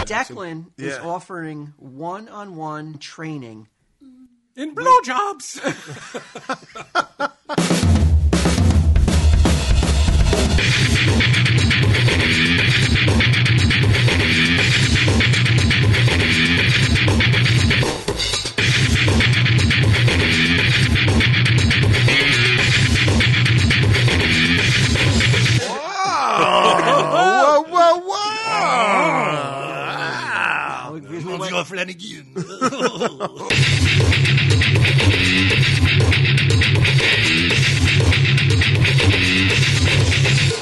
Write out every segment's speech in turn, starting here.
Cohen is Yeah. offering one-on-one training. in blowjobs. Oh, Whoa, whoa, whoa! Wow. We went- Flanagan.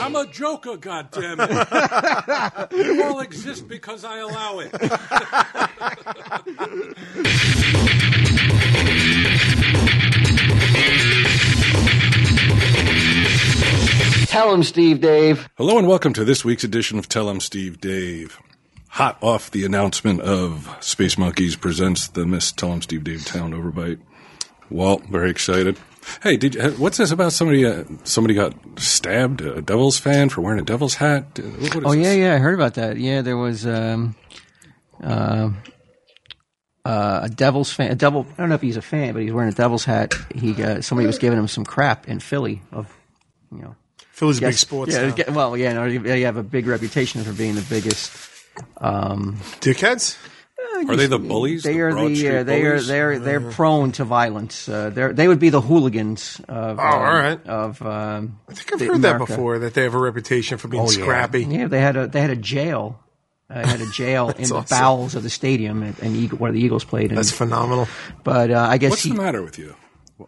I'm a joker, goddammit. it all exists because I allow it. Tell him, Steve, Dave. Hello and welcome to this week's edition of Tell 'em Steve Dave. Hot off the announcement of Space Monkeys presents the Miss Tell 'em Steve Dave Town Overbite. Walt, very excited. Hey, did you, what's this about somebody? Uh, somebody got stabbed. A Devils fan for wearing a Devils hat. Uh, What, what is Oh yeah, this? yeah, I heard about that. Yeah, there was um, uh, uh, a Devils fan. A devil. I don't know if he's a fan, but he's wearing a Devils hat. He got, somebody was giving him some crap in Philly of you know. Philly's a big Yes. sports Yeah, town. get- well, yeah, no, you you have a big reputation for being the biggest. Dickheads? Are they the bullies? They are Broad the Street uh, they are bullies? they're they're prone to violence. Uh, they're they would be the hooligans of oh, all right. of um, I think I've heard that before, that they have a reputation for being scrappy. Yeah, they had a they had a jail. Uh, had a jail in the awesome. bowels of the stadium, and, and Eagle, where the Eagles played. And, That's phenomenal. but uh, I guess What's he, the matter with you?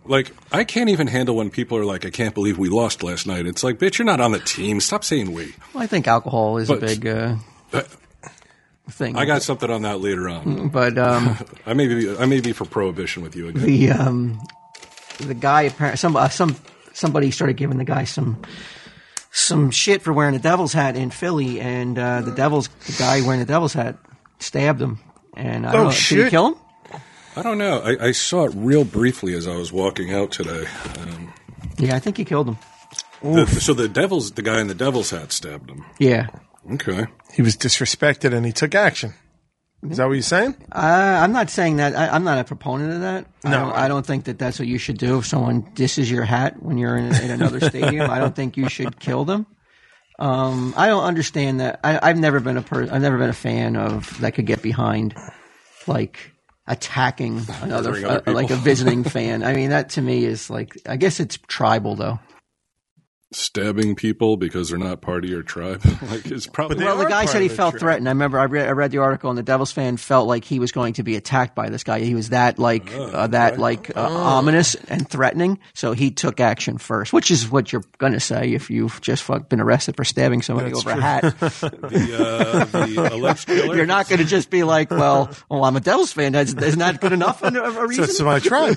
Like, I can't even handle when people are like, "I can't believe we lost last night." It's like, bitch, you're not on the team. Stop saying we. I think alcohol is a But- big uh, Uh, thing. I got something on that later on. but um, I may be I may be for prohibition with you again. the um, the guy apparently some uh, some somebody started giving the guy some some shit for wearing a devil's hat in Philly, and uh, the devil's the guy wearing the devil's hat stabbed him. And I don't Oh, know, did he shit. kill him? I don't know. I, I saw it real briefly as I was walking out today. Um, Yeah, I think he killed him. the, so the devil's the guy in the devil's hat stabbed him. Yeah, Okay. He was disrespected and he took action. Is that what you're saying? Uh, I'm not saying that. I, I'm not a proponent of that. I No. don't, I don't think that that's what you should do if someone disses your hat when you're in, in another stadium. I don't think you should kill them. Um, I don't understand that. I, I've never been a per, I've never been a fan of that could get behind like attacking another Hurting other uh, like a people. visiting fan. I mean, that to me is like I guess it's tribal though. Stabbing people because they're not part of your tribe. Like it's probably they Well, the are guy part said he of the felt tribe. threatened. I remember I read, I read the article, and the Devils fan felt like he was going to be attacked by this guy. He was that like Oh, uh, that like uh, ominous and threatening. So he took action first, which is what you're going to say if you've just fuck, been arrested for stabbing somebody over a hat. the, uh, the alleged killer. you're not going to just be like, "Well, well, I'm a Devils fan. That's is not good enough." A, a reason. That's my tribe.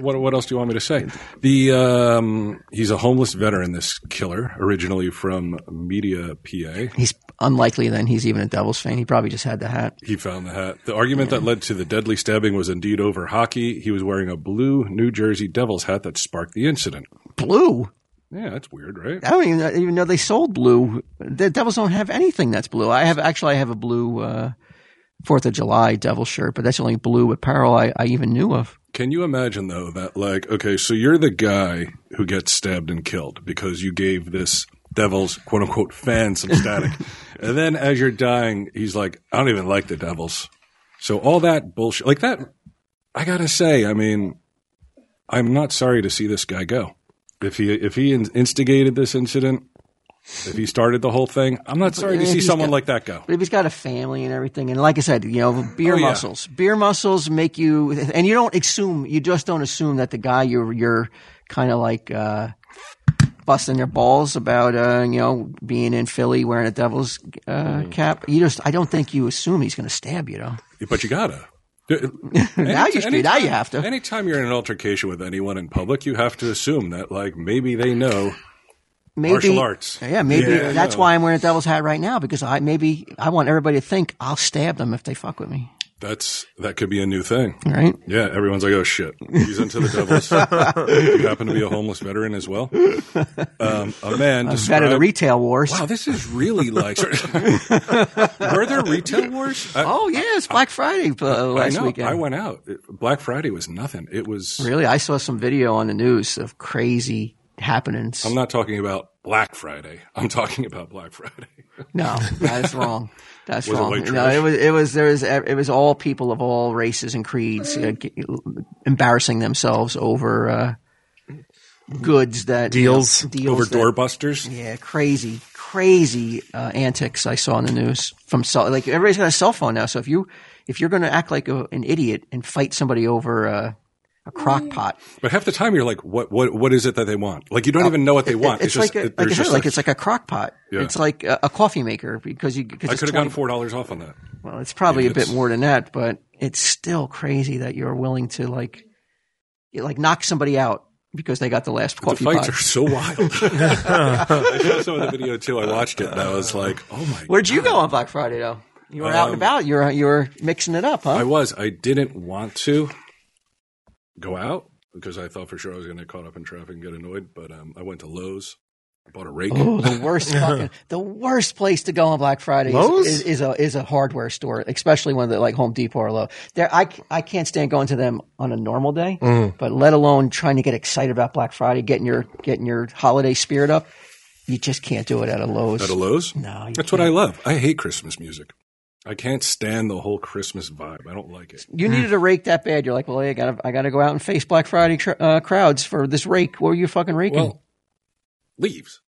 What, what else do you want me to say? The um, he's a homeless veteran. This killer, originally from Media, PA. He's unlikely. Then he's even a Devils fan. He probably just had the hat. He found the hat. The argument that led to the deadly stabbing was indeed over hockey. He was wearing a blue New Jersey Devils hat that sparked the incident. Blue. Yeah, that's weird, right? I don't even, I even know they sold blue. The Devils don't have anything that's blue. I have actually I have a blue uh, Fourth of July Devil shirt, but that's the only blue apparel I, I even knew of. Can you imagine though that like okay, so you're the guy who gets stabbed and killed because you gave this Devils quote unquote fan some static, and then as you're dying, he's like, I don't even like the Devils. So all that bullshit, like that, I gotta say, I mean, I'm not sorry to see this guy go. If he if he in- instigated this incident, if he started the whole thing, I'm not sorry to Yeah, see he's someone got- like that go. But if he's got a family and everything, and like I said, you know, beer Oh, yeah. muscles, beer muscles make you, and you don't assume, you just don't assume that the guy you're you're kind of like uh, busting their balls about, uh, you know, being in Philly wearing a Devils uh, Mm. cap. You just, I don't think you assume he's going to stab you though. But you gotta. now you Any- now you have to. Anytime you're in an altercation with anyone in public, you have to assume that, like, maybe they know. maybe, Martial arts. Yeah, maybe Yeah, I that's know. why I'm wearing a devil's hat right now because I maybe I want everybody to think I'll stab them if they fuck with me. That's that could be a new thing. right? Yeah, everyone's like, oh shit, he's into the devils. you happen to be a homeless veteran as well. Um, a man Out of the described- retail wars. Wow, this is really like. Were there retail wars? I, Oh yes, Black Friday uh, I last know. weekend. I went out. It- Black Friday was nothing. It was. Really, I saw some video on the news of crazy happenings. I'm not talking about Black Friday. I'm talking about Black Friday. No, that's wrong. That's Was it wrong. white no, trash? it was it was there was it was all people of all races and creeds uh, g- embarrassing themselves over uh, goods that you know, Deals. deals Over that- doorbusters. Yeah, crazy, crazy uh, antics I saw in the news from cell. Like everybody's got a cell phone now, so if you if you're going to act like a, an idiot and fight somebody over uh, a crock pot, But half the time you're like, what, what, what is it that they want? Like you don't even know what they want. it's, just, like a, like, it- there's I said, just like it's like a crock pot. Yeah. It's like a, a coffee maker because you because I could have gotten four dollars off on that. Well, it's probably a bit it's- more than that, but it's still crazy that you're willing to like, you, like knock somebody out because they got the last The coffee fights pot. are so wild. I saw some of the video too. I watched it and I was like, oh my. Uh, Where'd you go on Black Friday though? You were out and about. You were you were mixing it up, Um, I huh? was. I didn't want to go out because I thought for sure I was going to get caught up in traffic and get annoyed. But um, I went to Lowe's. I bought a rake. Oh, the worst fucking, the worst place to go on Black Friday Lowe's? is, is, is a is a hardware store, especially one that like Home Depot or Lowe's. There, I, c- I can't stand going to them on a normal day, Mm. but let alone trying to get excited about Black Friday, getting your getting your holiday spirit up. You just can't do it at a Lowe's. At a Lowe's. no, you That's what I love. I hate Christmas music. I can't stand the whole Christmas vibe. I don't like it. you needed a rake that bad. You're like, well, I gotta, I gotta go out and face Black Friday cr- uh, crowds for this rake. What were you fucking raking? Well, leaves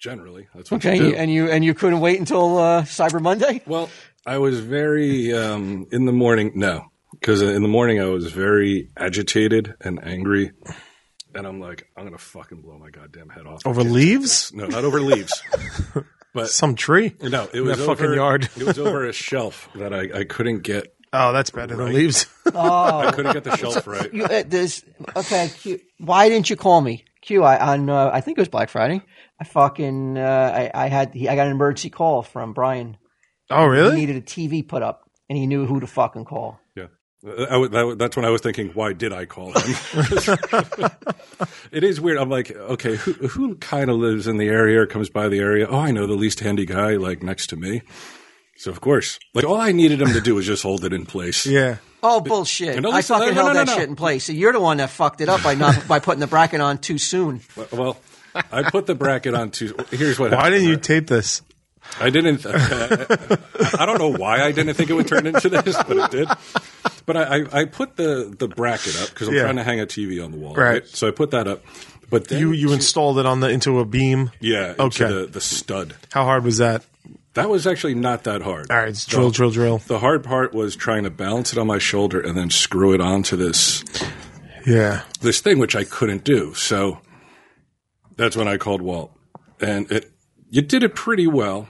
generally. That's what okay, you do. you- and you and you couldn't wait until uh, Cyber Monday. Well, I was very um, in the morning. No, because in the morning I was very agitated and angry, and I'm like, I'm gonna fucking blow my goddamn head off. Over leaves? No, not over leaves. Some tree? No, it was that over, fucking yard. it was over a shelf that I, I couldn't get. Oh, that's better than leaves. Oh. I couldn't get the shelf right. You, uh, this, okay, Q, why didn't you call me? Q, I on uh, I think it was Black Friday. I fucking uh, I, I had he, I got an emergency call from Brian. oh, He really? needed a TV put up, and he knew who to fucking call. Yeah. I would- that would- that's when I was thinking, why did I call him? it is weird. I'm like, okay, who, who kind of lives in the area or comes by the area? Oh, I know the least handy guy, like next to me. So of course, like all I needed him to do was just hold it in place. Yeah. Oh bullshit! And don't I listen to fucking that. No, held no, no, that no. shit in place. You're the one that fucked it up by not by putting the bracket on too soon. Well, I put the bracket on to. Here's what. Why happened, didn't you right? tape this? I didn't. I don't know why I didn't think it would turn into this, but it did. But I, I, I put the, the bracket up because I'm Yeah. trying to hang a TV on the wall, Right. right? So I put that up. But then You you installed it on the into a beam. yeah, into Okay. the, the stud. How hard was that? That was actually not that hard. All right, it's drill, drill, drill. The hard part was trying to balance it on my shoulder and then screw it onto this Yeah. this thing, which I couldn't do. So that's when I called Walt, and it you did it pretty well.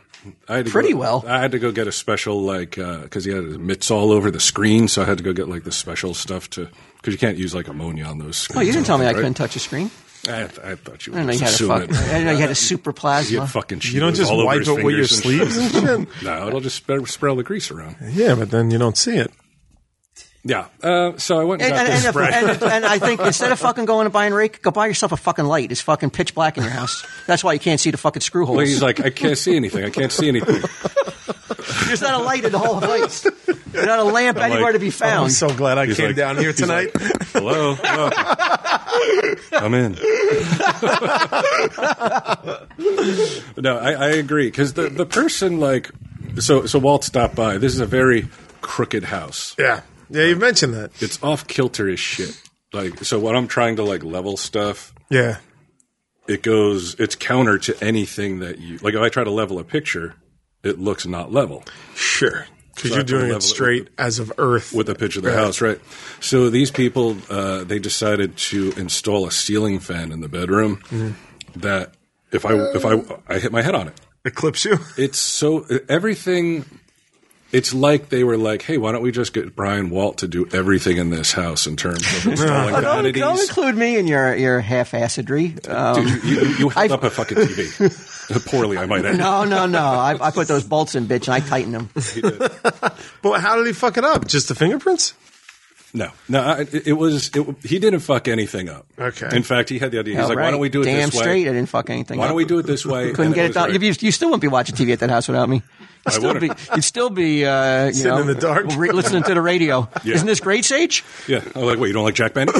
I had to Pretty go- well? I had to go get a special like because he had his mitts all over the screen, so I had to go get like the special stuff to because you can't use like ammonia on those. Oh, Screens you didn't tell me I couldn't right? touch a screen. I, th- I thought you. I Would didn't know you had a assume fuck. I it. didn't know you had a super You had plasma. fucking. You don't shingles just all over wipe his it with your fingers and sleeves and shit? shit. No, it'll just spread, spread all the grease around. Yeah, but then you don't see it. Yeah. Uh, so I went and, And, got and, this and, bracket. and, and I think instead of fucking going and buying rake, go buy yourself a fucking light. It's fucking pitch black in your house. That's why you can't see the fucking screw Well, holes. he's like, I can't see anything. I can't see anything. There's not a light in the whole place. There's not a lamp like, anywhere to be I'm found. so glad I He's came like- down here he's tonight. like, Hello. Hello. I'm in. no, I, I agree because the the person like so so Walt stopped by. This is a very crooked house. yeah. Yeah, you mentioned that. It's off kilter as shit. Like so, when I'm trying to like level stuff, Yeah. it goes. It's counter to anything that you like. If I try to level a picture, it looks not level. Sure. Because So I you're have to doing level it it with straight as of Earth. with a pitch of the house, right? So these people uh, they decided to install a ceiling fan in the bedroom that if I if I I hit my head on it, Eclipse you? it's so everything It's like they were like, hey, why don't we just get Brian Walt to do everything in this house in terms of installing Don't, vanities? don't include me in your, your half assedry. Um, Dude, you, you, you held I've- up a fucking TV. Poorly, I might add. no, no, no. I, I put those bolts in, bitch, and I tighten them. But how did he fuck it up? Just the fingerprints? No, no, I, it- it was it, he didn't fuck anything up. Okay. In fact, he had the idea. He's All like, why right. don't we do it Damn this straight, I way? didn't fuck anything. Why up. don't we do it this way? Couldn't And get it was done. right. You, you still wouldn't be watching TV at that house without me. You'd still be, wouldn't. you'd still be uh, you Sitting know, in the dark. re- listening to the radio. Yeah. Isn't this great, Sage? Yeah. I was like, wait, you don't like Jack Benny?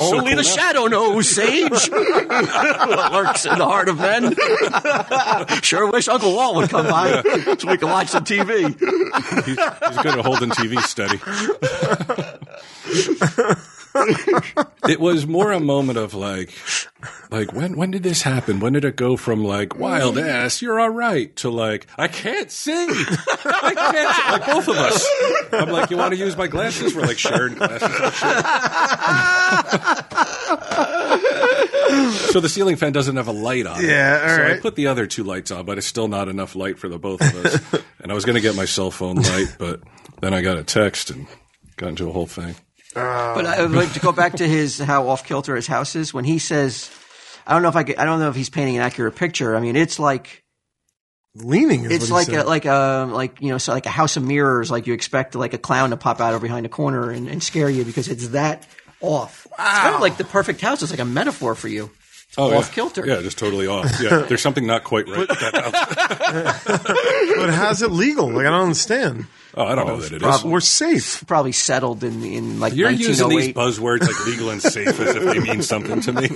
Only the shadow knows, Sage. what lurks in the heart of men. sure wish Uncle Walt would come by so we could watch some TV. he's, he's good at holding TV steady. it was more a moment of like, like when when did this happen? When did it go from like wild ass, you're all right, to like I can't see, I can't, see," like both of us. I'm like, you want to use my glasses? We're like sharing glasses. and shit. So the ceiling fan doesn't have a light on. it. Yeah, all so I right. put the other two lights on, but it's still not enough light for the both of us. and I was going to get my cell phone light, but then I got a text and got into a whole thing. But I would like to go back to his how off kilter his house is when he says, "I don't know if I, could, I don't know if he's painting an accurate picture." I mean, it's like Leaning is it's what like he a, said. like a like you know so like a house of mirrors. Like you expect like a clown to pop out of behind a corner and, and scare you because it's that off. It's kind of like the perfect house. It's like a metaphor for you. Oh, off yeah. kilter. Yeah, just totally off. Yeah, there's something not quite right. with that house. but how's it legal? Like, I don't understand. Oh, I don't know that it is. We're safe. Probably settled in in like You're using these 1908. buzzwords like legal and safe as if they mean something to me.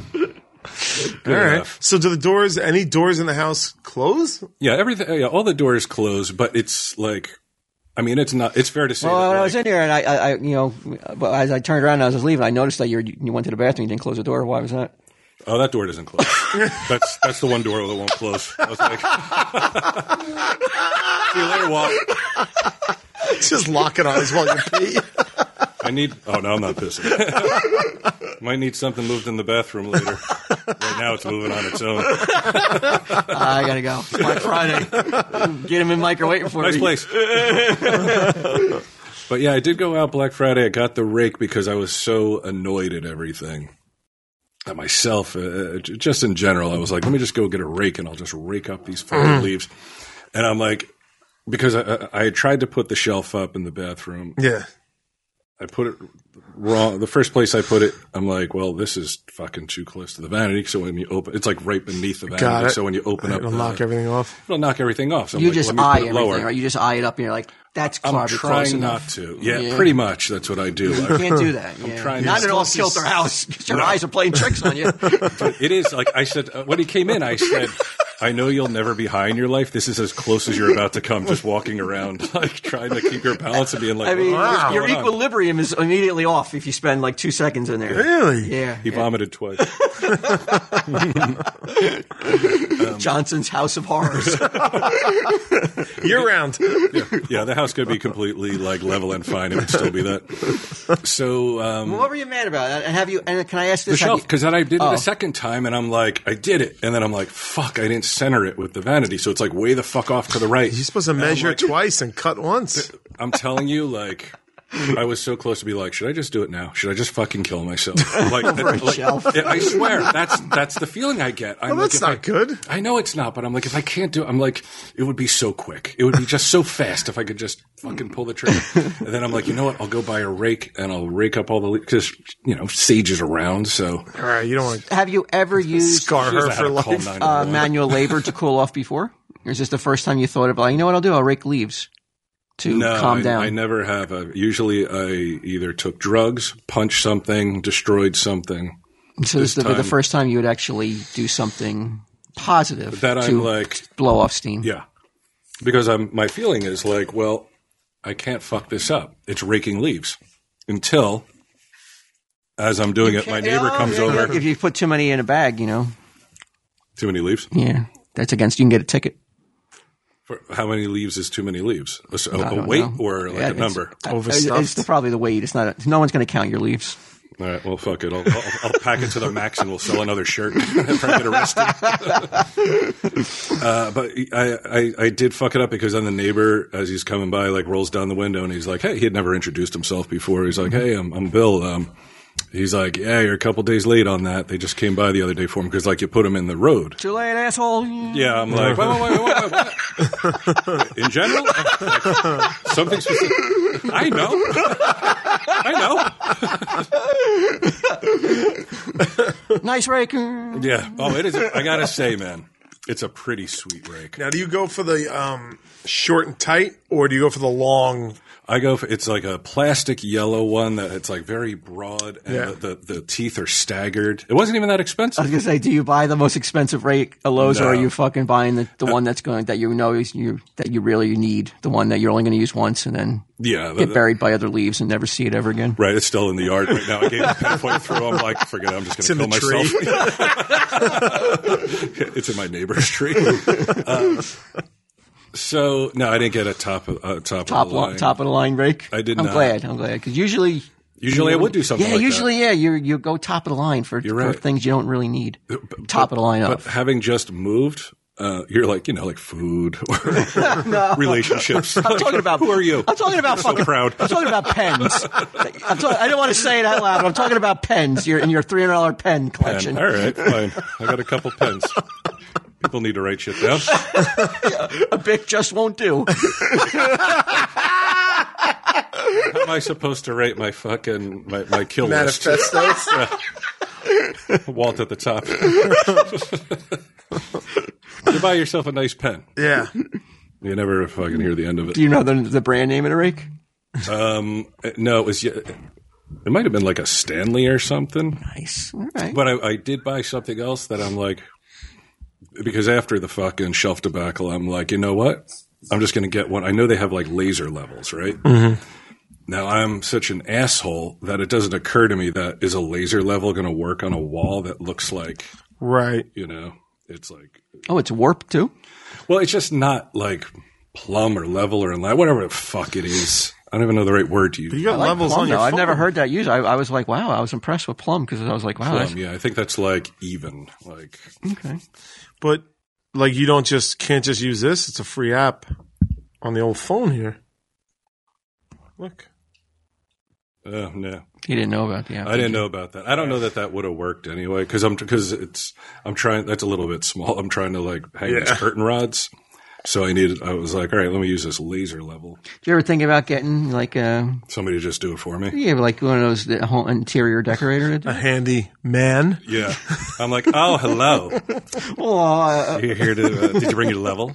All right. enough. So, do the doors, any doors in the house close? yeah, everything. Yeah, all the doors close, but it's like, I mean, it's not. It's fair to say. Well, that, when Oh, I like- was in here, and I, I, I, you know, but as I turned around, and I was leaving. I noticed that you you went to the bathroom. You didn't close the door. Why was that? oh, that door doesn't close. that's that's the one door that won't close. I was like, see you later, Walt. Just lock it on his while you pee. I need. Oh no, I'm not pissing. Might need something moved in the bathroom later. Right now, it's moving on its own. I gotta go. It's Black Friday. Get him in microwave for Nice me. place. but yeah, I did go out Black Friday. I got the rake because I was so annoyed at everything. At myself, uh, j- just in general, I was like, let me just go get a rake and I'll just rake up these fucking leaves. And I'm like, because I, I, I tried to put the shelf up in the bathroom yeah. I put it wrong. The first place I put it, I'm like, well, this is fucking too close to the vanity. So when you open, it's like right beneath the vanity. Got it. So when you open up, It'll the- knock everything off. it'll knock everything off. So I'm You like, just let me eye put it everything, lower. right? You just eye it up, and you're like, "That's I'm probably close trying not enough." to. Yeah, Yeah. pretty much. That's what I do. I- Can't do that. yeah. trying to- not in an It's all kilter house. 'cause Your eyes are playing tricks on you. it is like I said uh, when he came in. I said, I know you'll never be high in your life. This is as close as you're about to come. Just walking around, like trying to keep your balance and being like, I mean, "What's your going on?" equilibrium is immediately off if you spend like two seconds in there. Really? Yeah. He vomited twice. Johnson's House of Horrors. Year round. yeah, the house could be completely like level and fine. It would still be that. So um, what were you mad about? And have you? And can I ask the this? Have shelf you- because then I did it Oh. a second time and I'm like, I did it, and then I'm like, fuck, I didn't center it with the vanity, so it's like way the fuck off to the right. You're supposed to And I'm measure like- twice and cut once. I'm telling you, like. I was so close to be like, should I just do it now? Should I just fucking kill myself? Like, a like, shelf. yeah, I swear, that's that's the feeling I get. I'm Well, like, that's if I- not good. I know it's not, but I'm like, if I can't do it, I'm like, it would be so quick. It would be just so fast if I could just fucking pull the trigger. and then I'm like, you know what? I'll go buy a rake and I'll rake up all the because you know Sage is around, so All right, you don't want have you ever to used scar She doesn't her know how for to call life. Um, uh, 911. manual labor to cool off before? Or is this the first time you thought of like, you know what I'll do? I'll rake leaves to no, calm I, down. I never have. A, usually, I either took drugs, punched something, destroyed something. So this, would be the time- first time you would actually do something positive That to I'm like, blow off steam. yeah, because I'm. My feeling is like, well, I can't fuck this up. It's raking leaves until, as I'm doing it, my neighbor comes over. If you put too many in a bag, you know, Too many leaves. yeah, that's against. You can get a ticket. For how many leaves is too many leaves? A, s- a- I a don't weight know. or like Yeah, a it's- number? I- Overstuffed? It's, the- probably the weight. It's not. A, no one's going to count your leaves. All right, well, fuck it. I'll, I'll, I'll pack it to the max, and we'll sell another shirt after I get arrested. uh, but I, I, I did fuck it up because then the neighbor, as he's coming by, like rolls down the window, and he's like, "Hey," he had never introduced himself before. He's like, "Hey, I'm, I'm Bill." Um, he's like, "Yeah, you're a couple days late on that. They just came by the other day for him because like you put him in the road." Too late, asshole. Yeah, I'm like, wait, wait, wait, wait, wait, what? In general, something specific. I know. I Nice rake. know. Yeah. Oh, it is. I gotta say, man, it's a pretty sweet rake. Now, do you go for the um, short and tight, or do you go for the long? I go. For, it's like a plastic yellow one that it's like very broad, and Yeah. the, the the teeth are staggered. It wasn't even that I was expensive. gonna say, do you buy the most expensive rake, a Lowe's, or are No. you fucking buying the, the one that's going that you know is you that you really need, the one that you're only going to use once and then Yeah. the- get the- buried by other leaves and never see it ever again? Right, it's still in the yard right now. I gave it halfway through. I'm like, forget it. I'm just going to kill in the myself. it's in my neighbor's tree. Uh, so no, I didn't get a top of uh, top, Top of the line. lo- top of the line rake. I did I'm not. glad. I'm glad because usually. Usually, I would do something. Yeah, like that. usually, yeah, you you go top of the line for, for right. Uh, things you don't really need. top of the line But up. having just moved, uh, you're like you know, like food or relationships. I'm talking about who are you? I'm talking about fucking proud. I'm talking about pens. I'm talk- I don't want to say it out loud. But I'm talking about pens. Your in your three hundred dollar pen collection. Pen. All right, fine. I got a couple pens. People need to write shit down. A Bic just won't do. How am I supposed to rate my fucking my, my kill list? Manifestos. Walt at the top. you buy yourself a nice pen. yeah. You never fucking hear the end of it. Do you know the, the brand name of the rake? Uh, No, it was. It might have been like a Stanley or something. Nice. All right. But I, I did buy something else that I'm like, because after the fucking shelf debacle, I'm like, you know what? I'm just going to get one. I know they have like laser levels, right? Now I'm such an asshole that it doesn't occur to me that is a laser level going to work on a wall that looks like Right. you know it's like oh, it's warp too. Well, it's just not like plumb or level or inline, whatever the fuck it is. I don't even know the right word to You use. got Like levels plum, on your. though. I've phone. never heard that used. I, I was like, wow. I was impressed with plum because Oh, I was like, wow. Um, that's- yeah, I think that's like even. Like okay. But like, you don't just can't just use this. It's a free app on the old phone here. Look. oh no, You didn't know about the app. I didn't know about that. I don't know that that would have worked anyway because I'm because it's I'm trying. That's a little bit small. I'm trying to like hang these curtain rods. So I needed. I was like, all right, let me use this laser level. Do you ever think about getting like a Somebody just do it for me. yeah, like one of those that home interior decorator? A handy man. Yeah, I'm like, oh hello. oh, uh, You're here to? Uh, did you bring your level?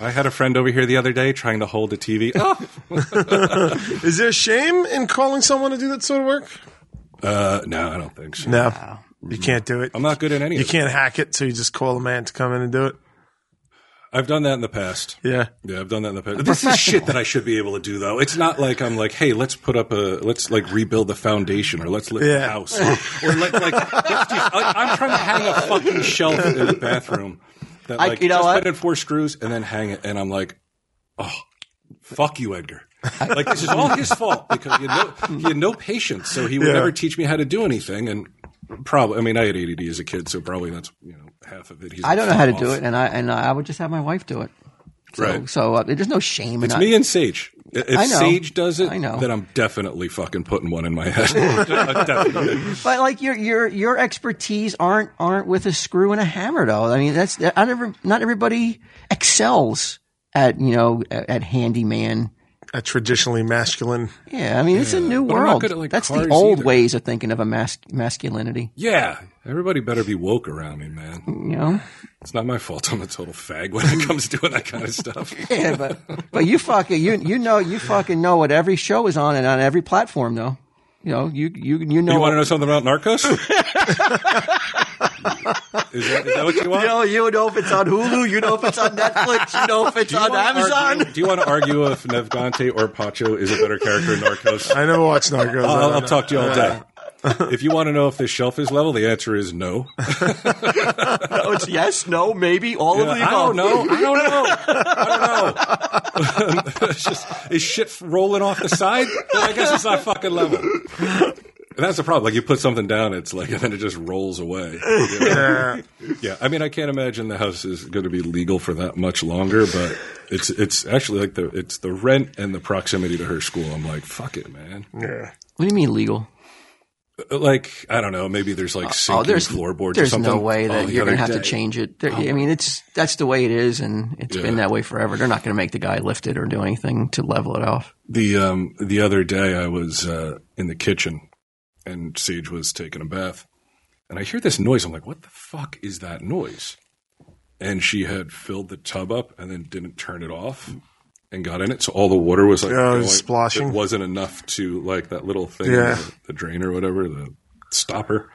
I had a friend over here the other day trying to hold a TV. Oh, Is there shame in calling someone to do that sort of work? Uh, no, I don't think so. No. You can't do it. I'm not good at any. You of it. can't hack it, so you just call a man to come in and do it. I've done that in the past. Yeah. Yeah, I've done that in the past. This is shit that I should be able to do though. It's not like I'm like, hey, let's put up a, let's like rebuild the foundation or let's lift the Yeah. house or like, like let's do, I, I'm trying to hang a fucking shelf in the bathroom that I- like you know just what? put in four screws and then hang it, and I'm like, oh, fuck you, Edgar. Like this is all his fault because he had no, he had no patience, so he would Yeah. never teach me how to do anything and. Probably, I mean, I had ADD as a kid, so probably that's you know half of it. He's I don't know how to do off. it, and I and I would just have my wife do it. So, Right. So uh, there's no shame in It's that. me and Sage. I- If I know. Sage does it, I know. then I'm definitely fucking putting one in my head. Definitely. But like your your your expertise aren't aren't with a screw and a hammer though. I mean that's not every, not everybody excels at you know at, at handyman. A traditionally masculine. Yeah, I mean it's a new But I'm not world. good at, like, that's the cars old either. ways of thinking of a mas- masculinity. yeah, everybody better be woke around me, man. You know. It's not my fault. I'm a total fag when it comes to doing that kind of stuff. Yeah, but but you fucking you you know you fucking know what every show is on and on every platform though. You know you you you know You want to know something about Narcos? is, that, is that what you want? You know, you know if it's on Hulu, you know if it's on Netflix, you know if it's Do you on wanna Amazon. argue- do you want to argue if Nevgante or Pacho is a better character in Narcos? I never watched Narcos. I I'll, don't I'll know. talk to you all day. If you want to know if this shelf is level, the answer is no. No, Oh, it's yes, no, maybe, all of the I above. don't know. I don't know. I don't know. it's just is shit rolling off the side. Well, I guess it's not fucking level. And that's the problem. Like you put something down, it's like, and then it just rolls away. you know? Yeah. Yeah, I mean, I can't imagine the house is going to be legal for that much longer. But it's it's actually like the it's the rent and the proximity to her school. I'm like, fuck it, man. yeah. What do you mean legal? Like I don't know, maybe there's like sinking Uh, floorboards oh, there's or something. no way Oh, that the you're going to other have to day- change it. There, I mean, it's that's the way it is, and it's been Yeah. that way forever. They're not going to make the guy lift it or do anything to level it off. The um the other day I was uh, in the kitchen and Sage was taking a bath, and I hear this noise. I'm like, what the fuck is that noise? And she had filled the tub up and then didn't turn it off and got in it, so all the water was like Yeah, it was going- splashing. It wasn't enough to like that little thing, Yeah. the, the drain or whatever, the stopper.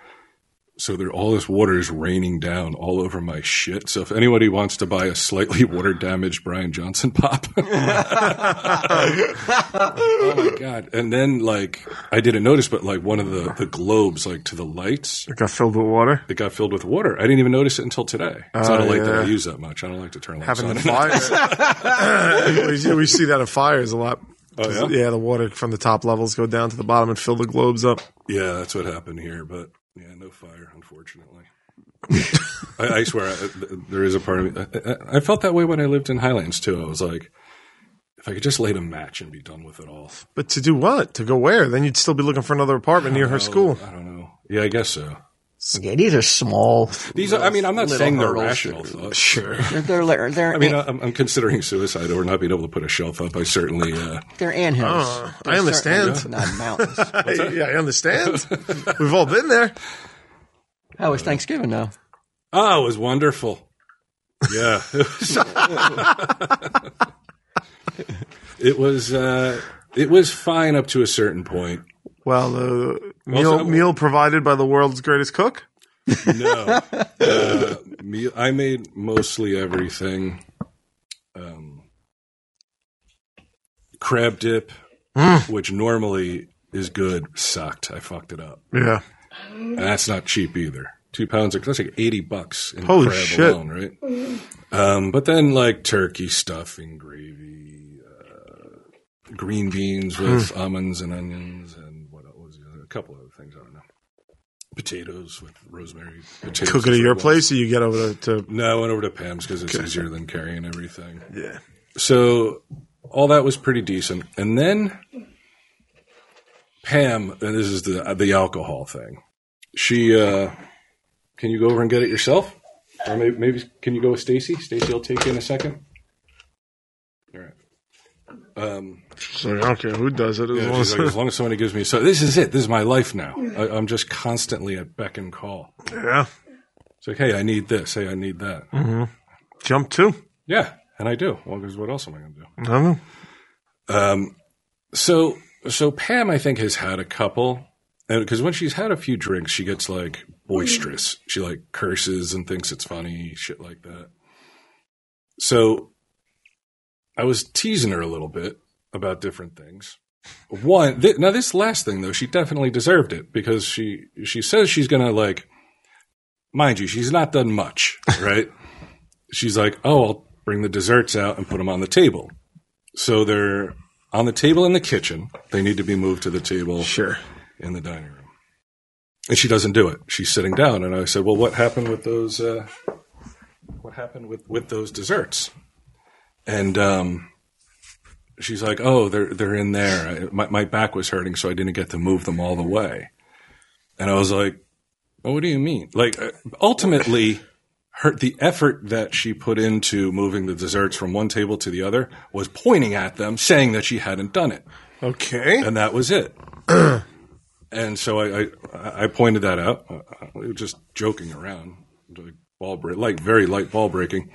So there, all this water is raining down all over my shit. So if anybody wants to buy a slightly water damaged Brian Johnson pop, oh my god! And then like I didn't notice, but like one of the the globes, like to the lights, It got filled with water. it got filled with water. I didn't even notice it until today. It's not a Oh, light that I yeah. use that much. I don't like to turn lights Having on. the fire. we, we see that in fires a lot. Oh, yeah? yeah, the water from the top levels go down to the bottom and fill the globes up. Yeah, that's what happened here, but yeah, no fire, unfortunately. I, I swear, I, there is a part of me. I, I, I felt that way when I lived in Highlands too. I was like, if I could just light a match and be done with it all. But to do what? To go where? Then you'd still be looking for another apartment near her school. Oh, I don't know. Yeah, I guess so. Yeah, these are small. These, are, I mean, I'm not Little saying they're hurdles. rational thoughts. Sure. They're they're, they're, I mean, uh, I'm, I'm considering suicide or not being able to put a shelf up. I certainly. Uh, they're anthills. Uh, They're I understand. certainly Not mountains. Hey, yeah, I understand. We've all been there. How was Thanksgiving though? oh, it was wonderful. Yeah. It was, it was, uh, it was fine up to a certain point. Well, the meal so- meal provided by the world's greatest cook. No. Uh, me, I made mostly everything. Um, crab dip, which normally is good, sucked. I fucked it up. Yeah, And that's not cheap either. Two pounds of that's like eighty bucks in Holy crab shit. alone, right? Um, but then like turkey stuffing, gravy, uh, green beans Hmm. with almonds and onions, and what else was the other? A couple other things I don't know. Potatoes with rosemary. Potatoes cook it at is your what- place, or you get over to. to No, I went over to Pam's because it's easier than carrying everything. yeah, So all that was pretty decent, and then Pam, and this is the the alcohol thing. She, uh, can you go over and get it yourself, or maybe, maybe can you go with Stacy? Stacy, I'll take you in a second. All right. Um, so I don't care who does it. As yeah, long she's as like, as long as somebody gives me so this is it. This is my life now. I, I'm just constantly at beck and call. yeah, It's like, hey, I need this. Hey, I need that. jump two. Yeah, and I do. Well, because what else am I going to do? I don't know. Um, so so Pam, I think, has had a couple, because when she's had a few drinks, she gets like boisterous. She like curses and thinks it's funny, shit like that. So I was teasing her a little bit about different things. One, th- now this last thing though, she definitely deserved it because she she says she's gonna like, mind you, she's not done much, right? she's like, oh, I'll bring the desserts out and put them on the table. So they're on the table in the kitchen. They need to be moved to the table Sure. in the dining room. And she doesn't do it. She's sitting down. And I said, well, what happened with those, uh, what happened with, with those desserts? And, um, she's like, oh, they're, they're in there. I, my, my back was hurting, so I didn't get to move them all the way. And I was like, oh, what do you mean? Like, uh, ultimately, her, the effort that she put into moving the desserts from one table to the other was pointing at them, saying that she hadn't done it Okay. and that was it. and so I, I I pointed that out, uh, just joking around, like ball break, like very light ball breaking.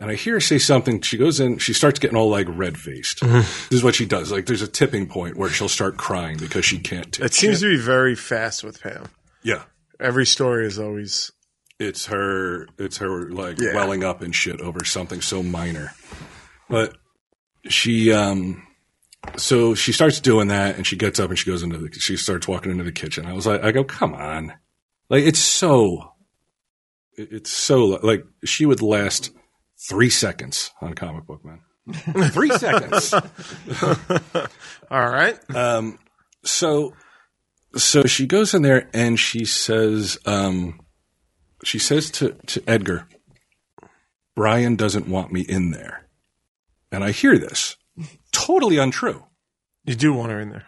And I hear her say something. She goes in. She starts getting all like red faced. this is what she does. Like there's a tipping point where she'll start crying because she can't. Take It seems to be very fast with Pam. yeah, Every story is always it's her. It's her like Yeah. welling up and shit over something so minor. But she um so she starts doing that and she gets up and she goes into the she starts walking into the kitchen i was like i go come on like it's so it- it's so like she would last three seconds on comic book man three seconds Uh, all right. um so so she goes in there and she says, um, she says to, to Edgar, Brian doesn't want me in there. And I hear this totally untrue. You do want her in there.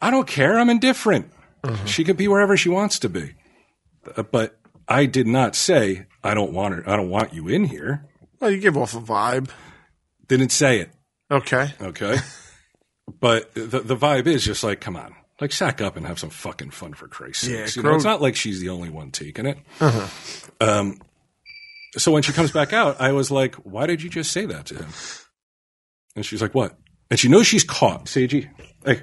I don't care. I'm indifferent. She could be wherever she wants to be. Uh, But I did not say, I don't want her. I don't want you in here. Well, you give off a vibe. Didn't say it. Okay. Okay. but the, the vibe is just like, come on, like sack up and have some fucking fun for Christ's Yeah, sakes. You know, it's Crow- Uh-huh. not like she's the only one taking it. Um, so when she comes back out, I was like, why did you just say that to him? And she's like, what? And she knows she's caught. Seiji, hey,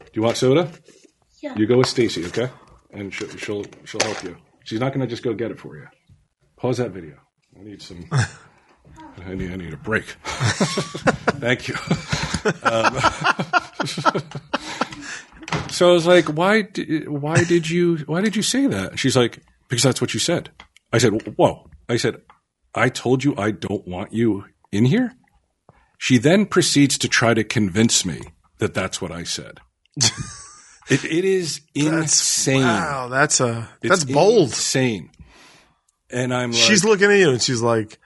do you want soda? Yeah. You go with Stacy, okay? And she'll, she'll, she'll help you. She's not going to just go get it for you. Pause that video. I need some. I need, I need a break. Thank you. Um, so I was like, why, di- why did you, why did you say that? She's like, because that's what you said. I said, whoa. I said, I told you I don't want you in here. She then proceeds to try to convince me that that's what I said. it, it is insane. Wow, that's a that's It's bold. Insane. And I'm like, she's looking at you and she's like,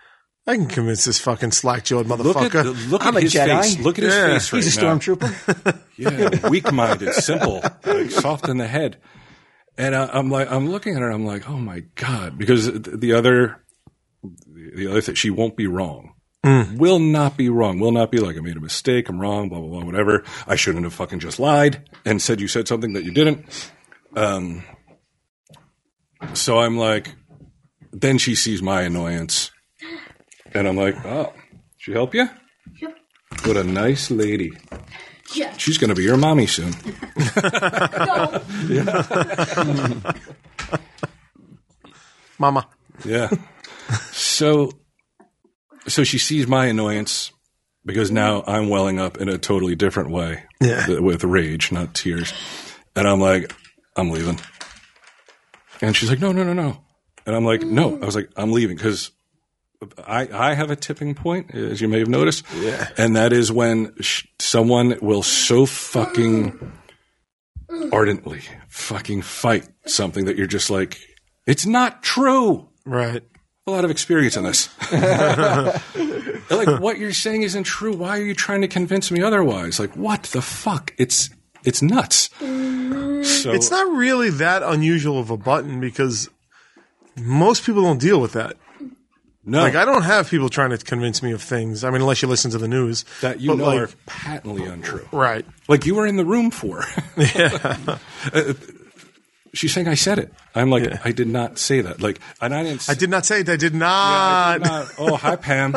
"I can convince this fucking slack jawed Look at, the- motherfucker." look I'm a at his Jedi. face. Look at Yeah. his face right He's a now. stormtrooper. Yeah, weak-minded, simple, like soft in the head. And I, I'm like, I'm looking at her. and I'm like, oh my god, because th- the other, the other thing, she won't be wrong. Will not be wrong. Will not be like I made a mistake. I'm wrong. Blah blah blah. Whatever. I shouldn't have fucking just lied and said you said something that you didn't. Um. So I'm like, then she sees my annoyance, and I'm like, oh, she help you? Yep. What a nice lady. Yeah. She's going to be your mommy soon. No. Mama, Yeah. so, so she sees my annoyance because now I'm welling up in a totally different way Yeah. th- with rage, not tears. And I'm like, I'm leaving. And she's like, no, no, no, no. And I'm like, no. I was like, I'm leaving because I, I have a tipping point, as you may have noticed. Yeah. And that is when sh- someone will so fucking ardently fucking fight something that you're just like, it's not true right? a lot of experience in this. like what you're saying isn't true. Why are you trying to convince me otherwise? Like what the fuck? It's it's nuts. So It's not really that unusual of a button because most people don't deal with that. no, Like, I don't have people trying to convince me of things. I mean, unless you listen to the news. that you But, know like- are patently untrue. right? Like you were in the room for. yeah. She's saying I said it. I'm like I did not say that. Like and I didn't. I did not say it. I did not. oh, hi, Pam.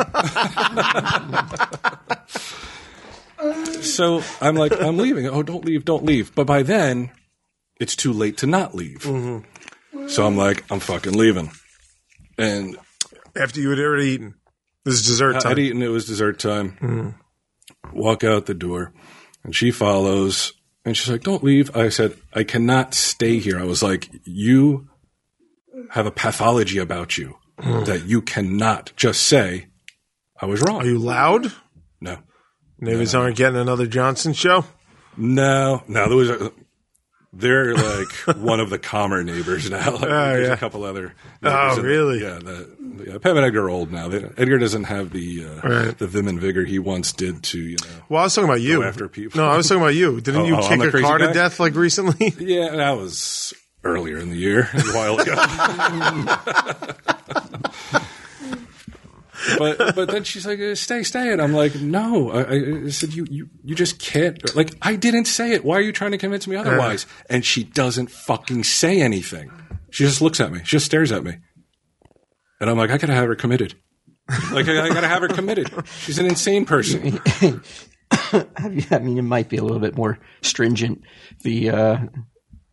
so I'm like, I'm leaving. Oh, don't leave, don't leave. But by then, it's too late to not leave. So I'm like, I'm fucking leaving. And After you had already eaten, this is dessert I'd time. eaten. It was dessert time. Walk out the door, and she follows, and she's like, "Don't leave." I said, "I cannot stay here." I was like, "You have a pathology about you that you cannot just say." I was wrong. Are you loud? no, Neighbors aren't getting another Johnson show. no, no. There was a, they're like one of the calmer neighbors now. Like, there's Oh, yeah. a couple other. Oh, neighbors in- really? Yeah, the, yeah. Pam and Edgar are old now. They, Edgar doesn't have the uh, Right. the vim and vigor he once did to you know. Well, I was talking about you. Oh, after people. No, I was talking about you. Didn't Oh, you oh, I'm kick the a crazy car guy? to death like recently? Yeah, that was earlier in the year, a while ago. but but then she's like, uh, "Stay, stay," and I'm like, "No." I- I, I said, "You you you just can't." Like, I didn't say it. Why are you trying to convince me otherwise? And she doesn't fucking say anything. She just looks at me. She just stares at me. And I'm like, I gotta have her committed. Like, I, I gotta have her committed. She's an insane person. I mean, it might be a little bit more stringent. The uh,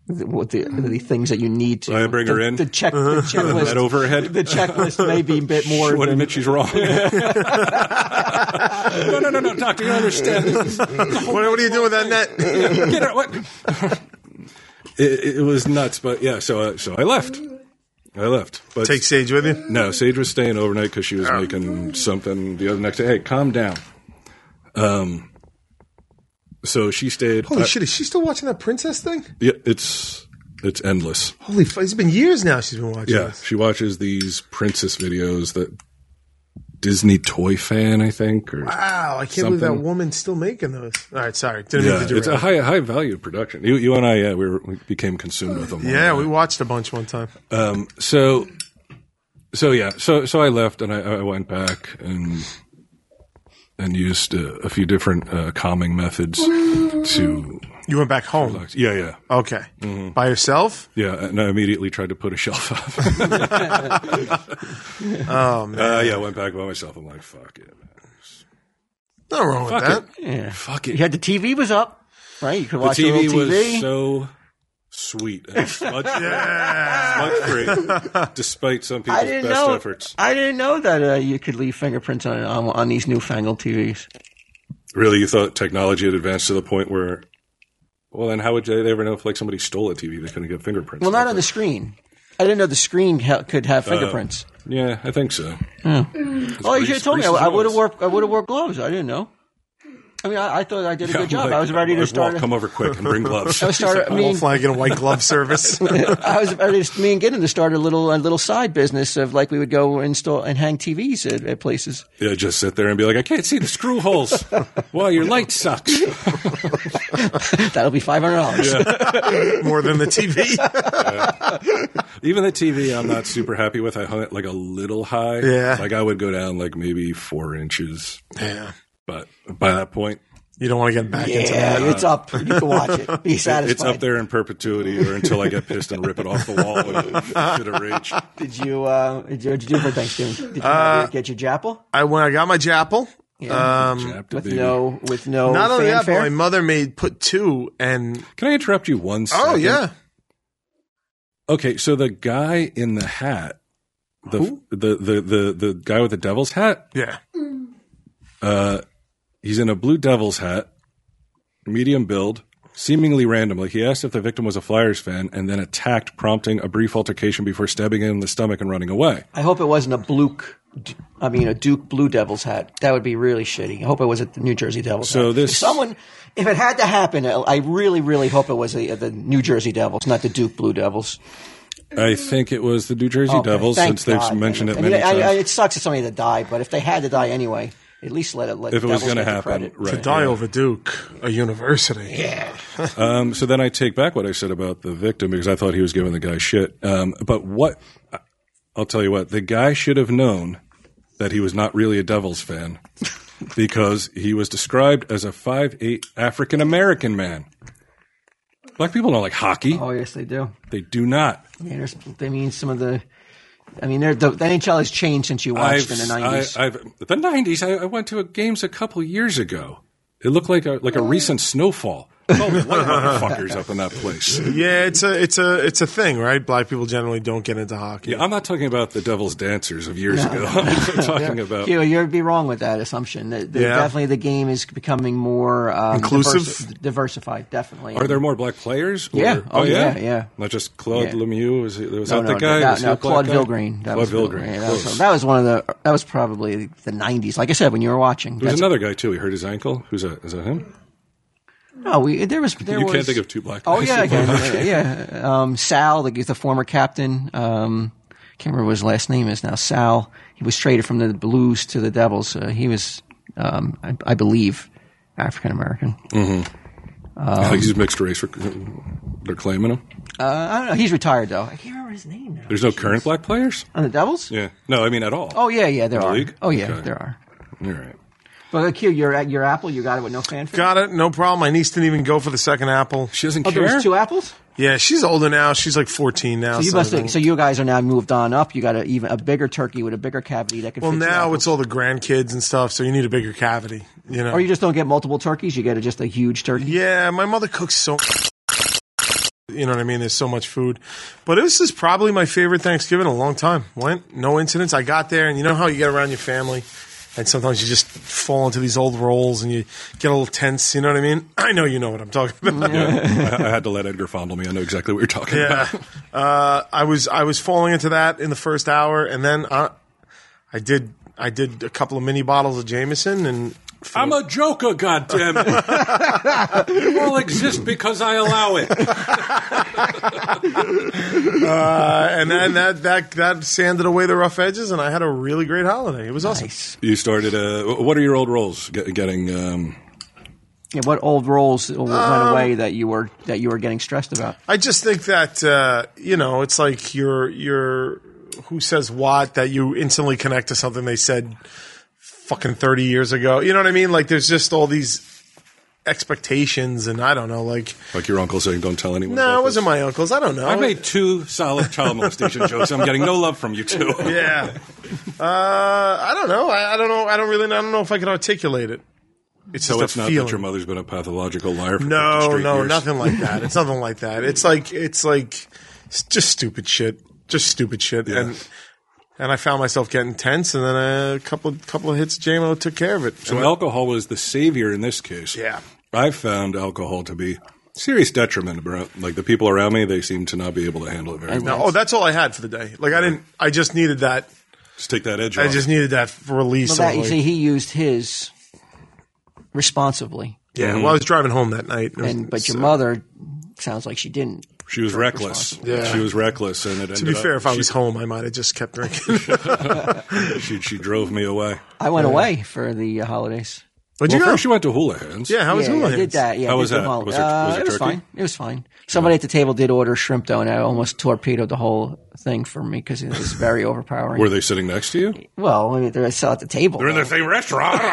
the, what the, the things that you need to I bring the, her in? Uh-huh. The check, the checklist, That overhead. The checklist may be a bit more. She would than- admit she's wrong. no, no, no, no, doctor, you don't understand. This is- what, what are you doing with that net? Get her, what? it, it was nuts, but yeah. So, uh, so I left. I left. But Take Oh. Sage with you. no, Sage was staying overnight because she was making something the other next day. Hey, calm down. Um, So she stayed. Holy I- shit, is she still watching that princess thing? Yeah, it's it's endless. Holy, f- it's been years now she's been watching Yeah, this. she watches these princess videos that Disney toy fan, I think, or Wow, I can't believe that Something. woman's still making those. All right, sorry, didn't yeah, mean to it's a derail. high high value production. You you and I, yeah, we, were, we became consumed with them. Yeah, we watched a bunch one time. Um, so, so yeah, so so I left and I, I went back and and used a, a few different uh, calming methods to You went back home. yeah yeah Okay, Mm-hmm. by yourself. yeah, and I immediately tried to put a shelf up. Oh man, uh, yeah, I went back by myself. I'm like, fuck it, man. nothing wrong with that. fuck You it. had the TV was up, right? You could the watch the TV, little TV. was so sweet and smudge free, smudge free, despite some people's I didn't best know. efforts. I didn't know that uh, you could leave fingerprints on, on on these newfangled TVs. Really, you thought technology had advanced to the point where, well, then how would they ever know if like somebody stole a TV? They couldn't get fingerprints. Well, not on the screen. I didn't know the screen ha- could have fingerprints. Yeah, I think so. oh, you should have told me. I, Reese's I would have Laws. wore I would have wore gloves. I didn't know. I mean, I, I thought I did a Yeah, good job. like, I was ready to like, start. Walt, a- come over quick and bring gloves. I started. I Wolf mean, and I get a white glove service. I was ready to me and Gideon to start a little a little side business of like we would go install and hang TVs at, at places. yeah, just sit there and be like, I can't see the screw holes. wow, your light sucks. That'll be five hundred dollars. More than the TV. Even the TV, I'm not super happy with. I hung it like a little high. Yeah. like I would go down like maybe four inches, yeah, but by that point, you don't want to get back into that. Yeah, it's up. You can watch it. Be satisfied. it's up there in perpetuity, or until I get pissed and rip it off the wall in a fit of rage. Did you, uh, did you, what'd you do for Thanksgiving? Did you uh, get your Japple? I went. I got my Japple. um, Chapter With baby. no, with no Not only that, but fanfare? my mother made put two and Can I interrupt you one second? oh yeah, Okay, so the guy in the hat, the the the the the guy with the devil's hat, uh, yeah. He's in a blue devil's hat, medium build, seemingly randomly. He asked if the victim was a Flyers fan and then attacked, prompting a brief altercation before stabbing him in the stomach and running away. I hope it wasn't a Bluke, d- I mean, a Duke Blue Devils hat. That would be really shitty. I hope it was a New Jersey Devils So hat. this- If someone, if it had to happen, uh, I- I really, really hope it was the, the New Jersey Devils, not the Duke Blue Devils. I think it was the New Jersey Okay, Devils thank since they've God. mentioned I it mean, many I- I- times. it sucks if somebody had to die, but if they had to die anyway, at least let it, let if it was going to happen, right? Die over Duke, a university. Um, so then I take back what I said about the victim because I thought he was giving the guy shit. Um, but what I'll tell you what, the guy should have known that he was not really a Devils fan because he was described as a 5'8 African American man. Black people don't like hockey. Oh, yes, they do. They do not. Yeah, there's, I mean, some of the. I mean, they're, the, the NHL has changed since you watched in the nineties. I, I've, the 90s, I, I went to a games a couple years ago. It looked like a, Oh. like a recent snowfall. Oh, white motherfuckers up in that place. Yeah, it's a it's a it's a thing, right? Black people generally don't get into hockey. Yeah, I'm not talking about the Devil's Dancers of years ago. I'm talking about You, you'd be wrong with that assumption. The, the- Yeah. Definitely, the game is becoming more um, Inclusive? diversi- diversified. Definitely. are there more black players? Yeah. Oh, yeah, yeah. Not just Claude Yeah. Lemieux. Was, he, was No, that no, the guy? No, Was he no, a black Claude guy? Vilgrain. That Claude was Vilgrain. Yeah, that, was, Close. that was one of the. That was probably the '90s. Like I said, when you were watching. There's That's- another guy too. He hurt his ankle. Who's that? Is that him? No, we, there was. There you was, can't think of two black. Oh guys. yeah, again, yeah. yeah. Um, Sal, the, he's the former captain. Um, can't remember what his last name is now. Sal. He was traded from the Blues to the Devils. Uh, he was, um, I, I believe, African American. I think Um, he's mixed race. They're claiming him. Uh, I don't know. He's retired though. I can't remember his name now. There's no current black players. on the Devils. Yeah. No, I mean at all. Oh yeah, yeah, there the are. league? Oh yeah, Okay. there are. All right. But Q, your your apple, you got it with no fanfare. Got it, no problem. My niece didn't even go for the second apple. She doesn't Oh, there care. was two apples. Yeah, she's older now. She's like 14 now. So you so must. I Have, think- so you guys are now moved on up. You got a even a bigger turkey with a bigger cavity that can. well, fit your now apple. it's all the grandkids and stuff, so you need a bigger cavity. You know. Or you just don't get multiple turkeys. You get a, just a huge turkey. yeah, my mother cooks so. You know what I mean? There's so much food, but this is probably my favorite Thanksgiving in a long time. Went no incidents. I got there, and you know how you get around your family, and sometimes you just fall into these old roles, and you get a little tense. You know what I mean? I know you know what I'm talking about. Yeah. I, I had to let Edgar fondle me. I know exactly what you're talking Yeah, about. uh, I was I was falling into that in the first uh, hour, and then I, I did I did a couple of mini bottles of Jameson, and I'm a joker, goddammit. you all exist because I allow it. Uh, and then that, that that sanded away the rough edges, and I had a really great holiday. It was awesome. You started. Uh, what are your old roles? Get, getting. Um, Yeah, what old roles w- went away that you were that you were getting stressed about? I just think that uh, you know, it's like you're you're who says what that you instantly connect to something they said fucking thirty years ago. You know what I mean? Like there's just all these expectations, and I don't know. Like like your uncle saying, "Don't tell anyone." no, about it wasn't this. my uncle's. I don't know. I made two solid child molestation jokes. I'm getting no love from you two. yeah. Uh, I don't know. I, I don't know. I don't really. I don't know if I can articulate it. It's So just it's a not feeling. that your mother's been a pathological liar. For 50 No, straight no, years. nothing like that. It's nothing like that. It's like it's like it's just stupid shit, just stupid shit. Yeah. And and I found myself getting tense, and then a couple couple of hits of JMO took care of it. So alcohol was the savior in this case. Yeah. I found alcohol to be serious detriment. About, like the people around me, they seem to not be able to handle it very well. no, oh, that's all I had for the day. Like I didn't. I just needed that. Just take that edge I off. just needed that for release. Well, that of, you like- see, he used his responsibly, yeah. Well, I was driving home that night. It was- and but your so- mother sounds like she didn't. she was reckless. Yeah. She was reckless, and it ended To be up- fair, if I she- was home, I might have just kept drinking. she, she drove me away. I went away for the uh, holidays. But Well, you go? first she went to hula hands. yeah, how was yeah, Hula I did Hands? that. Yeah, How I was did that? the hol- Was it- was uh, it was turkey? fine. It was fine. Somebody at the table did order shrimp though, and I almost torpedoed the whole thing for me because it was very overpowering. Were they sitting next to you? well, I mean, they're still at the table. They're in the same restaurant.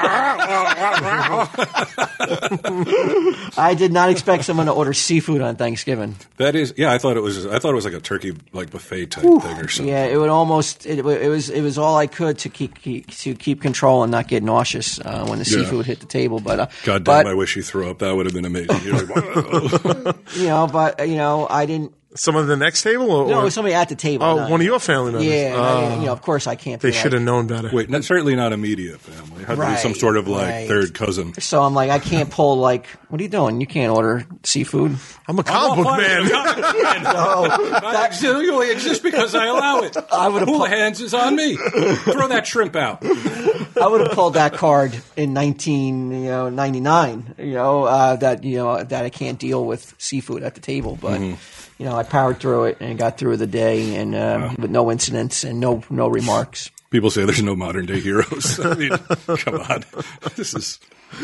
I did not expect someone to order seafood on Thanksgiving. that is, yeah. I thought it was. I thought it was like a turkey like buffet type thing or something. Yeah, it would almost it, wa- it was it was all I could to keep, keep to keep control and not get nauseous uh, when the Yeah. seafood hit the table. But uh, God damn! but, I wish you threw up. That would have been amazing. You're like, you know, but uh, you know, I didn't. Some of the next table, or, No, it or was somebody at the table. oh, not- one of your family members. Yeah, and I- Uh, you know, of course I can't. they be should like- have known better. wait, not, certainly not a media family. It Had to be some Right, sort of like right. third cousin. So I'm like, I can't pull. Like, what are you doing? You can't order seafood. I'm a comic Oh, book man. I only exist because I allow it. I would've Cool pu- hands is on me. Throw that shrimp out. I would have pulled that card in 19, you know, 99, you know, uh, that, you know, that I can't deal with seafood at the table. But, you know, I powered through it and got through the day and um, with no incidents and no, no remarks. People say there's no modern day heroes. I mean, come on, this is. I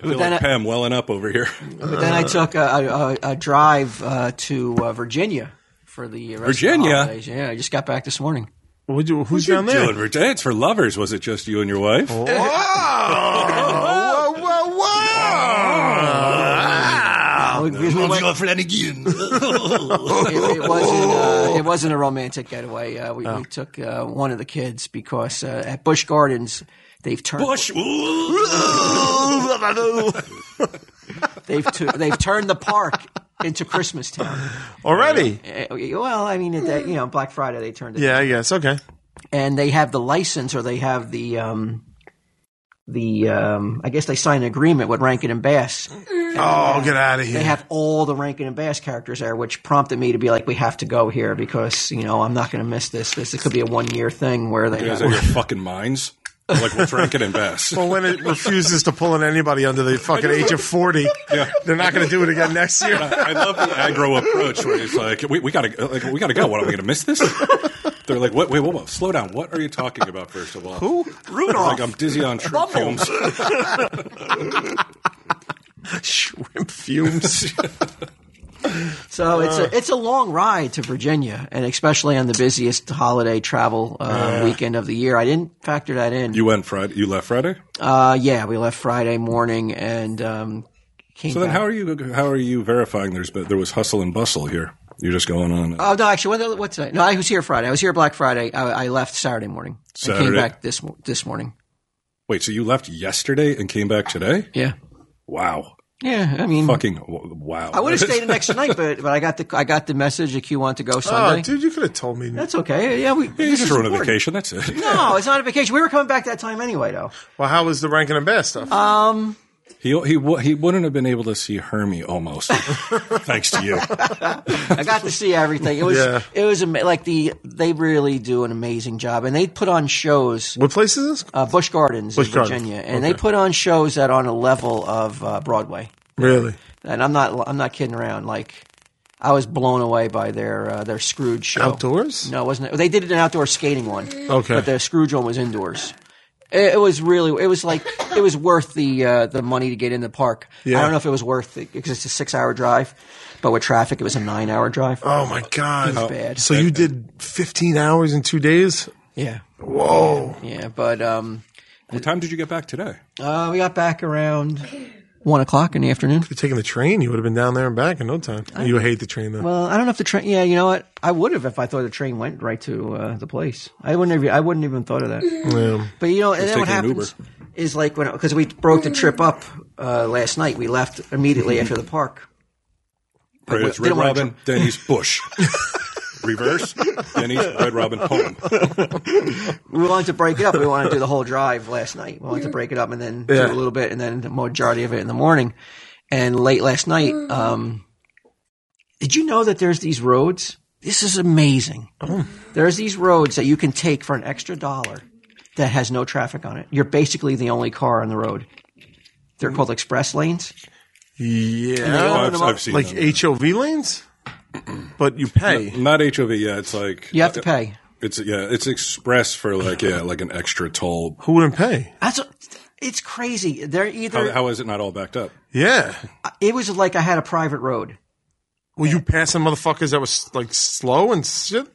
feel then like I- Pam welling up over here. But then I took a, a, a- a drive uh, to uh, Virginia for the rest Of Virginia? the holidays. yeah, I just got back this morning. Would you- who's down there? Oh. Dylan, Virginia, it's for lovers. Was it just you and your wife? Whoa! whoa, whoa, whoa! We- we went- your Flanagan. it, it wasn't. Uh, it wasn't a romantic getaway. Uh, we, we took uh, one of the kids because uh, at Bush Gardens they've turned Bush. they've tu- they've turned the park into Christmas Town. Already? Uh, Well, I mean, it, that- you know, Black Friday they turned it, Yeah, I guess. Okay. and they have the license or they have the. Um, the um, I guess they signed an agreement with Rankin and Bass. Oh, get out of They here. have all the Rankin and Bass characters there, which prompted me to be like, we have to go here because you know I'm not going to miss this. This it could be a one year thing where they You guys out of your fucking minds? Like, we'll drink it and best. Well, when it refuses to pull in anybody under the fucking age of 40, they're not going to do it again next year. I love the aggro approach where it's like, we, we gotta, like, we gotta go. What am I gonna miss this? They're like, what, wait, whoa, whoa, slow down. What are you talking about? First of all, who? Rudolph. Like, I'm dizzy on shrimp fumes. Shrimp fumes. So it's Uh. a it's a long ride to Virginia, and especially on the busiest holiday travel uh, weekend of the year. I didn't factor that in. You went Friday. You left Friday. uh, yeah, we left Friday morning and um, came. So then, back. how are you? How are you verifying there's been, there was hustle and bustle here? You're just going on. Oh no! Actually, what, what's that? No, I was here Friday. I was here Black Friday. I, I left Saturday morning. I came Saturday. back this mo- this morning. Wait, so you left yesterday and came back today? Yeah, Wow. yeah. I mean, Fucking w- wow. I would have stayed an extra night, but but I got the I got the message that you want to go Sunday. Oh, dude, you could have told me. That's okay. Yeah, we. You this just is wrote a important. vacation. That's it. No, it's not a vacation. We were coming back that time anyway, though. Uh, Well, how was the ranking and bass stuff? He, he wa- he wouldn't have been able to see Hermie almost, thanks to you. I got to see everything. It was Yeah. it was ama- like the they really do an amazing job, and they put on shows. What place is this? Uh, Bush Gardens Busch in Gardens. Virginia, and they put on shows that are on a level of uh, Broadway. Really? And I'm not I'm not kidding around. Like I was blown away by their uh, their Scrooge show. Outdoors? No, it wasn't it? They did an outdoor skating one. Okay. But the Scrooge one was indoors. It, it was really it was like it was worth the uh, the money to get in the park. Yeah. I don't know if it was worth it because it's a six hour drive, but with traffic it was a nine hour drive. Oh my god! It's bad. So you did 15 hours in two days? Yeah. Whoa! Yeah, but um, What time did you get back today? uh, we got back around one o'clock in the afternoon. You're taking the train. You would have been down there and back in no time. you hate the train though. Well, Uh, I don't know if the train. Yeah, you know what? I would have if I thought the train went right to uh, the place. I wouldn't have. I wouldn't even thought of that. yeah. But you know, and then what taking an happens is like when because we broke the trip up uh, last night. We left immediately after the park. Right, we- it's they Red don't wanna Robin, then he's Bush. Reverse, then he's Red Robin home. We wanted to break it up. We wanted to do the whole drive last night. We wanted to break it up and then Yeah. do a little bit and then the majority of it in the morning. And late last night, um, did you know that there's these roads? This is amazing. Oh. There's these roads that you can take for an extra dollar that has no traffic on it. You're basically the only car on the road. They're called express lanes. Yeah. open I've, them up. I've seen Like them. HOV lanes, but you pay. Not HOV. Yeah, it's like You have to pay. It's yeah, it's express for like yeah, like an extra toll. Who wouldn't pay? That's it's crazy. They're either How, how is it not all backed up? Yeah. it was like I had a private road. Were you passing motherfuckers that was like slow and shit?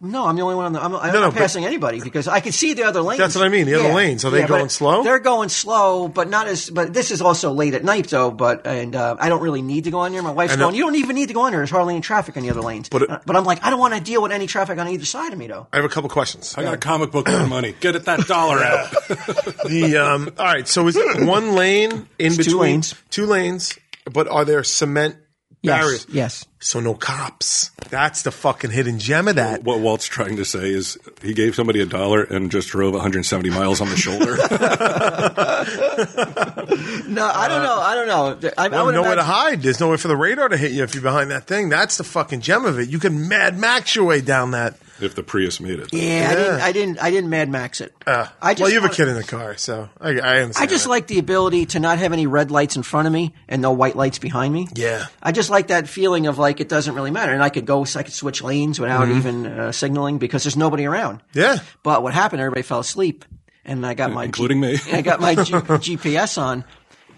No, I'm the only one on the. I'm, I'm No, no, not but- passing anybody because I can see the other lanes. That's what I mean, the other lanes. Are they but going slow? They're going slow, but not as. But this is also late at night, though. But and uh, I don't really need to go on here. My wife's know. going. You don't even need to go on here. There's hardly any traffic on the other lanes. But it- Uh, but I'm like, I don't want to deal with any traffic on either side of me, though. I have a couple questions. I got comic book money. Get it that dollar out. The um, all right. So is it one lane in between two lanes. Two lanes, but are there cement barriers? Yes. So no cops. That's the fucking hidden gem of that. What Walt's trying to say is he gave somebody a dollar and just drove 170 miles on the shoulder. No, I don't know. I don't know. I, I There's would nowhere to imagine- hide. There's nowhere for the radar to hit you if you're behind that thing. That's the fucking gem of it. You can Mad Max your way down that. if the Prius made it. Yeah, I didn't. I didn't. I didn't Mad Max it. I just Ah. well, you have a want- kid in the car, so I, I understand. I just that. like the ability to not have any red lights in front of me and no white lights behind me. Yeah. I just like that feeling of like it doesn't really matter, and I could go, I could switch lanes without even uh, signaling because there's nobody around. Mm-hmm. Yeah. But what happened? Everybody fell asleep, and I got my Including me. I got my G- GPS on,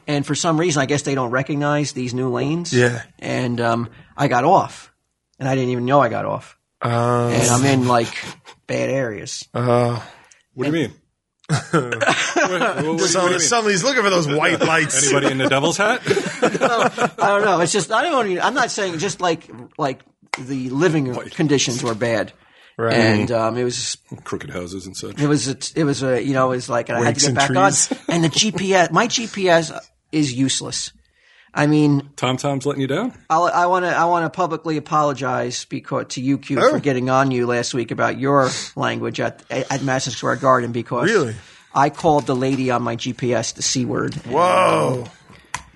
and for some reason, I guess they don't recognize these new lanes. Yeah. And um, I got off, and I didn't even know I got off, Uh, and I'm in like bad areas. What do you mean? What- what- what do you- what do so you mean? somebody's looking for those white lights. Anybody in the devil's hat? I don't know. It's just I don't. Even, I'm not saying just like like the living conditions were bad, Right. and um, it was Crooked houses and such. it was a, it was a you know it was like and I had Rakes to get and back trees. on, and the GPS my GPS is useless. I mean, Tom Tom's letting you down? I'll, I want to I want to publicly apologize because to you, Q, Oh. for getting on you last week about your language at at Madison Square Garden because Really? I called the lady on my GPS the c word. Whoa.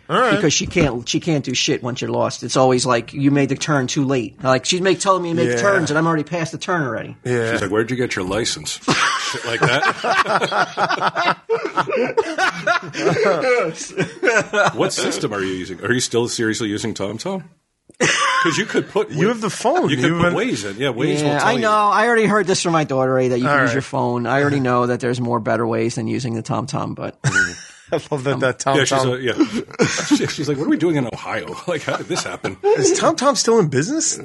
All right. because she can't she can't do shit once you're lost. It's always like you made the turn too late. Like she's make telling me to make Yeah. turns and I'm already past the turn already. yeah. She's like, where'd you get your license? Shit like that. what system are you using? Are you still seriously using TomTom? Because you could put You have the phone. You could You've put been- Waze in. Yeah, Waze will Yeah, tell I know. I already heard this from my daughter Ray, that you can All use right. your phone. I already know that there's more better ways than using the TomTom, but I love that that Tom You. Yeah, she's, Tom. uh, yeah. She- she's like, what are we doing in Ohio? Like, how did this happen? is Tom Tom still in business?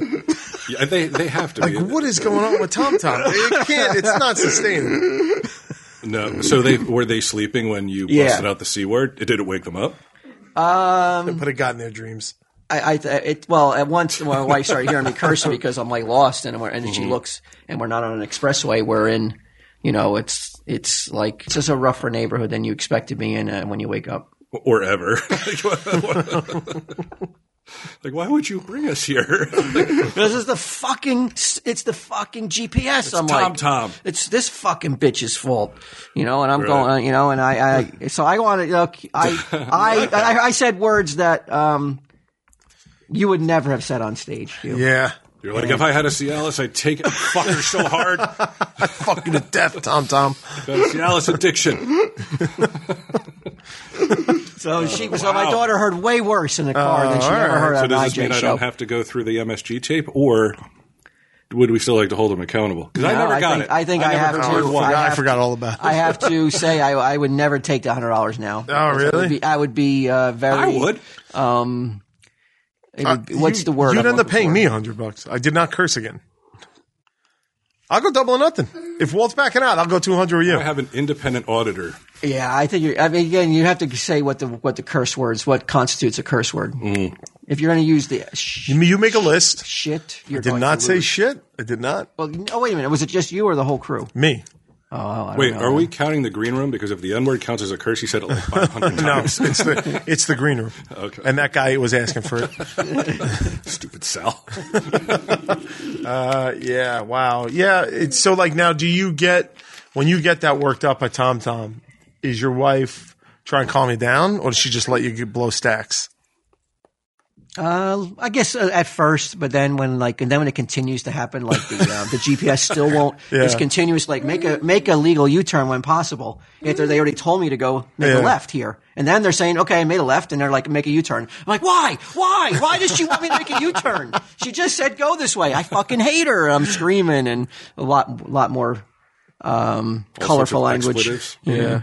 Yeah, they they have to. Like, be. what is going on with Tom Tom? It can't. It's not sustainable. No. So they were they sleeping when you Yeah. busted out the c word? It didn't wake them up. But it got in their dreams. I, I it well at once my wife started hearing me cursing because I'm like lost and we're, and then she Mm-hmm. looks and we're not on an expressway. We're in, you know, it's it's like it's just a rougher neighborhood than you expect to be in uh, when you wake up. or ever. Like, why would you bring us here? This is the fucking. It's the fucking GPS. I'm Tom like, Tom. It's this fucking bitch's fault, you know. And I'm Right. going, you know, and I, I so I want to. You know, I, I, I, I said words that um, you would never have said on stage. You. Yeah. You're like, if I had a Cialis, I'd take it. Fucker so hard. Got Fucking to death, Tom Tom. a Cialis addiction. So she, so Oh, wow. Oh, my daughter heard way worse in the car than she all ever right. heard So on an does this IJ mean show. I don't have to go through the MSG tape, or would we still like to hold him accountable? Because I No, never got think, it. I think I, never have to. heard one. I have forgot all about it. I have to say, I, I would never take the hundred dollars now. Oh, Because it would really? be- I would be uh, very. I would. Um, it Uh, would, be- what's you- the word? You'd I'm end up looking paying for? me a hundred bucks. I did not curse again. I'll go double or nothing. If Walt's backing out, I'll go two hundred with I you. have an independent auditor. Yeah, I think. You're, I mean, again, you have to say what the what the curse words, what constitutes a curse word. Mm. If you're going to use the sh- You mean- You make a list. shit, you're Did going not to say lose. shit. I did not. Well, oh wait a minute, was it just you or the whole crew? Me. Wait, are we counting the green room? Because if the N word counts as a curse, he said it like 500 No, times. it's the it's the green room. Okay. And that guy was asking for it. Stupid Sal. Uh, yeah. Wow. Yeah. It's so like now. Do you get when you get that worked up at Tom Tom? Is your wife trying to calm you down, or does she just let you get- blow stacks? Uh, I guess uh, at first, but then when like, and then when it continues to happen, like the, uh, the GPS still won't. Yeah. It's continuous. Like make a make a legal U turn when possible. After they already told me to go make Yeah. a left here, and then they're saying, okay, I made a left, and they're like, make a U turn. I'm like, why? Why? Why does she want me to make a U turn? She just said go this way. I fucking hate her. I'm screaming and a lot lot more um, colorful Bunch of language. Mm-hmm. expletives. Yeah.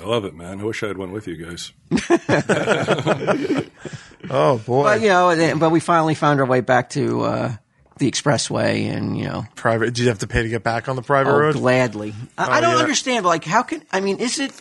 I love it, man. I wish I had one with you guys. Oh boy. But you know, and- but we finally found our way back to uh, the expressway, and you know. private. Did you have to pay to get back on the private Oh, road? gladly. I, I Oh, don't yeah. understand. Like, how can I mean? Is it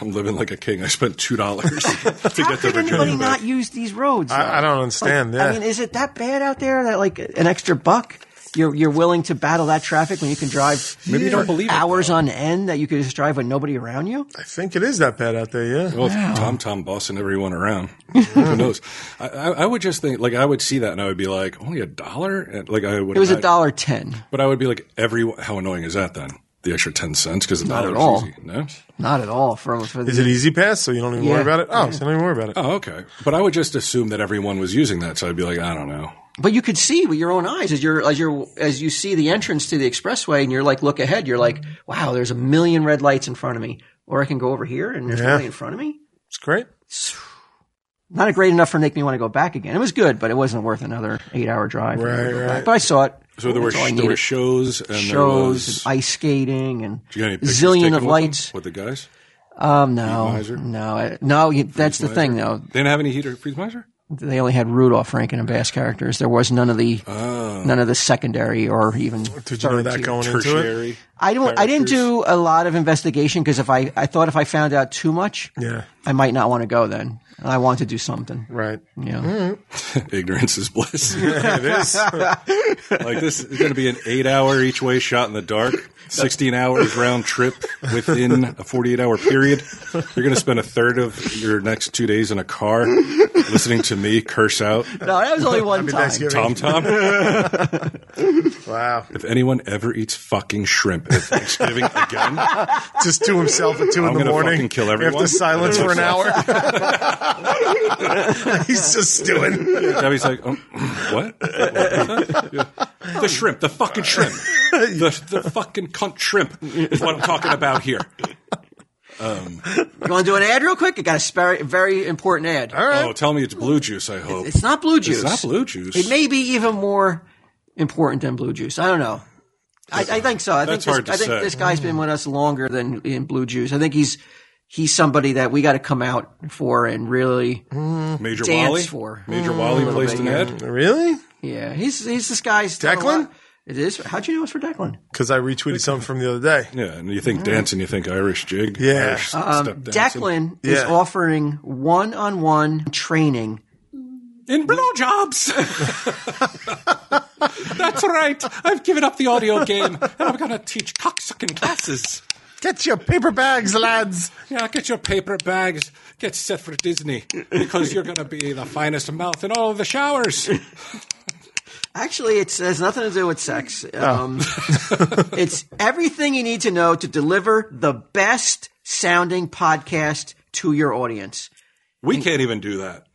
I'm living like a king. I spent two dollars to how get to could anybody Virginia. not Not- use these roads? though? I, I don't understand. Like, yeah. I mean, is it that bad out there that like an extra buck? You're you're willing to battle that traffic when you can drive Maybe you don't believe it, hours on end that you could just drive with nobody around you. I think it is that bad out there. Yeah. well, Tom Tom bossing everyone around. Who knows? I, I, I would just think like I would see that and I would be like, only a dollar? And, Like I would. It was a I- dollar ten. But I would be like, every. How annoying is that then? The extra ten cents because the Not dollar at is all. easy. No. Not at all for for the, Is it easy pass? So you don't even Yeah. worry about it. Oh, so don't even worry about it. Oh, okay. But I would just assume that everyone was using that, so I'd be like, I don't know. But you could see with your own eyes as you're as you're as you see the entrance to the expressway and you're like look ahead. You're like, wow, there's a million red lights in front of me, or I can go over here and there's Yeah. really in front of me. It's great. not great enough for make me want to go back again. It was good, but it wasn't worth another eight hour drive. Right, to go right. back. But I saw it. So there were That's all I there were needed. shows and shows, and There was, ice skating, and Do you got any pictures taken zillion with of them? lights. with the guys. Um, no, miser? no, I- no. You, that's the thing, though. They didn't have any heater freeze miser. They only had Rudolph, Franken, and Bass characters. There was none of the Oh. none of the secondary or even. Did you know third that tier. going into it? Tertiary. I don't. I didn't do a lot of investigation because if I, I thought if I found out too much, Yeah. I might not want to go. Then and I want to do something. Right. Yeah. Ignorance is bliss. it is. Like this is going to be an eight-hour each way shot in the dark, sixteen hours round trip within a forty-eight hour period. You're going to spend a third of your next two days in a car listening to me curse out No, that was only one Happy time. Thanksgiving. Tom Tom. Wow. If anyone ever eats fucking shrimp at Thanksgiving again, Just to himself at 2 I'm in gonna the morning. fucking kill everyone. After silence for an hour. He's just doing. Debbie's like, um, what? the shrimp, the fucking shrimp, the, the fucking cunt shrimp is what I'm talking about here. You want to do an ad real quick? I got a spar- very important ad. All right. Oh, tell me it's blue juice. I hope It's not blue juice. It's not blue juice. It may be even more important than blue juice. I don't know. I, I think so. I That's think hard this, to I think say. this guy's been with us longer than in blue juice. I think he's he's somebody that we got to come out for and really. Dance Major Mm-hmm. Wally. for. Major Wally placed an ad. Really? Yeah, he's he's this guy's done a Declan? lot. It is. How'd you know it's for Declan? Because I retweeted something from the other day. Yeah, and you think dance and you think Irish jig. Yeah. Irish step dancing. Declan is Yeah. offering one-on-one training In blowjobs. That's right. I've given up the audio game and I'm going to teach cocksucking classes. Get your paper bags, lads. Yeah, get your paper bags. Get set for Disney because you're going to be the finest mouth in all of the showers. Actually, it's, it has nothing to do with sex. Oh. Um, it's everything you need to know to deliver the best sounding podcast to your audience. We can't even do that.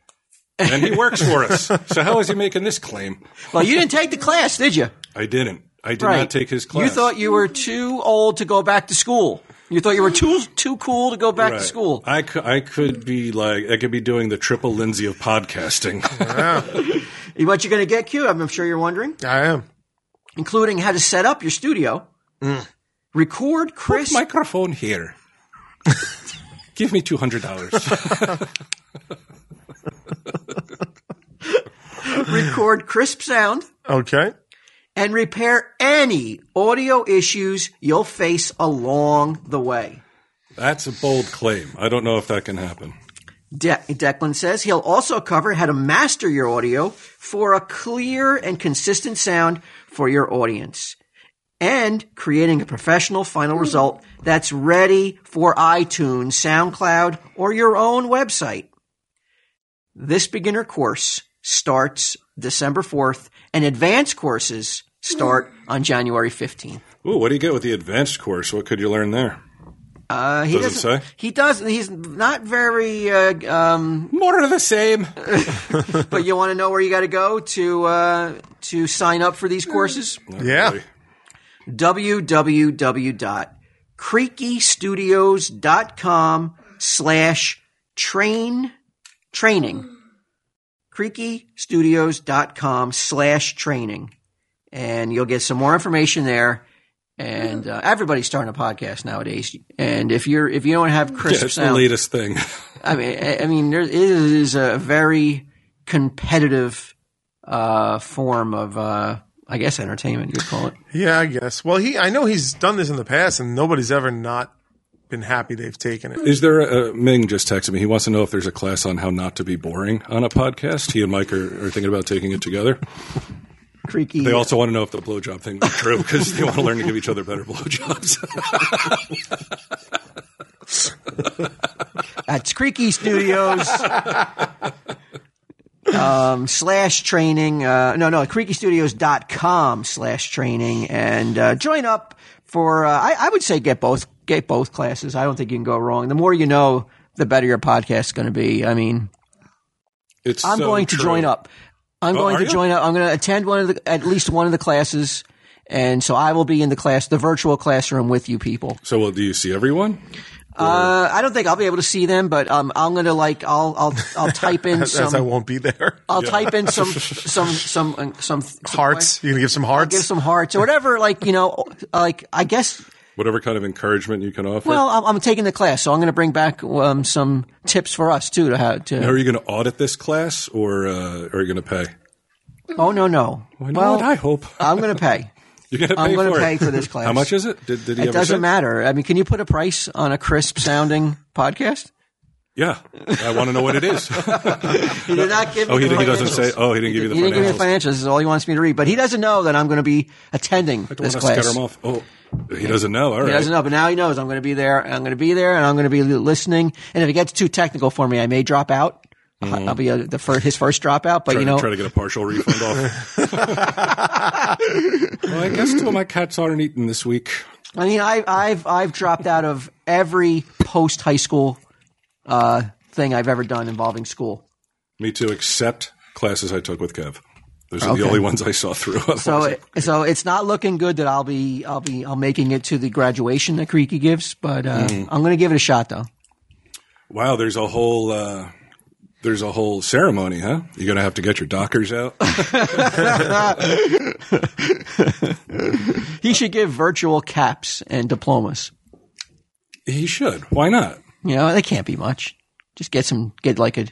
And he works for us. So how is he making this claim? Well, you didn't take the class, did you? I didn't. I did not take his class. You thought you were too old to go back to school. You thought you were too too cool to go back Right. to school. I could, I could be like, I could be doing the triple Lindsay of podcasting. What you're going to get, Q? I'm sure you're wondering, I am. including how to set up your studio, Mm. record crisp, Microphone here. Give me $200. record crisp sound, Okay. and repair any audio issues you'll face along the way. That's a bold claim. I don't know if that can happen. De- Declan says he'll also cover how to master your audio for a clear and consistent sound for your audience and creating a professional final result that's ready for iTunes, SoundCloud, or your own website. This beginner course starts December 4th and advanced courses start on January 15th. Ooh, what do you get with the advanced course? What could you learn there? Uh, he Does it doesn't- say? He does. He's not very uh, um, More of the same. But you want to know where you got to go to uh, to sign up for these courses? Yeah. www.creakystudios.com slash train training. creakystudios.com slash training. And you'll get some more information there. And uh, everybody's starting a podcast nowadays. And if you're if you don't have crisp That's the sound, latest thing. I mean, I I mean, there is a very competitive uh, form of, uh, I guess, entertainment. You'd call it. Yeah, I guess. Well, he. I know he's done this in the past, and nobody's ever not been happy they've taken it. Is there a Ming just texted me? He wants to know if there's a class on how not to be boring on a podcast. He and Mike are, are thinking about taking it together. Creaky. They also want to know if the blowjob thing is true because they want to learn to give each other better blowjobs. That's Creaky Studios. um, slash training. Uh, no, no, creakystudios.com slash training and uh, join up for, uh, I, I would say get both, get both classes. I don't think you can go wrong. The more you know, the better your podcast is going to be. I mean, It's I'm so going to true. Oh, join up. I'm going are to you? join up. I'm going to attend one of the at least one of the classes, and so I will be in the class, the virtual classroom with you people. So, well, do you see everyone? Uh, I don't think I'll be able to see them, but um, I'm going to like I'll I'll I'll type in As I some won't be there. I'll type in some some some uh, some, some Hearts. You're gonna give some hearts. give some hearts or whatever. Like you know, like I guess. Whatever kind of encouragement you can offer. Well, I'm, I'm taking the class, so I'm going to bring back um, some tips for us too to how Now, to. are you going to audit this class or uh, are you going to pay? Oh no no! Why well, not? I hope. I'm going to pay. You're going to pay I'm for going to it. pay for this class. How much is it? Did, did he It ever doesn't say? matter. I mean, can you put a price on a crisp sounding podcast? Yeah. I want to know what it is. He did not give. oh, me he, the he doesn't financials. say, oh, he didn't give you the He didn't give me financials. the financials. This is all he wants me to read. But he doesn't know that I'm going to be attending I this don't want to class. scare him off. Oh, he doesn't know. All right. He doesn't know, but now he knows I'm going to be there. and I'm going to be there, and I'm going to be listening. And if it gets too technical for me, I may drop out. I'll- I'll be uh the first, his first dropout. But Mm-hmm. Try, you know, try to get a partial refund off. well, I guess two of my cats aren't eating this week. I mean, I, I've I've dropped out of every post high school uh, thing I've ever done involving school. Me too, except classes I took with Kev. Those are the only ones I saw through. So, it, so it's not looking good that I'll be, I'll be, I'm making it to the graduation that Creaky gives, but uh, Mm-hmm. I'm going to give it a shot though. wow, there's a whole uh, there's a whole ceremony, huh? You're gonna have to get your dockers out. He should give virtual caps and diplomas. he should. Why not? You know, they can't be much. Just get some, get like a,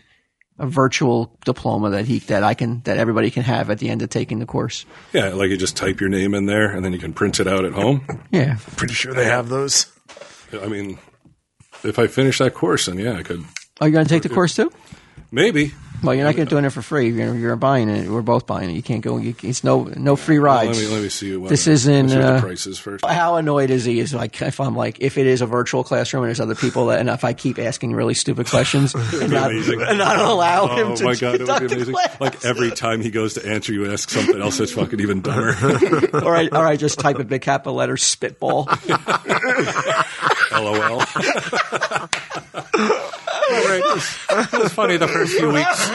a virtual diploma that he, that I can, that everybody can have at the end of taking the course. Yeah, like you just type your name in there and then you can print it out at home. Yeah. Pretty sure they have those. I mean, if I finish that course, then yeah, I could Are you going to take the course too? maybe. Well, you're not going to doing it for free. You're, you're buying it. We're both buying it. You can't go. You, it's no no free rides. Let me let me see what This isn't. let's see what uh, the prices first. how annoyed is he? Is like if I'm like if it is a virtual classroom and there's other people that, and if I keep asking really stupid questions and not, amazing. and not allow Oh him to my god, it conduct would the be amazing! class. Like every time he goes to answer, you ask something else that's fucking even dumber. all right, all right, just type a big capital letter spitball. LOL. It was funny the first few weeks.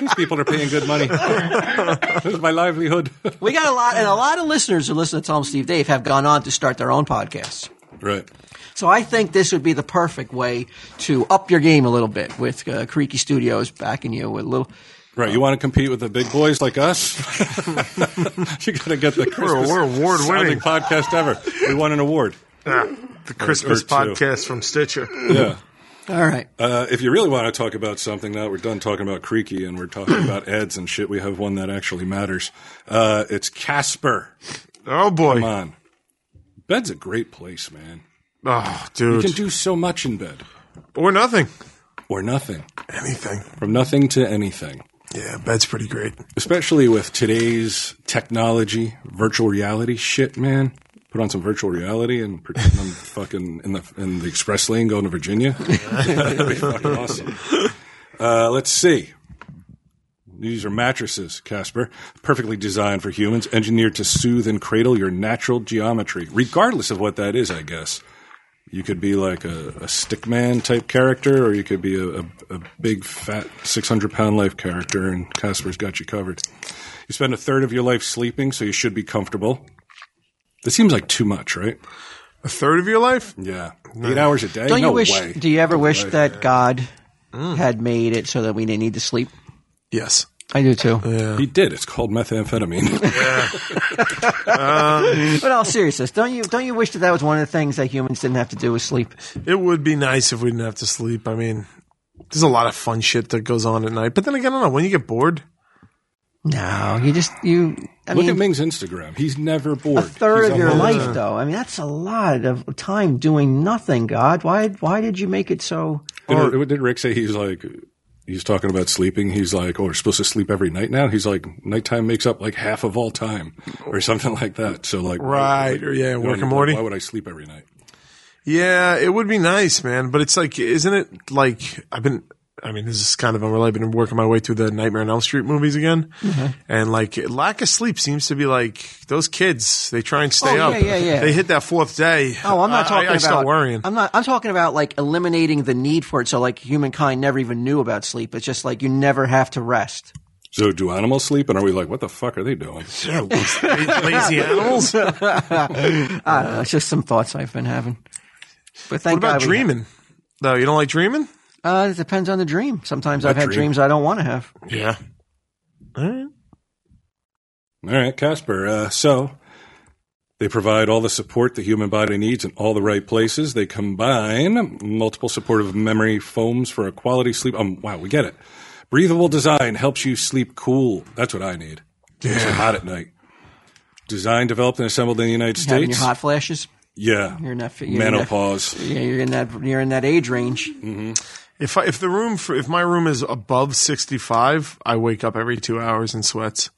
These people are paying good money. This is my livelihood. we got a lot, and a lot of listeners who listen to Tom, Steve, Dave have gone on to start their own podcasts. right. So I think this would be the perfect way to up your game a little bit with uh, Creaky Studios backing you with a little. Right. You want to compete with the big boys like us? you got to get the Christmas we're award-winning. sounding podcast ever. We won an award. Ah, Mm. the Christmas or two. podcast from Stitcher. Yeah. All right. Uh, if you really want to talk about something now, we're done talking about Creaky and we're talking about ads and shit. We have one that actually matters. Uh, it's Casper. Oh boy. Come on. Bed's a great place, man. Oh, You dude. can do so much in bed or nothing. or nothing. Anything. From nothing to anything. Yeah, bed's pretty great. Especially with today's technology, virtual reality shit, man. Put on some virtual reality and pretend I'm fucking in the in the express lane going to Virginia. That'd be fucking awesome. Uh, let's see. These are mattresses, Casper, perfectly designed for humans, engineered to soothe and cradle your natural geometry, regardless of what that is, I guess. You could be like a, a stickman type character, or you could be a, a, a big, fat, 600 pound life character, and Casper's got you covered. You spend a third of your life sleeping, so you should be comfortable. This seems like too much, right? A third of your life? Yeah. Eight hours a day? Don't no you wish? way. Mm. Do you ever wish that God had made it so that we didn't need to sleep? Yes. I do too. he did. It's called methamphetamine. But in all seriousness, don't you don't you wish that that was one of the things that humans didn't have to do was sleep? It would be nice if we didn't have to sleep. I mean, there's a lot of fun shit that goes on at night. But then again, I don't know. When you get bored, No, you just you. I Look mean, at Ming's Instagram. He's never bored. a third He's of your on- life, though. I mean, that's a lot of time doing nothing. God, why why did you make it so? Did, did Rick say he's like, he's talking about sleeping? He's like, oh, we're supposed to sleep every night now? He's like, nighttime makes up like half of all time or something like that. So, like, Right, or yeah, you know, Rick and like, Morty. Why would I sleep every night? yeah, it would be nice, man. But it's like, isn't it like I've been? I mean, this is kind of unrelated. I've been working my way through the Nightmare on Elm Street movies again, Mm-hmm. and like lack of sleep seems to be like those kids. They try and stay Oh, up. yeah, yeah, yeah. They hit that fourth day. Oh, I'm not I- talking I, I about start worrying. I'm not. I'm talking about like eliminating the need for it, so like humankind never even knew about sleep. It's just like you never have to rest. So, do animals sleep? And are we like, what the fuck are they doing? Yeah, lazy animals. What I don't know. Uh, It's just some thoughts I've been having. But thank about God we- dreaming? Though you don't like dreaming? Uh, it depends on the dream. Sometimes I've had dream? dreams I don't want to have. Yeah. All right. All right, Casper. Uh, so they provide all the support the human body needs in all the right places. They combine multiple supportive memory foams for a quality sleep. Um, wow, we get it. Breathable design helps you sleep cool. That's what I need. It's hot at night. Design developed and assembled in the United Having your States. hot flashes. yeah, You're in that. fi- You're in that- menopause. Yeah, you're in that. You're in that age range. If I, if the room for, if my room is above sixty five, I wake up every two hours in sweats.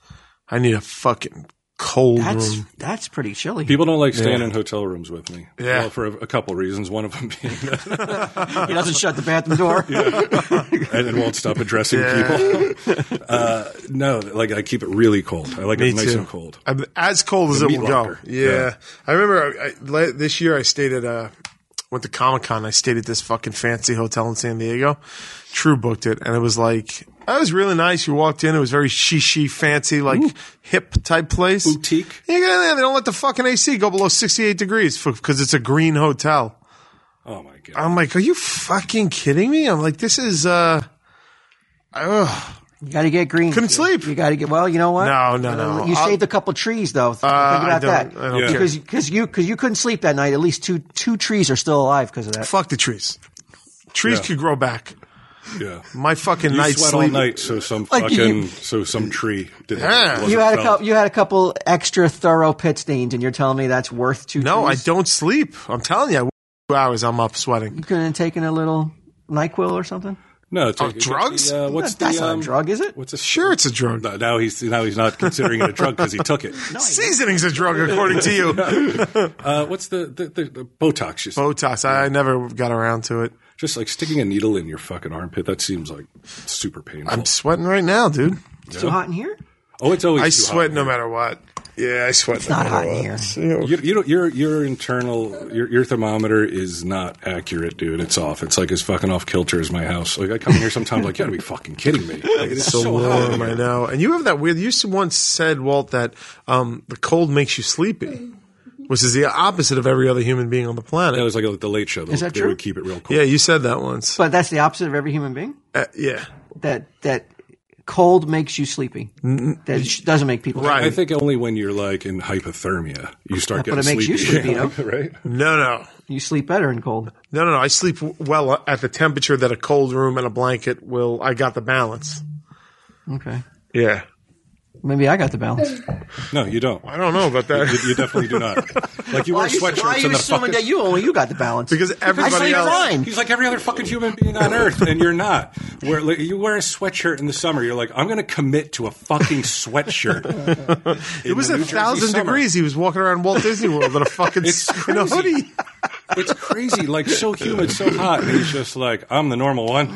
I need a fucking cold That's room. that's pretty chilly. People don't like staying in hotel rooms with me. Yeah. Well, for a, a couple reasons. One of them being that he doesn't shut the bathroom door. and it won't stop addressing Yeah. people. Uh, no, like I keep it really cold. I like it nice and cold. I'm as cold as it meat will locker. go. Yeah. Yeah. I remember I, I, la- this year I stayed at uh went to Comic Con. I stayed at this fucking fancy hotel in San Diego. True booked it, and it was like that was really nice. You walked in, it was very she fancy, like hip type place. Boutique. You get in there, they don't let the fucking AC go below sixty eight degrees because it's a green hotel. Oh my god. I'm like, are you fucking kidding me? I'm like, this is uh, ugh. You got to get green. Couldn't You- sleep. You got to get. Well, you know what? Uh, No, no, no. You I'll- Uh, saved a couple trees though. Think I about don't- that. I don't Yeah. care. Because because you because you couldn't sleep that night. At least two two trees are still alive because of that. fuck the trees. Trees Yeah. could grow back. yeah. My fucking You night sweat sleep. all night, so some Like, you- fucking so some tree did Yeah. wasn't You had a felled. couple. You had a couple extra thorough pit stains, and you're telling me that's worth two. No, I trees? don't sleep. I'm telling you, I work two hours. I'm up sweating. You couldn't have taken a little Nyquil or something. No, take, Oh, what's drugs? The, uh, what's That's the not um, a drug, is it? What's a Sure, it's a drug. No, now he's now he's not considering it a drug because he took it. Seasoning's a drug, according to you. Uh, what's the the, the, the Botox? Just, Botox. I, I never got around to it. just like sticking a needle in your fucking armpit. That seems like super painful. I'm sweating right now, dude. It's too hot in here. oh, it's always I too sweat hot. no matter what. Yeah, I sweat. It's not matter hot in here. what. You, you don't, your your internal your, your thermometer is not accurate, dude. It's off. It's like as fucking off kilter as my house. Like I come in here sometimes, like you gotta be fucking kidding me. Like, it is so, so, hot. warm, I know. And you have that weird. You once said, Walt, that um, the cold makes you sleepy, which is the opposite of every other human being on the That planet. was like the Late Show. They, Is that they true? would keep it real cool. Yeah, you said that once. But that's the opposite of every human being. Uh, yeah, That that cold makes you sleepy. That sh- doesn't make people Right. I think only when you're like in hypothermia, you start But getting it makes you sleepy, sleepy, Yeah, right? no, no, sleepy. You sleep better in cold. no, no, no. I sleep w- well at the temperature that a cold room and a blanket will. I got the balance. Okay. Yeah, Maybe I got the balance. No, you don't. I don't know about You, that you definitely do not. Like you Why wear are you, sweatshirts why are you in the assuming fucking. that you only you got the balance? because I everybody sleep else. fine. He's like every other fucking human being on earth, and you're not. Where like, you wear a sweatshirt in the summer, you're like, I'm going to commit to a fucking sweatshirt. It was a thousand degrees. He was walking around Walt Disney World in a fucking It's in a crazy. hoodie. It's crazy, like so humid, so hot, and he's just like, I'm the normal one.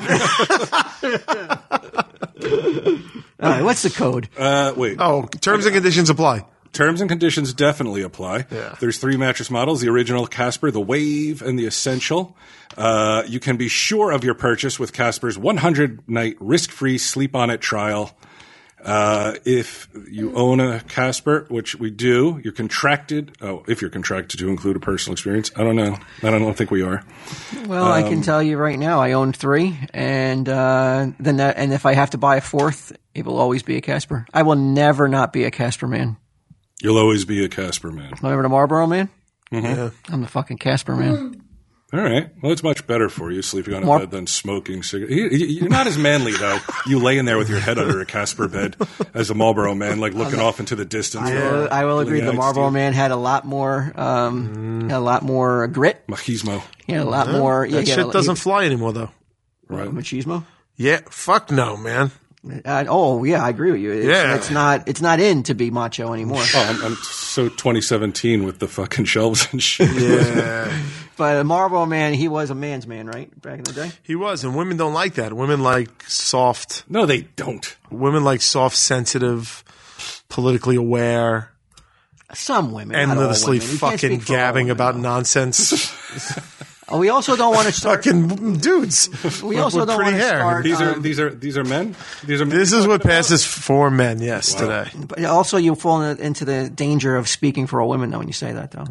All right, what's the code? Uh, wait, Oh, terms and conditions apply. terms and conditions definitely apply. Yeah. There's three mattress models: the original Casper, the Wave, and the Essential. Uh, you can be sure of your purchase with Casper's 100 night risk free sleep on it trial. Uh, if you own a Casper, which we do, you're contracted. Oh, if you're contracted to include a personal experience, I don't know. I don't, I don't think we are. Well, I can tell you right now, I own three, and uh, then that, and if I have to buy a fourth, it will always be a Casper. I will never not be a Casper man. You'll always be a Casper man. Remember the Marlboro man? Yeah. I'm the fucking Casper man. All right. Well, it's much better for you sleeping on a More- bed than smoking cigarettes. You're not as manly though. You lay in there with your head under a Casper bed as a Marlboro man, like looking off into the distance. I will- Uh, uh, I will agree. Blinking The eyes, Marlboro dude. man had a lot more, um, had a lot more grit. Machismo. He had a lot more. yeah, That he had shit a- doesn't fly anymore, though. Right. machismo. Yeah, fuck no, man. Uh, oh yeah, I agree with you. It's, Yeah. it's not it's not in to be macho anymore. Oh, I'm, I'm so 2017 with the fucking shelves and shit. Yeah, But a Marlboro man, he was a man's man, right? Back in the day. he was, and women don't like that. Women like soft. No, they don't. Women like soft, sensitive, politically aware, Some women not all endlessly women. You can't fucking speak for all gabbing women, about though. nonsense. Oh, we also don't want to start. fucking dudes. We also with don't pretty want to hair. start. These are um, these are these are men. These are men. This is what passes for men. Yes, today. but also, you fall in- into the danger of speaking for all women though, when you say that, though.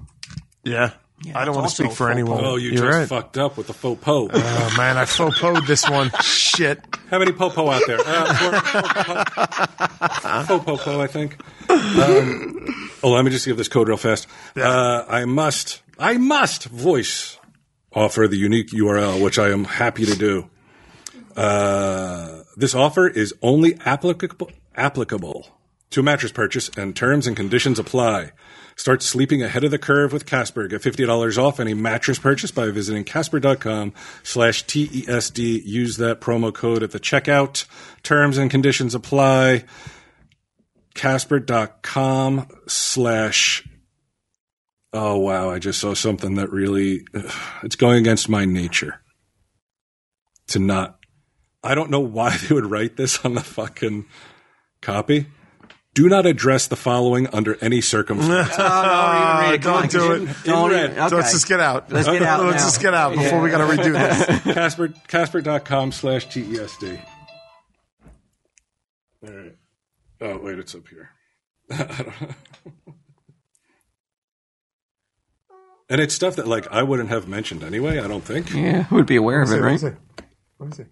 Yeah. I don't it's want to also speak for faux anyone. Oh, you You're just right. fucked up with the faux po. Oh man, I faux poed this one. Shit. How many popo out there? Uh, four, four, popo, I think. Um, oh, let me just give this code real fast. Uh, I must, I must voice offer the unique URL, which I am happy to do. Uh, this offer is only applicable applicable to a mattress purchase, and terms and conditions apply. Start sleeping ahead of the curve with Casper. Get fifty dollars off any mattress purchase by visiting Casper.com/tesd. E Use that promo code at the checkout. Terms and conditions apply. Casper.com slash Oh wow, I just saw something that really it's going against my nature to not I don't know why they would write this on the fucking copy. Do not address the following under any circumstance. Ah, don't do it. Don't red. even- okay. So let's just get out. Let's get out now. Let's just get out before we got to redo this. Casper Casper.com slash TESD. All right. Oh wait, it's up here. I don't know. and it's stuff that like I wouldn't have mentioned anyway, I don't think. Yeah, who would be aware of it, right? What is it?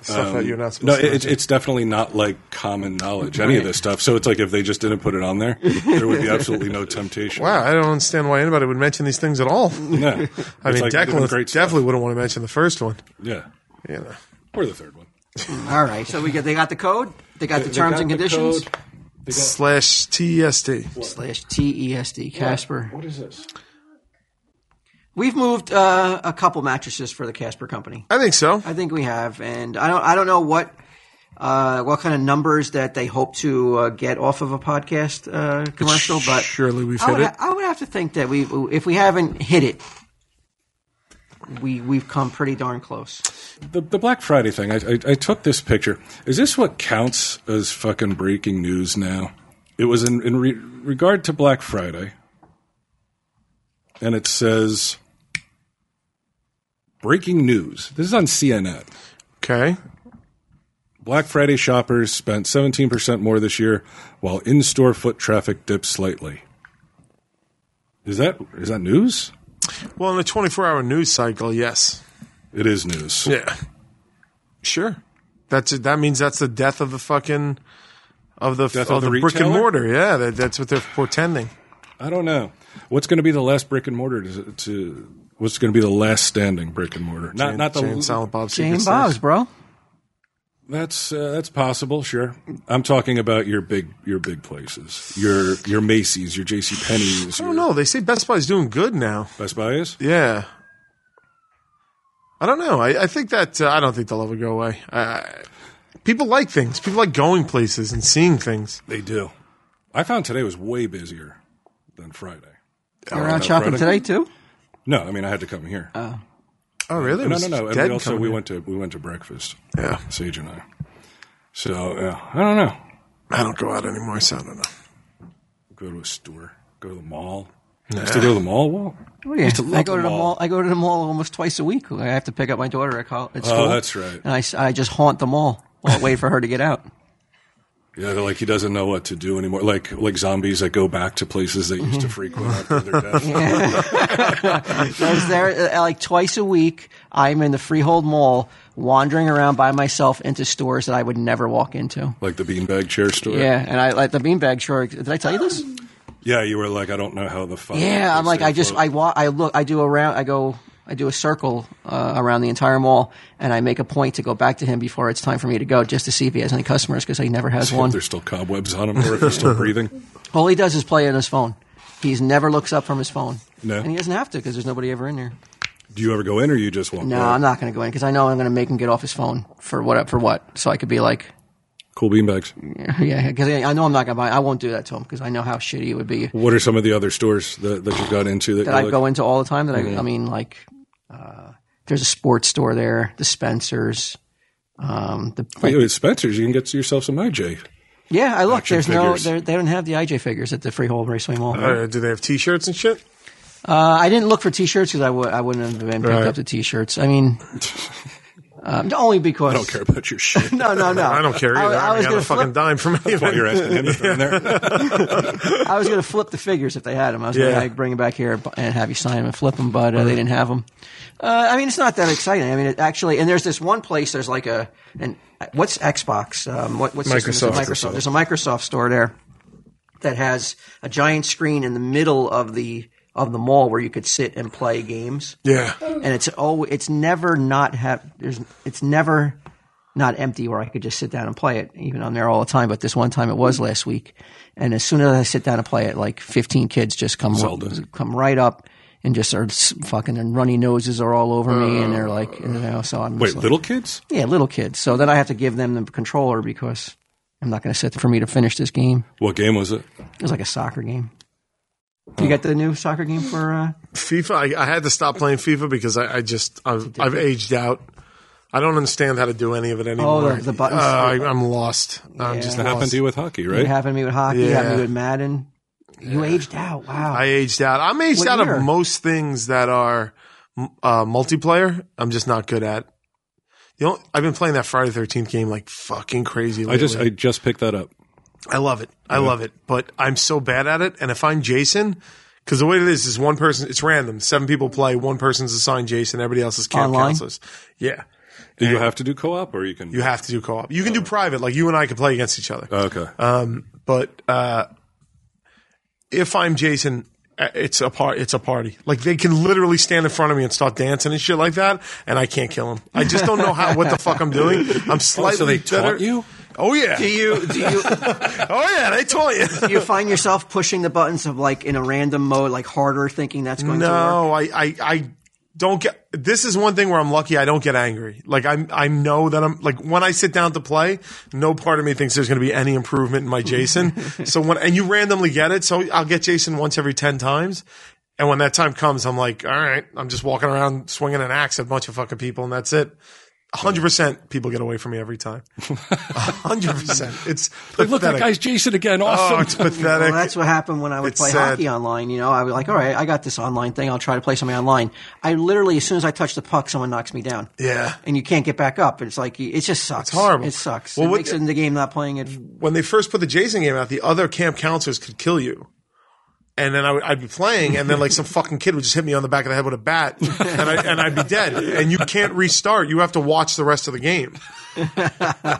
Stuff that you're not Um, No, supposed it, to. it's, it's definitely not like common knowledge, any of this stuff. So it's like if they just didn't put it on there, there would be absolutely no temptation. wow, I don't understand why anybody would mention these things at all. Yeah. I mean, Declan great stuff. definitely wouldn't want to mention the first one. Yeah. You know. Or the third one. All right, so we get they got the code, they got the They terms got and the conditions code. They got- Slash E TSD. slash T E S D Casper. what is this? We've moved uh, a couple mattresses for the Casper Company. I think so. I think we have, and I don't. I don't know what. Uh, what kind of numbers that they hope to uh, get off of a podcast uh, commercial? But Oh, Surely we've I hit would, ha- it. I would have to think that we, if we haven't hit it, we we've come pretty darn close. The, the Black Friday thing, I, I, I took this picture. Is this what counts as fucking breaking news now? It was in, in re- regard to Black Friday, and it says breaking news. This is on CNN. Okay. Black Friday shoppers spent 17% more this year, while in store foot traffic dipped slightly. Is that is that news? Well, in a 24 hour news cycle, yes. It is news. Yeah. Sure. That's it. That means that's the death of the fucking of the Death of, of the, the brick and retailer? mortar. Yeah, that, that's what they're portending. I don't know. What's going to be the last brick and mortar to, to what's going to be the last standing brick and mortar? Not not the Jane, Silent Bob, Secret Jane Service. Bob's, bro. That's uh, that's possible, sure. I'm talking about your big your big places. Your your Macy's, your JC Penney's, I your don't know. They say Best Buy's doing good now. Best Buy is. Yeah. I don't know. I, I think that uh, I don't think they'll ever go away. I, I, people like things. People like going places and seeing things. They do. I found today was way busier than Friday. You're out shopping Friday? today too. No, I mean I had to come here. Oh, really? no, no, no. And we also we went to we went to breakfast. Yeah. Sage and I. So yeah, I don't know. I don't go out anymore, so I don't know. Go to a store. Go to the mall. Used to go to the mall. Well, Oh, yeah. to love I go the to the mall. mall. I go to the mall almost twice a week. I have to pick up my daughter at, college, at school. Oh, that's right. And I, s- I just haunt the mall while I wait for her to get out. Yeah, they're like he doesn't know what to do anymore. Like like zombies that go back to places they Mm-hmm. used to frequent after their death. Because there, uh, like twice a week, I'm in the Freehold Mall, wandering around by myself into stores that I would never walk into. Like the beanbag chair store. Yeah, and I like the beanbag store. Did I tell you this? Yeah, you were like, I don't know how the fuck. Yeah, I'm they like stay I just I afloat. walk I look I do around I go I do a circle uh, around the entire mall and I make a point to go back to him before it's time for me to go just to see if he has any customers because he never has If one. There's still cobwebs on them, or if they're still breathing. All he does is play on his phone. He's never looks up from his phone. No. And he doesn't have to because there's nobody ever in there. Do you ever go in, or you just walk? No, away? I'm not going to go in because I know I'm going to make him get off his phone for what for what. So I could be like, Cool beanbags. yeah, because I know I'm not going to buy. I won't do that to him because I know how shitty it would be What are some of the other stores that, that you got into that, that you're I like, go into all the time. That I, I mean, like, uh, there's a sports store there, the Spencers. Um, the Wait, at Spencer's, Oh, you can get yourself some IJ. yeah, I look. action There's figures. no. there- They don't have the IJ figures at the Freehold Raceway Mall. Uh, do they have T-shirts and shit? Uh, I didn't look for T-shirts because I w- I wouldn't have been picked Right. up the T-shirts. I mean, um, only because I don't care about your shit. No, no, no. I don't care I, either. I, I was haven't got going a to flip. fucking dime from While you're anyone. asking him to throw in there. I was going to flip the figures if they had them. I was Yeah. going to bring them back here and have you sign them and flip them, but uh, they didn't have them. Uh, I mean, it's not that exciting. I mean, it actually, and there's this one place. There's like a an what's Xbox? Um, what, what's Microsoft. Microsoft. Microsoft. There's a Microsoft store there that has a giant screen in the middle of the of the mall where you could sit and play games. Yeah. and it's oh, it's never not have. There's it's never not empty where I could just sit down and play it. Even I'm there all the time, but this one time it was last week, and as soon as I sit down and play it, like 15 kids just come come right up and just are s- fucking and runny noses are all over me, and they're like, you know, so I'm Wait, just like- little kids? yeah, little kids. So then I have to give them the controller because I'm not going to sit for me to finish this game. What game was it? It was like a soccer game. You got the new soccer game for uh, FIFA. I, I had to stop playing FIFA because I, I just I've, I've aged out. I don't understand how to do any of it anymore. Oh, the- the buttons. Uh, I, I'm lost. I'm Yeah. just That happened lost. to you with hockey, it right? happened to me with hockey, it happened to Yeah. me with Madden. You aged out. Wow. I aged out. I'm aged What out year? of most things that are m- uh, multiplayer. I'm just not good at. You know, I've been playing that Friday Thirteenth game like fucking crazy. Lately. I just I just picked that up. I love it. I love it. But I'm so bad at it. And if I'm Jason, because the way it is is one person. It's random. Seven people play. One person's assigned Jason. Everybody else is camp Online? counselors. Yeah. Do you have to do co-op, or you can? Oh, You have to do co-op. You can do private, like you and I can play against each other. okay. But uh, if I'm Jason, uh, it's a part. It's a party. Like they can literally stand in front of me and start dancing and shit like that, and I can't kill them. I just don't know how what the fuck I'm doing. I'm slightly so they better. taunt you? Oh yeah. Do you do you Oh yeah, they told you. do you find yourself pushing the buttons of like in a random mode, like harder, thinking that's going to work? No, I, I, I don't get. This is one thing where I'm lucky. I don't get angry. Like I, I know that I'm like when I sit down to play, no part of me thinks there's going to be any improvement in my Jason. so when and you randomly get it, so I'll get Jason once every ten times. And when that time comes, I'm like, all right, I'm just walking around swinging an axe at a bunch of fucking people, and that's it. 100% people get away from me every time. 100%. It's Like, look, that pathetic. guy's Jason again. oh, it's Awesome. pathetic. Well, that's what happened when I would It's play sad. hockey online. You know, I was like, all right, I got this online thing. I'll try to play something online. I literally, as soon as I touch the puck, someone knocks me down. Yeah. And you can't get back up. It's like, it just sucks. It's horrible. It sucks. Well, it what- makes it in the game not playing it. when they first put the Jason game out, the other camp counselors could kill you. And then I would, I'd be playing, and then like some fucking kid would just hit me on the back of the head with a bat, and, I, and I'd be dead. And you can't restart. You have to watch the rest of the game.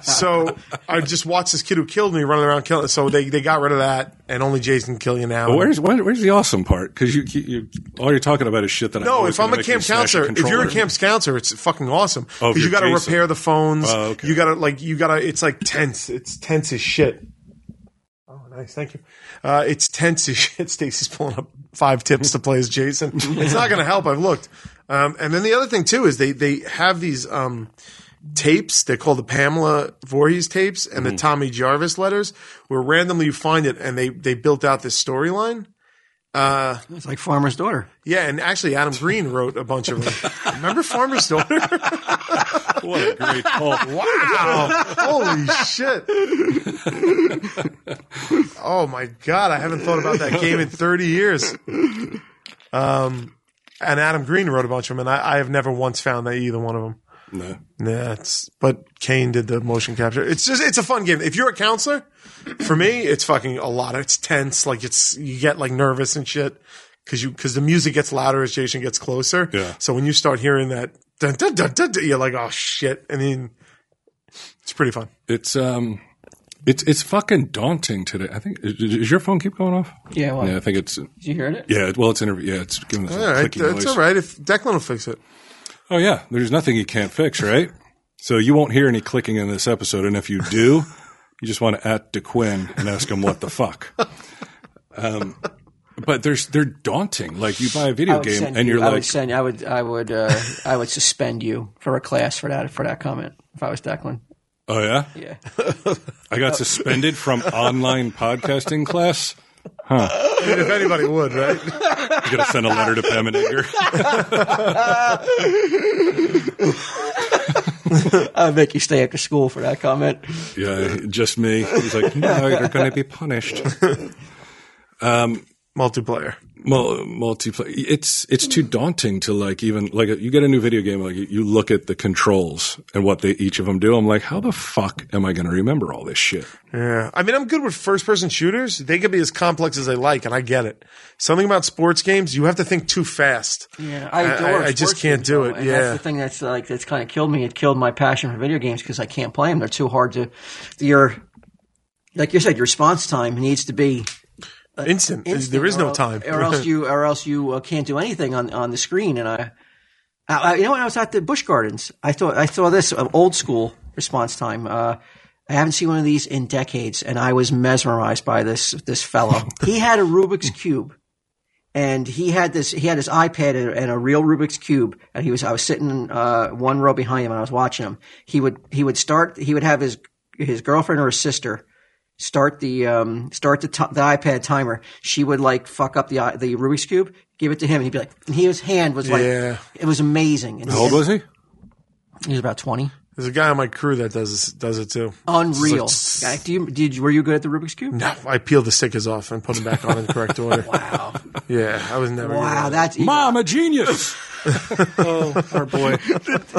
So I just watched this kid who killed me running around killing. So they, they got rid of that, and only Jason can kill you now. But where's where, where's the awesome part? Because you, you, you all you're talking about is shit that I know No, is if I'm gonna a make me camp smash counselor, if you're a controller. camp counselor, it's fucking awesome Oh, because if you you're got to Jason. repair the phones. Oh, okay. You got to like you got to. It's like tense. It's tense as shit. Oh, nice. Thank you. Uh, it's tense as shit. Stacey's pulling up five tips to play as Jason. It's not going to help. I've looked. Um, and then the other thing too is they they have these um, tapes. They're called the Pamela Voorhees tapes and the Mm-hmm. Tommy Jarvis letters, where randomly you find it, and they they built out this storyline. It's like Farmer's Daughter. Yeah, and actually Adam Green wrote a bunch of them. Remember Farmer's Daughter? What a great call. Wow. Holy shit. oh my god, I haven't thought about that game in 30 years. Um and Adam Green wrote a bunch of them, and I, I have never once found that either one of them. No. Nah, it's but Kane did the motion capture. It's just it's a fun game. If you're a counselor, for me, it's fucking a lot. It's tense. Like it's you get like nervous and shit because you because the music gets louder as Jason gets closer. Yeah. So when you start hearing that, dun, dun, dun, dun, dun, you're like, oh shit. I mean, it's pretty fun. It's um, it's it's fucking daunting today. I think is, is your phone keep going off? Yeah, well, Yeah, I think it's Did you hear it? yeah. Well, it's interview. Yeah, it's giving us All right, clicky that's noise. all right. If Declan will fix it, Oh yeah, there's nothing you can't fix, right? so you won't hear any clicking in this episode, and if you do, you just want to at DeQuinn and ask him what the fuck. Um, but there's they're daunting. Like you buy a I video would game send and you- you're I like, would send, I would, I would, uh, I would suspend you for a class for that for that comment. If I was Declan, oh yeah, yeah, I got suspended from online podcasting class. I mean, if anybody would, right? You gotta send a letter to Pam and Edgar. I'd make Uh, you stay after school for that comment. yeah, just me. He's like, no, you're gonna be punished. Multiplayer. Mul- multiplayer. It's it's too daunting to like even like you get a new video game like you- you look at the controls and what they each of them do. I'm like, how the fuck am I going to remember all this shit? Yeah. I mean, I'm good with first person shooters. They can be as complex as they like, and I get it. Something about sports games, you have to think too fast. Yeah, I adore. I, I just sports can't games, do though, it. and Yeah. that's the thing that's like that's kind of killed me. It killed my passion for video games because I can't play them. They're too hard to. Your, like you said, your response time needs to be instant. instant There is or no el- time. or else you, or else you uh, can't do anything on on the screen. And I, I, I- you know, when I was at the Bush Gardens, I thought I saw this uh, old school response time. Uh, I haven't seen one of these in decades, and I was mesmerized by this this fellow. he had a Rubik's cube. And he had this. He had his iPad and- and a real Rubik's cube, and he was. I was sitting uh, one row behind him, and I was watching him. He would. He would start. He would have his his girlfriend or his sister start the um, start the, ti the iPad timer. She would like fuck up the i- the Rubik's cube, give it to him, and he'd be like, and he, his hand was like, Yeah. it was amazing. And How old was he? he was about twenty. There's a guy on my crew that does this, does it too. Unreal. It's Guy, do you did you- were you good at the Rubik's cube? No, I peel the stickers off and put them back on in the correct order. wow. Yeah, I was never. Wow, that's Mom, a genius. oh, our boy.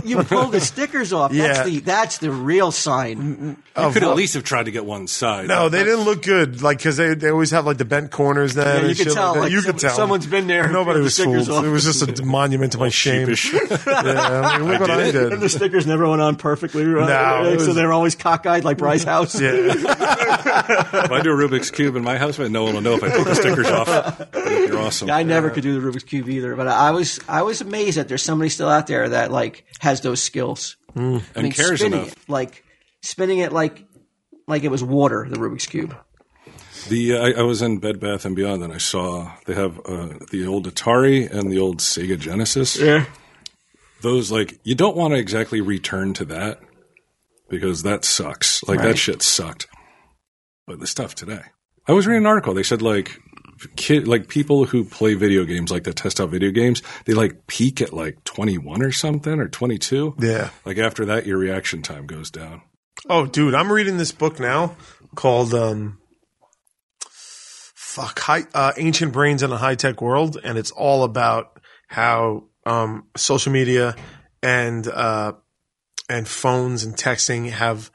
You you pulled the stickers off. Yeah. That's the that's the real sign. could at least have tried to get one side. No, they didn't look good. Like because they, they always have like the bent corners. Then you and could shit tell, that. like, you some- could tell someone's been there and Nobody peeled the was stickers fooled. off. It was just a monument to my shame. Sheepish. Yeah, I mean, look what I did. The stickers never went on perfectly, right? No, it so was- they're always cockeyed like Bryce House. Yeah. if I do a Rubik's cube in my house, no one will know if I took the stickers off. You're awesome. I never could do the Rubik's cube either, but I was I was amazed that there's somebody still out there that like has those skills. I and cares spinning enough. it like spinning it like like it was water. The Rubik's cube. The uh, I, I was in Bed Bath and Beyond, and I saw they have uh, the old Atari and the old Sega Genesis. Yeah. Those like you don't want to exactly return to that because that sucks. Like that Right. shit sucked. But the stuff today, I was reading an article. They said like kid like people who play video games like that test out video games they like peak at like 21 or something or 22 Yeah. like after that your reaction time goes down Oh, dude, I'm reading this book now called um, "Fuck High, uh, Ancient Brains in a High Tech World," and it's all about how um, social media and uh, and phones and texting have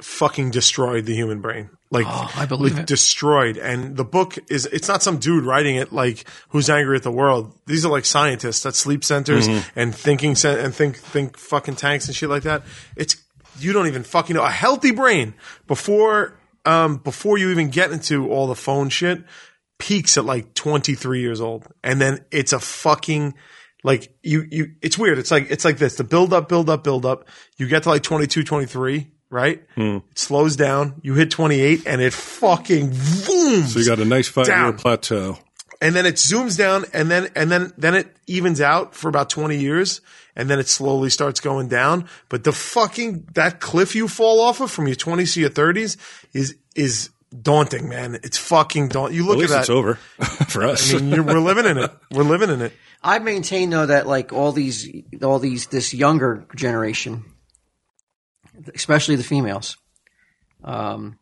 fucking destroyed the human brain. Like, Oh, I believe like it. destroyed. And the book is it's not some dude writing it like who's angry at the world. These are like scientists at sleep centers and thinking cen- and think think fucking tanks and shit like that. It's you don't even fucking know a healthy brain before um before you even get into all the phone shit peaks at like 23 years old and then it's a fucking like you you it's weird it's like it's like this the build up build up build up you get to like 22 23 right Hmm. it slows down you hit 28 and it fucking booms so you got a nice five year Down. plateau and then it zooms down and then and then then it evens out for about 20 years and then it slowly starts going down but the fucking that cliff you fall off of from your 20s to your 30s is is daunting man it's fucking daunting you look at least at that it's over for us I mean, you're, we're living in it. We're living in it. I maintain though that like all these, all these, this younger generation, especially the females, um,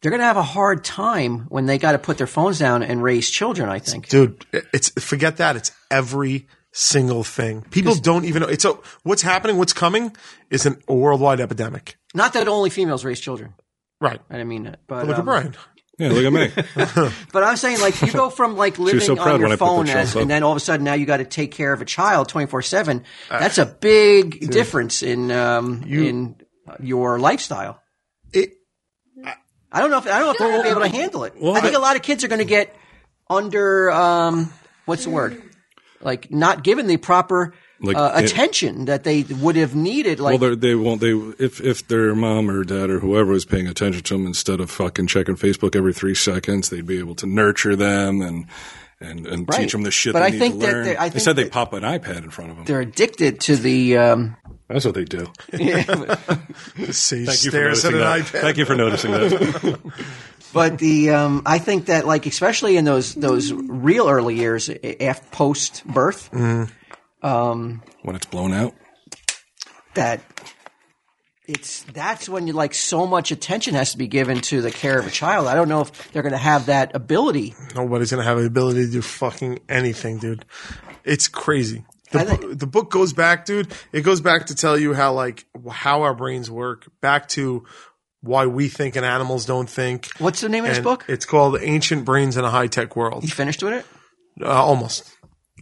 they're going to have a hard time when they got to put their phones down and raise children. I think. dude. It's forget that. It's every single thing. People don't even know. It's a, what's happening. What's coming is an, a worldwide epidemic. Not that only females raise children. Right. I didn't mean that. But Look um, at Brian. yeah look at me But I'm saying, like, you go from like living so proud on when I your put the phone, as, shelf up. and then all of a sudden now you got to take care of a child 24 seven. Uh, That's a big difference in um, in your lifestyle. It- I don't know if I don't know if they're going to be able to handle it. I think a lot of kids are going to get under um, what's the word, like not given the proper Like, uh, it- attention that they would have needed. Like, Well, they're- they won't. They if if their mom or dad or whoever was paying attention to them instead of fucking checking Facebook every three seconds, they'd be able to nurture them and and, and Right. teach them the shit But they I need think to that learn. they- I they think said they that- pop an iPad in front of them. they're addicted to the. Um, That's what they do. See, Thank you for stares at noticing an that. iPad. Thank you for noticing that. But the um, I think that like especially in those those real early years after post birth when it's blown out, that it's that's when you like so much attention has to be given to the care of a child. I don't know if they're going to have that ability. Nobody's gonna have the ability to do fucking anything, dude. It's crazy. The, I think- bo- the book goes back, dude. It goes back to tell you how like how our brains work. Back to why we think and animals don't think. What's the name of this And book? It's called "Ancient Brains in a High Tech World." you finished with it? Uh, almost,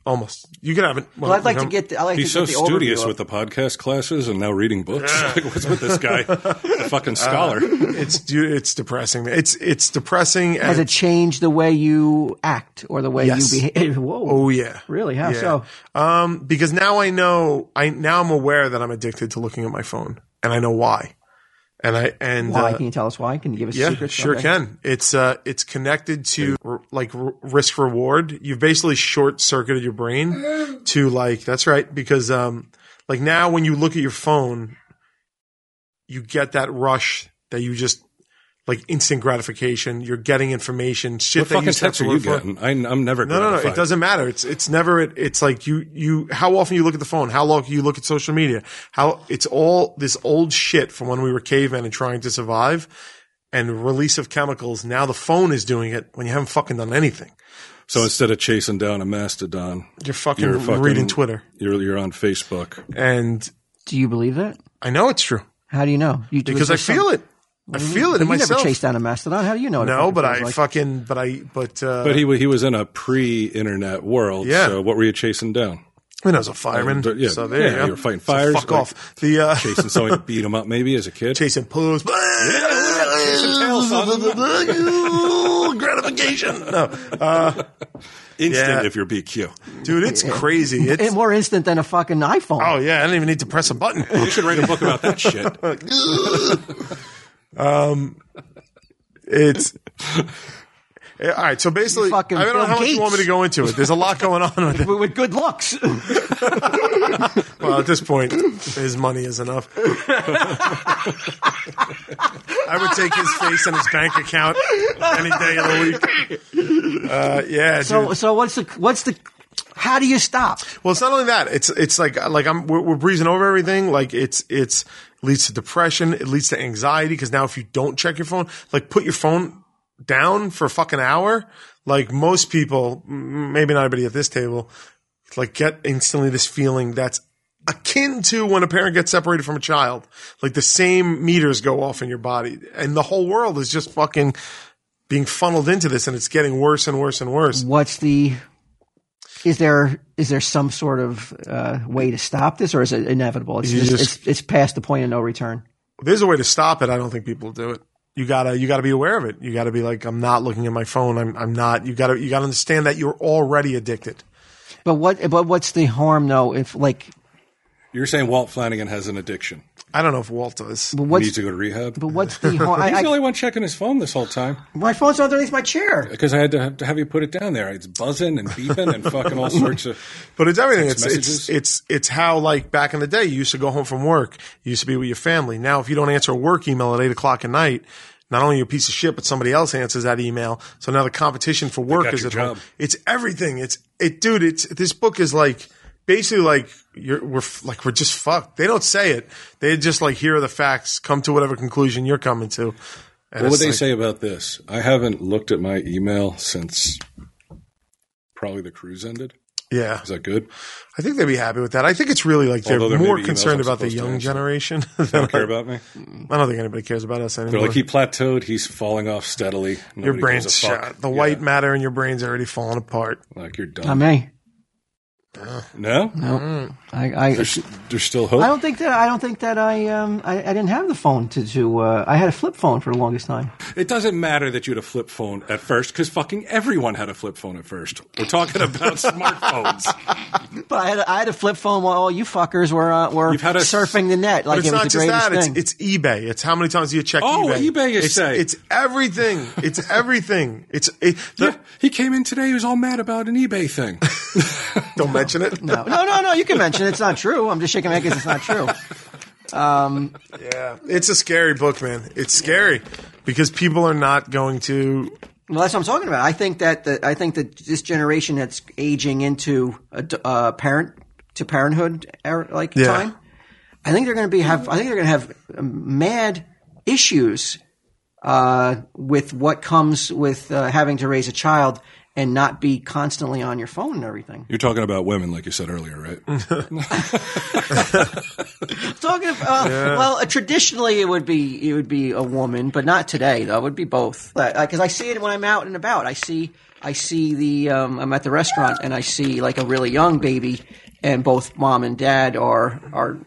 almost. You can have it. Um, Well, I'd like to get. The, I like he's to so get the overview studious of- with the podcast classes and now reading books. like, what's with this guy? The fucking scholar. It's dude, it's depressing. It's it's depressing. And Has it changed the way you act or the way Yes. you behave? Whoa! oh yeah, Really? How Yeah. so? Um, because now I know. I now I'm aware that I'm addicted to looking at my phone, and I know why. And I and Why? uh, can you tell us why? Can you give us yeah, secrets? sure Okay. can. It's uh, it's connected to r- like r- risk reward. You've basically short circuited your brain to like that's right because um, like now when you look at your phone, you get that rush that you just like instant gratification. You're getting information. Shit What that fucking you just have text to are you look for. getting? I, I'm never. No, no, no. It gratified. doesn't matter. It's it's never. It, it's like you you. How often you look at the phone? How long you look at social media? How it's all this old shit from when we were cavemen and trying to survive, and release of chemicals. Now the phone is doing it when you haven't fucking done anything. So instead of chasing down a mastodon, You're fucking, You're fucking- reading Twitter, you're you're on Facebook. and Do you believe that? I know it's true How do you know? You, because I feel it. I feel it in You myself. never chased down a mastodon. How do you know? what it no, fucking but feels I like? fucking but I but uh, But he wa- he was in a pre-internet world. Yeah. So what were you chasing down? I mean, I was a fireman. Uh, yeah, so there yeah, you go. you were fighting So fires, fuck like- off the uh, Chasing someone to beat him up, maybe as a kid. chasing poos. Gratification. No, uh, Instant yeah. if you're BQ. dude, it's crazy. It's It's more instant than a fucking iPhone. oh yeah, I don't even need to press a button. You should write a book about that shit. Um, it's all right. So basically, I fucking don't know Bill how much Gates. you want me to go into it. There's a lot going on with it. With with good looks. Well, at this point, his money is enough. I would take his face and his bank account any day of the week. Uh, yeah. so, dude. so what's the what's the how do you stop? Well, it's not only that. It's it's like like I'm we're, we're breezing over everything. Like it's it's leads to depression. It leads to anxiety because now if you don't check your phone, like put your phone down for a fucking hour. Like most people, m- maybe not everybody at this table, like get instantly this feeling that's akin to when a parent gets separated from a child. Like the same meters go off in your body, and the whole world is just fucking being funneled into this, and it's getting worse and worse and worse. What's the is there is there some sort of uh, way to stop this, or is it inevitable? It's You just, just- it's, it's past the point of no return. there's a way to stop it. I don't think people do it. You gotta, you gotta be aware of it. You gotta be like, I'm not looking at my phone. I'm, I'm not. You gotta, you gotta understand that you're already addicted. But what but what's the harm though? If like You're saying Walt Flanagan has an addiction. I don't know if Walt does. but He what's needs to go to rehab. but what's the harm? I, He's the I, only one checking his phone this whole time my phone's underneath my chair. because I had to have, to have you put it down there. It's buzzing and beeping and fucking all sorts of. But it's everything. It's, Text it's, messages. it's, it's how like back in the day, you used to go home from work. You used to be with your family. Now, if you don't answer a work email at eight o'clock at night, not only you're a piece of shit, but somebody else answers that email. So now the competition for work got is your at home. job. It's everything. It's it, dude. It's this book is like basically like you're we're f- like we're just fucked. They don't say it. They just like here are the facts. Come to whatever conclusion you're coming to. And What it's would they like- say about this? I haven't looked at my email since probably the cruise ended. Yeah, Is that good? I think they'd be happy with that. I think it's really like they're Although there may more be emails concerned I'm about the supposed to young answer. generation. They than don't care about me. I don't think anybody cares about us They're anymore. like he plateaued. He's falling off steadily. your Nobody brain's gives a fuck. shot. The Yeah. white matter in your brain's already falling apart. Like you're done. I may. no, I, I there's there's still hope. I don't think that I don't think that I um I, I didn't have the phone to to uh, I had a flip phone for the longest time. It doesn't matter that you had a flip phone at first because fucking everyone had a flip phone at first. We're talking about smartphones. But I had a, I had a flip phone while all you fuckers were uh, were You've had a- surfing the net But like it's it was not the just greatest that. It's, thing. it's eBay. It's how many times do you check Oh, eBay. eBay you it's, say. It's everything. It's everything. It's it, Yeah, he came in today. He was all mad about an eBay thing. Don't mention it. no, no, no, no. You can mention it. it's not true. I'm just shaking my head 'cause it's not true. Um, Yeah, it's a scary book, man. It's scary because people are not going to. well, that's what I'm talking about. I think that the, I think that this generation that's aging into a d- uh, parent to parenthood era, like Yeah. time, I think they're going to be have I think they're going to have um, mad issues uh, with what comes with uh, having to raise a child and not be constantly on your phone and everything. You're talking about women, like you said earlier, right? Talking of, uh, well, uh, traditionally it would be it would be a woman, but not today though. It would be both because I see it when I'm out and about. I see I see the um, I'm at the restaurant and I see like a really young baby, and both mom and dad are are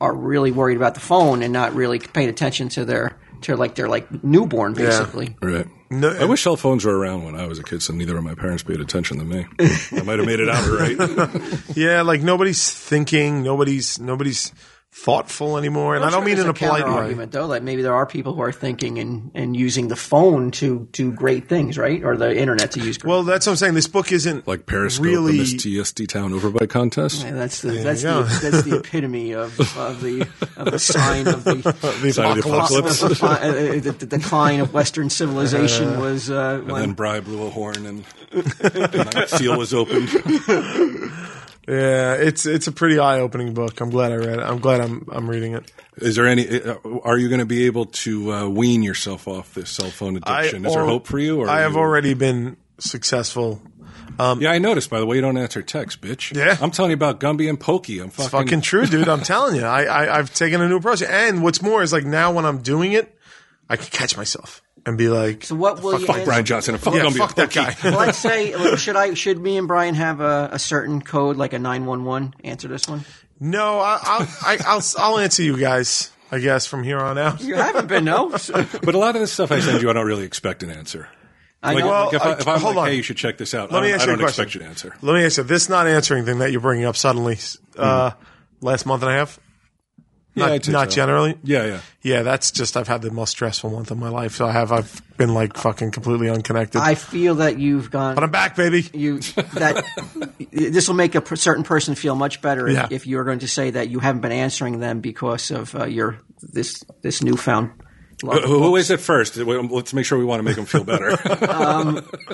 are really worried about the phone and not really paying attention to their to like their like newborn basically. right. I wish cell phones were around when I was a kid, so neither of my parents paid attention to me. I might have made it out right. Yeah, like nobody's thinking. Nobody's nobody's thoughtful anymore. And I don't mean in a polite way. argument though. Like maybe there are people who are thinking and and using the phone to do great things, right? Or the internet to use. Great Well, that's what I'm saying. This book isn't Like Periscope Really- and this TSD Town Overbite contest. Yeah, that's the that's go. the, that's the epitome of, of the of the sign of the the Side of the apocalypse. apocalypse. of the, uh, the, the decline of Western civilization was uh, And then when Bri blew a horn and the ninth seal was opened. Yeah, it's it's a pretty eye opening book. I'm glad I read it. I'm glad I'm I'm reading it. Is there any? uh, Are you going to be able to uh, wean yourself off this cell phone addiction? Is there al- hope for you? Or I are have you- already been successful. Yeah, I noticed. By the way, you don't answer texts, bitch. Yeah. I'm telling you about Gumby and Pokey. I'm fucking. It's fucking true, dude. I'm telling you, I, I I've taken a new approach. And what's more is like now when I'm doing it, I can catch myself and be like, so what will fuck- you fuck answer? Brian Johnson. and Fuck yeah, Gumby fuck and that Pokey. guy. Well, let's say like, should I should me and Brian have a, a certain code like a nine one one answer this one? no, I, I'll I, I'll I'll answer you guys. I guess from here on out. You haven't been no. But a lot of the stuff I send you, I don't really expect an answer. I Like, know. Well, like if, I, I- if I'm hold like, on. hey, you should check this out. Let I me don't, ask I you a don't question. expect you to answer. Let me answer this not answering thing that you're bringing up suddenly uh, last month and a half. Hmm. Yeah, I Not, take not that. generally. Yeah, yeah. Yeah, that's just I've had the most stressful month of my life. So I have I've been like fucking completely unconnected. I feel that you've gone. but I'm back, baby. you that this will make a per- certain person feel much better if, Yeah. if you are going to say that you haven't been answering them because of uh, your this this newfound Uh, love. Who, who is it first? Wait, Let's make sure we want to make them feel better.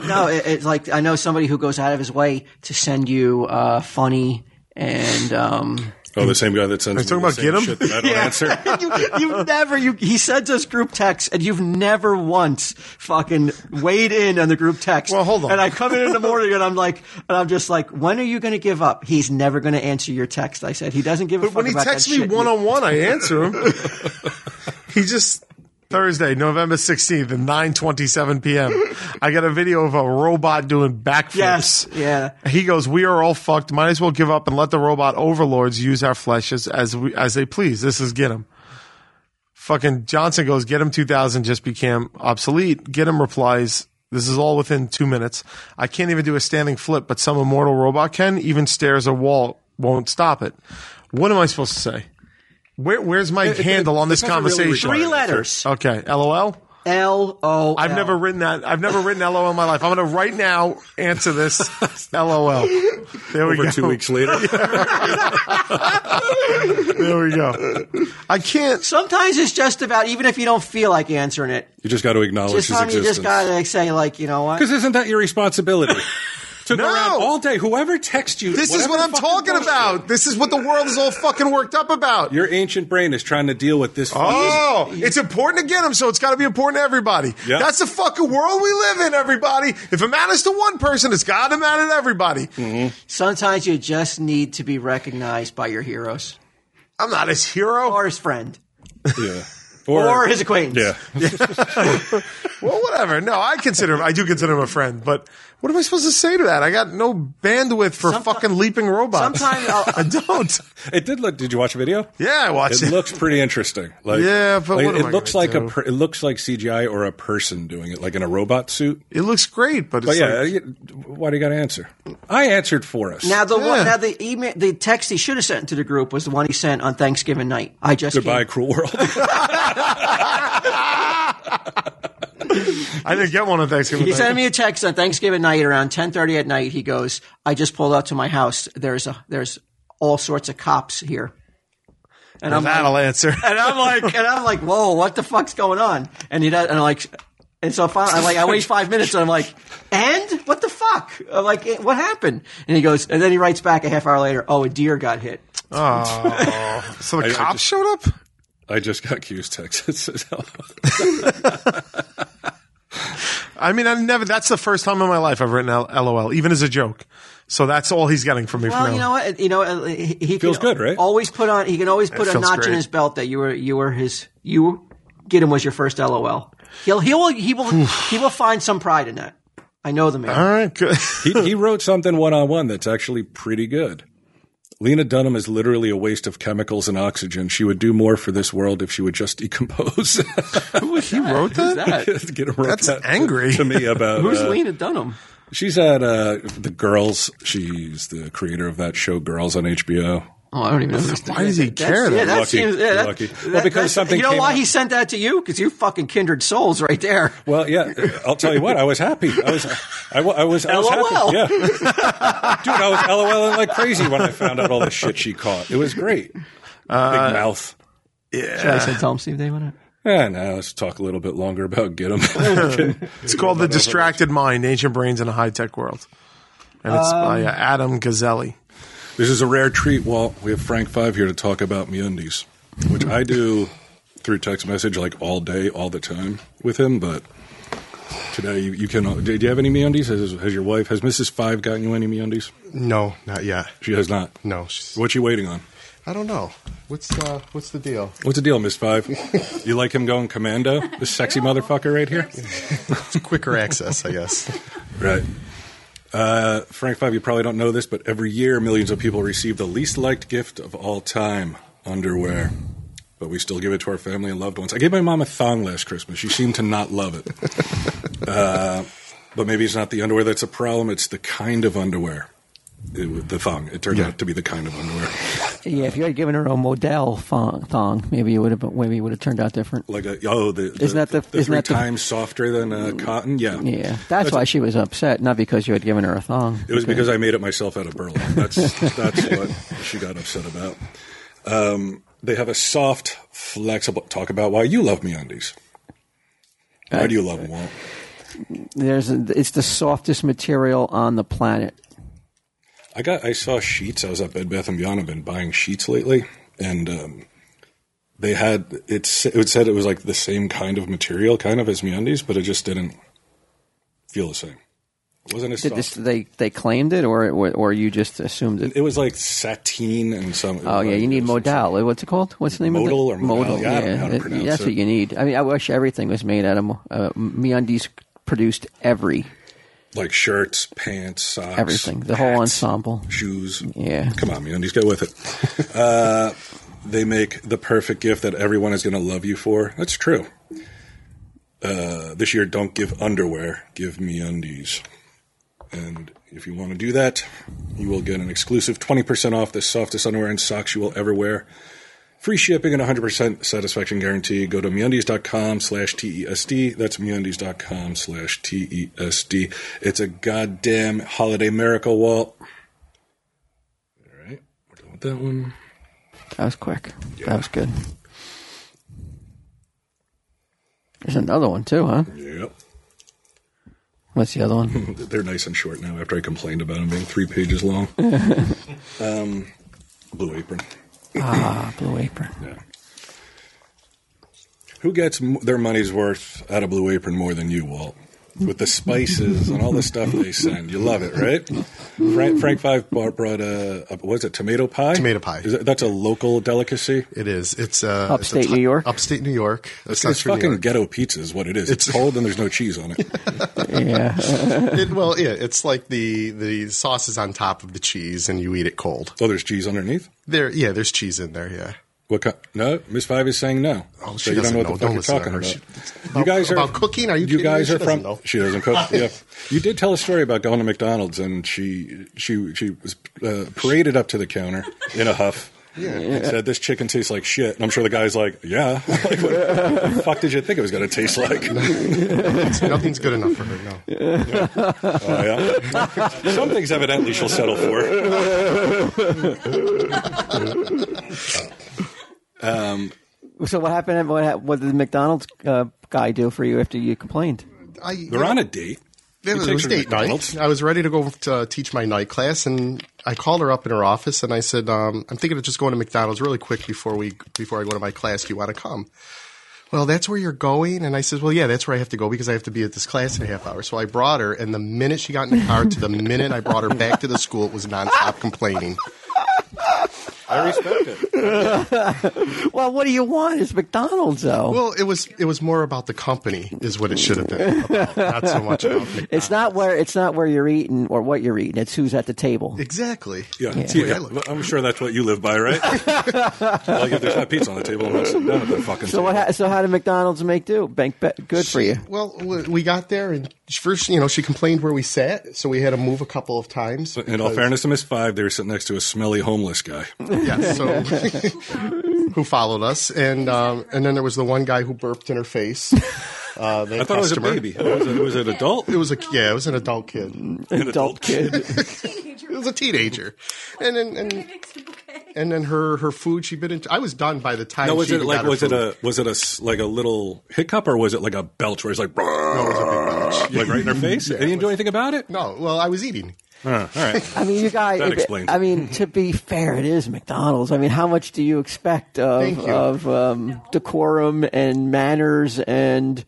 no, it, it's like I know somebody who goes out of his way to send you uh, funny and um, oh, the same guy that sends. Are talking about get 'em? Shit that I don't answer. you, you've never you he sends us group texts and you've never once fucking weighed in on the group text. Well, hold on. And I come in in the morning and I'm like, and I'm just like, when are you going to give up? He's never going to answer your text. I said he doesn't give a But fuck when he about that texts me shit. one on one, I answer him. he just Thursday, November sixteenth, at nine twenty seven p.m. I got a video of a robot doing backflips. Yes, yeah. He goes, "We are all fucked. Might as well give up and let the robot overlords use our flesh as as, we, as they please. This is get him." Fucking Johnson goes, "Get him 2000 just became obsolete." Get him replies, "This is all within two minutes. I can't even do a standing flip, but some immortal robot can. Even stares a wall won't stop it. What am I supposed to say? Where, where's my it- handle on this depends on really conversation? Three requirement. letters. Okay, LOL. L O. Oh. I've never written that. I've never written LOL in my life. I'm going to right now answer this LOL. There we Over go. two weeks later, There we go. I can't. Sometimes it's just about even if you don't feel like answering it. you just got to acknowledge Just his time you existence. just gotta like, say like you know what. Because isn't that your responsibility? to go No. around all day. Whoever texts you, This is whatever what I'm fucking talking bullshit, about. This is what the world is all fucking worked up about. Your ancient brain is trying to deal with this. Oh, it's important to get them, so it's got to be important to everybody. Yeah. That's the fucking world we live in, everybody. If it matters to one person, it's got to matter to everybody. Mm. Sometimes you just need to be recognized by your heroes I'm not his hero. or his friend yeah. or his acquaintance. yeah. Well, whatever. No, I consider him. I do consider him a friend, but what am I supposed to say to that? I got no bandwidth for Someti- fucking leaping robots. Sometimes I'll- I don't. It did look. Did you watch the video? Yeah, I watched It it. looks pretty interesting. Like, Yeah, but like, what am it I looks gonna like do? a per, it looks like CGI or a person doing it, like in a robot suit. It looks great, but it's But yeah, like, you- why do you got to answer? I answered for us. Now the Yeah. one, now the email, the text he should have sent to the group was the one he sent on Thanksgiving night. I just Goodbye, Came. cruel world. I didn't get one on Thanksgiving. He night. sent me a text on Thanksgiving night around ten thirty at night. He goes, "I just pulled out to my house. There's a there's all sorts of cops here." And I'm like, That'll answer. and I'm like, and I'm like, whoa, what the fuck's going on? And he does, and I'm like, and so finally, I'm like, I wait five minutes, and I'm like, and what the fuck? I'm like, "Eh, what happened? And he goes, and then he writes back a half hour later, oh, a deer got hit. Oh, so the I cops just- showed up. I just got Q's text. It says, I mean, I've never. That's the first time in my life I've written L- LOL, even as a joke. So that's all he's getting from me. Well, from you know what? You know, uh, he, he Feels can good, right? Always put on. He can always put a feels notch great. in his belt that you were you were his you get him was your first LOL. He'll he will he will he will find some pride in that. I know the man. All right, good. he, he wrote something one on one that's actually pretty good. Lena Dunham is literally a waste of chemicals and oxygen. She would do more for this world if she would just decompose. he wrote that. Get a rope That's out to- angry. to me about Who's uh, Lena Dunham? She's at uh, the Girls. She's the creator of that show Girls on HBO. Oh, I don't even know. who this- Why does he That's- care? Yeah, that that lucky. seems. Yeah, You're that, lucky. that- Well, because that's- something You know came why up. he sent that to you? Because you fucking kindred souls right there. Well, yeah, I'll tell you what. I was happy. I was, I, wa- I was, I was LOL. happy. Yeah, dude, I was LOLing like crazy when I found out all the shit she caught. It was great. Big mouth. Should I say tell him Steve Dave on it? Yeah, now Eh, let's talk a little bit longer about get 'em. It's called The Distracted Mind, Ancient Brains in a High Tech World. And it's by uh, Adam Gazelli. this is a rare treat, Walt. We have Frank Five here to talk about MeUndies, which I do through text message like all day, all the time with him. But today, you, you can. Do you have any MeUndies? Has, has your wife, has Mrs. Five gotten you any MeUndies? No, not yet. She has not. No, she's, What's she waiting on? I don't know. What's uh, what's the deal? What's the deal, Miss Five? you like him going commando? This sexy motherfucker right here? It's quicker access, I guess. Right. Uh, Frank Five, you probably don't know this, but every year millions of people receive the least liked gift of all time underwear. But we still give it to our family and loved ones. I gave my mom a thong last Christmas. She seemed to not love it. uh, but maybe it's not the underwear that's a problem, it's the kind of underwear. it was the thong. It turned Yeah. out to be the kind of underwear, Yeah, if you had given her a Model thong, thong maybe it would have maybe it would have turned out different. like a oh, the, the Isn't that the- isn't three that the- times softer than uh, cotton? Yeah, Yeah, that's why she was upset, not because you had given her a thong. It was because I made it myself out of burlap. That's that's what she got upset about. Um, they have a soft, flexible. Talk about why you love me undies. Why do you love them? Walt? there's a, it's the softest material on the planet. I got. I saw sheets. I was at Bed Bath and Beyond. I've been buying sheets lately, and um, they had it's. It said it was like the same kind of material, kind of as MeUndies, but it just didn't feel the same. It wasn't as Did soft. this, they they claimed it, or or or you just assumed it? it was like sateen and some. Oh yeah, you need modal. What's it called? What's the name Modal of or it? modal? Yeah, I don't know how to it- pronounce that's it. what you need. I mean, I wish everything was made out of mo- uh, MeUndies. Produced every like shirts, pants, socks, everything, the whole hats. ensemble. shoes. Yeah. Come on, man. Just go with it. uh, they make the perfect gift that everyone is going to love you for. That's true. Uh, this year, don't give underwear, give me undies. And if you want to do that, you will get an exclusive 20% off the softest underwear and socks you will ever wear. Free shipping and 100% satisfaction guarantee. Go to MeUndies.com slash TESD. That's MeUndies.com slash TESD. It's a goddamn holiday miracle, Walt. All right. We're done with that one. That was quick. That was good. There's another one too, huh? Yep. What's the other one? They're nice and short now after I complained about them being three pages long. um, Blue Apron. ah, Blue Apron. Yeah. Who gets m- their money's worth out of Blue Apron more than you, Walt? With the spices and all the stuff they send, you love it, right? Frank, Frank Five brought, brought a, a was it tomato pie? Tomato pie. Is that, that's a local delicacy. It is. It's uh, Upstate it's a ti- New York? Upstate New York. It's It's New fucking York. ghetto pizza, is what it is. It's, It's- cold and there's no cheese on it. Yeah, It- well, yeah, it's like the the sauce is on top of the cheese, and you eat it cold. oh, there's cheese underneath. There, yeah, there's cheese in there. Yeah. What? Co- no, Miss Five is saying no. Oh, so she you don't doesn't know what know. the fuck Don't you're listen to talking her. about. She- about- about cooking? Are you You kidding guys me? She are from. doesn't know. She doesn't cook. yeah, you did tell a story about going to McDonald's and she she she was uh, paraded up to the counter in a huff. Yeah. And said this chicken tastes like shit, and I'm sure the guy's like, "Yeah, like, what the fuck did you think it was going to taste like?" Nothing's good enough for her. No. Oh, yeah. Some things evidently she'll settle for. So what happened? What, hap- what did the McDonald's uh, guy do for you after you complained? I, They're on a date. It He was, it takes was her to date night. McDonald's. I was ready to go to teach my night class, and I called her up in her office, and I said, um, "I'm thinking of just going to McDonald's really quick before we before I go to my class. Do you want to come?" Well, that's where you're going, and I said, "Well, yeah, that's where I have to go because I have to be at this class in a half hour." So I brought her, and the minute she got in the car to the minute I brought her back to the school, it was nonstop complaining. I respect it. Well, what do you want? It's McDonald's, though. Well, it was it was more about the company, is what it should have been about, not so much about McDonald's. it's not where it's not where you're eating or what you're eating. It's who's at the table. exactly. Yeah, Yeah. yeah. I'm sure that's what you live by, right? like if there's not pizza on the table, I'm not sitting down at that fucking So what? table. Ha- so how did McDonald's make do? Bank bet. Good for you. Well, w- we got there, and first, you know, she complained where we sat, so we had to move a couple of times. In all because- fairness to Miss Five, they were sitting next to a smelly homeless guy. yeah, so who followed us, and um, and then there was the one guy who burped in her face. Uh, the I thought it was a customer. baby. It was, a, it was an adult. It was a yeah, it was an adult kid. It Adult, kid. Teenager. was a teenager, and then and Mixed bouquet. and then her her food she bit into. I was done by the time. Now was she it got like her was it food. a was it a s- like a little hiccup or was it like a belch where it's like like right in her face? and you didn't do anything about it. No, well, I was eating. Uh, all right. I mean, you guys. That explains I it. mean, to be fair, it is McDonald's. I mean, how much do you expect of Thank you. of um, decorum and manners and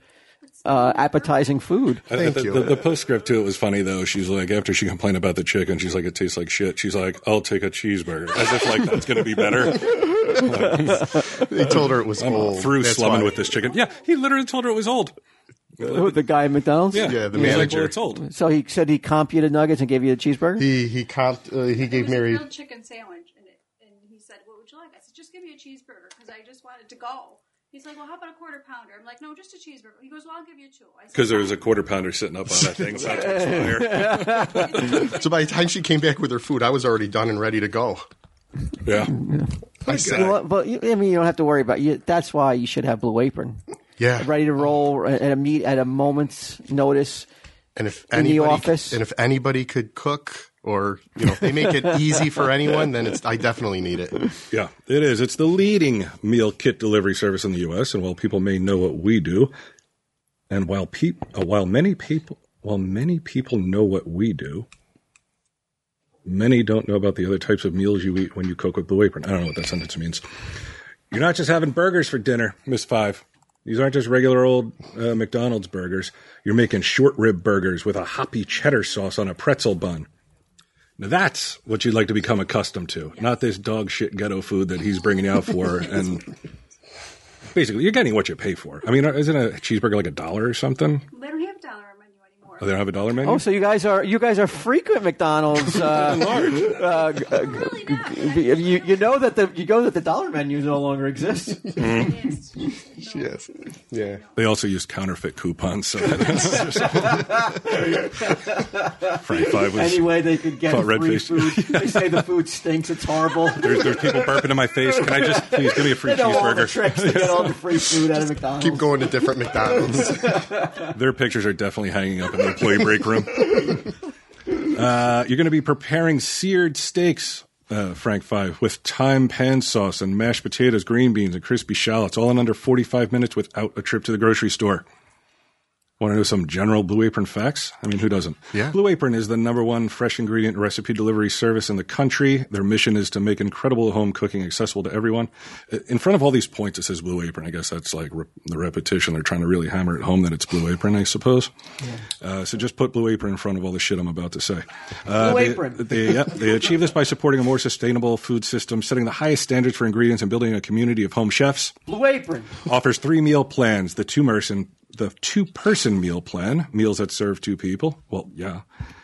uh, appetizing food? And Thank the, you. The, the postscript to it was funny though. She's like, after she complained about the chicken, she's like, it tastes like shit. She's like, I'll take a cheeseburger, as if like that's gonna be better. They told her it was I'm old. through Oh, That's slumming why. with this chicken. Yeah, he literally told her it was old. Who, the guy at McDonald's. Yeah, Yeah, the He's like, manager. well, it's old. So he said he comped you the nuggets and gave you the cheeseburger. He he comped, uh, he There gave was a Mary. grilled chicken sandwich in it, and he said, "What would you like?" I said, "Just give me a cheeseburger because I just wanted to go." He's like, well, how about a quarter pounder? I'm like, no, just a cheeseburger. He goes, well, I'll give you two. I said, Because there was a quarter pounder sitting up on that thing. So that's what's fire. So by the time she came back with her food, I was already done and ready to go. Yeah. I said, Well, but you- I mean, you don't have to worry about you. That's why you should have Blue Apron yeah. ready to roll at a meet at a moment's notice. And if in the anybody, office. and if anybody could cook, or you know, if they make it easy for anyone, then it's I definitely need it. Yeah, it is. It's the leading meal kit delivery service in the U.S. And while people may know what we do, and while peop- uh, while many people while many people know what we do, many don't know about the other types of meals you eat when you cook with Blue Apron. I don't know what that sentence means. You're not just having burgers for dinner, Miss Five. These aren't just regular old uh, McDonald's burgers. You're making short rib burgers with a hoppy cheddar sauce on a pretzel bun. Now that's what you'd like to become accustomed to, not this dog shit ghetto food that he's bringing out for. and basically, you're getting what you pay for. I mean, uh, isn't a cheeseburger like a dollar or something? they don't have a dollar menu anymore. Oh, they don't have a dollar menu. Oh, so you guys are you guys are frequent McDonald's. Uh, uh, g- really not. g- g- uh, you, you know that the you go that the dollar menu no longer exists. Yes. Yes. Yeah. They also use counterfeit coupons, so that's just- Frank Five was. Anyway, they could get Caught red free face. food. They say the food stinks. It's horrible. They There's, there's people burping in my face. Can I just please give me a free know all the cheeseburger? tricks to get all the free food out of McDonald's. Keep going to different McDonald's. Their pictures are definitely hanging up in the employee break room. Uh, you're going to be preparing seared steaks, uh, Frank Five, with thyme pan sauce and mashed potatoes, green beans, and crispy shallots, all in under 45 minutes without a trip to the grocery store. Want to know some general Blue Apron facts? I mean, who doesn't? Yeah. Blue Apron is the number one fresh ingredient recipe delivery service in the country. Their mission is to make incredible home cooking accessible to everyone. Uh, In front of all these points, it says Blue Apron. I guess that's like re- the repetition. They're trying to really hammer it home that it's Blue Apron, I suppose. Uh, so just put Blue Apron in front of all the shit I'm about to say. Uh, Blue they- Apron. They, yeah, they achieve this by supporting a more sustainable food system, setting the highest standards for ingredients, and building a community of home chefs Blue Apron. offers three meal plans the two person the two person meal plan meals that serve two people well yeah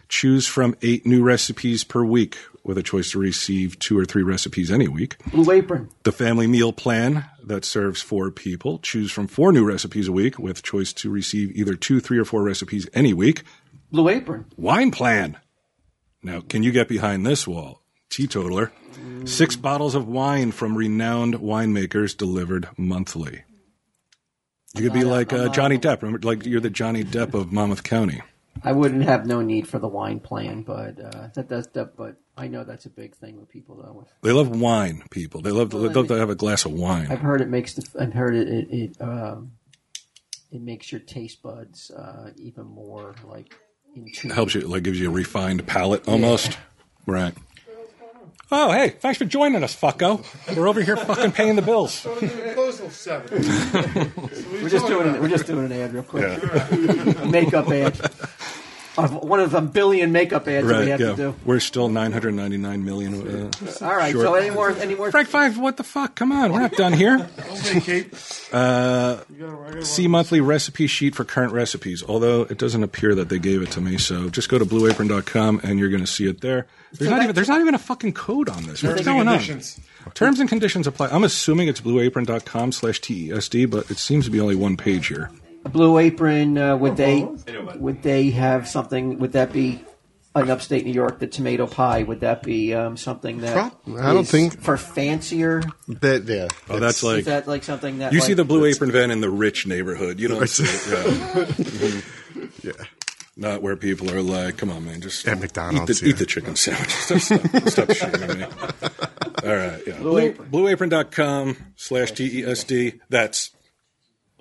choose from eight new recipes per week with a choice to receive two or three recipes any week Blue Apron. the family meal plan that serves four people choose from four new recipes a week with choice to receive either two three or four recipes any week Blue Apron. wine plan. Now, can you get behind this wall? Teetotaler. Six bottles of wine from renowned winemakers delivered monthly. You could be like uh, Johnny Depp. Remember, like you're the Johnny Depp of Monmouth County. I wouldn't have no need for the wine plan, but uh, that does. That, but I know that's a big thing with people though. With They love wine, people. They love, they love to have a glass of I've wine. heard it makes the. I've heard it. It it, um, it makes your taste buds uh, even more like. in tune. Helps you, like gives you a refined palate almost. Right. Oh, hey, thanks for joining us, fucko. We're over here fucking paying the bills. We're just doing. We're just doing an ad real quick. makeup ad. Of one of the billion makeup ads that we have Right, to yeah. do. We're still 999 million. Uh, All right. short. So any more? Any more? Frank Five, what the fuck? Come on, we're not done here. See monthly recipe sheet for current recipes. Although it doesn't appear that they gave it to me, so just go to blueapron.com and you're going to see it there. There's not even there's not even a fucking code on this. What's and going on? conditions. Terms and conditions apply. I'm assuming it's blueapron.com slash TESD, but it seems to be only one page here. Blue Apron, uh, would they Oh, would they have something? Would that be an upstate New York? The tomato pie would that be um, something that Prob- I don't is think- for fancier? That yeah. Oh, that's like is that like something that you like, see the blue apron van in the rich neighborhood. You don't see it. Yeah. Not where people are like, come on, man, just At eat the- McDonald's, Eat the, yeah. chicken sandwiches. Stop, stop shooting at me. All right, yeah. Blue, Apron. Blueapron.com slash TESD. That's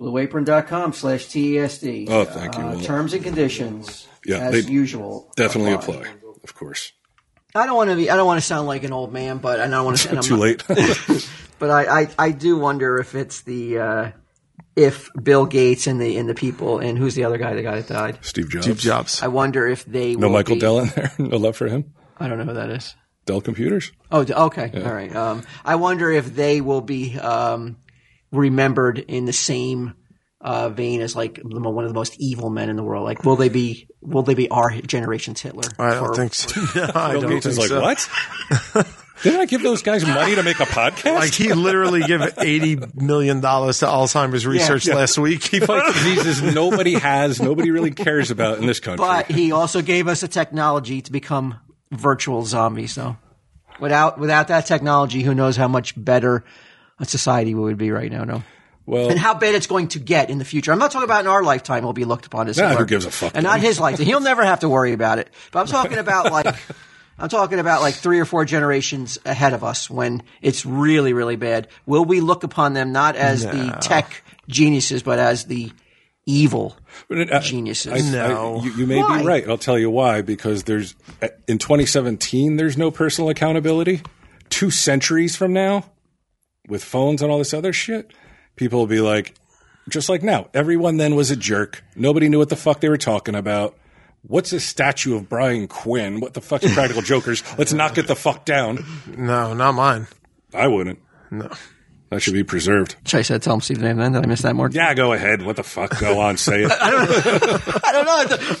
blueapron.com slash TESD. Oh, thank you, Uh, Will. terms and conditions, Yeah, as they usual, definitely apply, of course. I don't want to be. I don't want to sound like an old man, but and I don't want to. and I'm Too not- late. But I, I, I do wonder if it's the uh, if Bill Gates and the and the people and who's the other guy, the guy that died. Steve Jobs. Steve Jobs. I wonder if they No will Michael be- Dell in there. No love for him. I don't know who that is. Dell Computers. Oh, d- okay. All right. Um, I wonder if they will be um, remembered in the same uh, vein as like the mo- one of the most evil men in the world. Like, will they be? Will they be our generation's Hitler? I don't Or- think so. No, I Bill don't Gates think is like, so. what? Didn't I give those guys money to make a podcast? Like he literally gave eighty million dollars to Alzheimer's research yeah. last week. he fights diseases nobody has, nobody really cares about in this country. But he also gave us the technology to become virtual zombies. So without without that technology, who knows how much better a society we would be right now? No. well, And how bad it's going to get in the future. I'm not talking about in our lifetime will be looked upon as Nah, who alert. gives a fuck? And not his lifetime. He'll never have to worry about it. But I'm talking about like I'm talking about like three or four generations ahead of us when it's really, really bad. Will we look upon them not as the tech geniuses, but as the evil But uh, I- geniuses? No. you, you may Why? be right. I'll tell you why. Because there's uh, in 2017, there's no personal accountability. Two centuries from now, with phones and all this other shit, people will be like, just like now, everyone then was a jerk. Nobody knew what the fuck they were talking about. What's a statue of Brian Quinn? What the fuck's Practical Jokers? Let's knock it the fuck down. No, not mine. I wouldn't. No. That should be preserved. Should I said tell him Steve the name then? Did I miss that more? Yeah, go ahead. What the fuck? Go on, say it. I don't know. I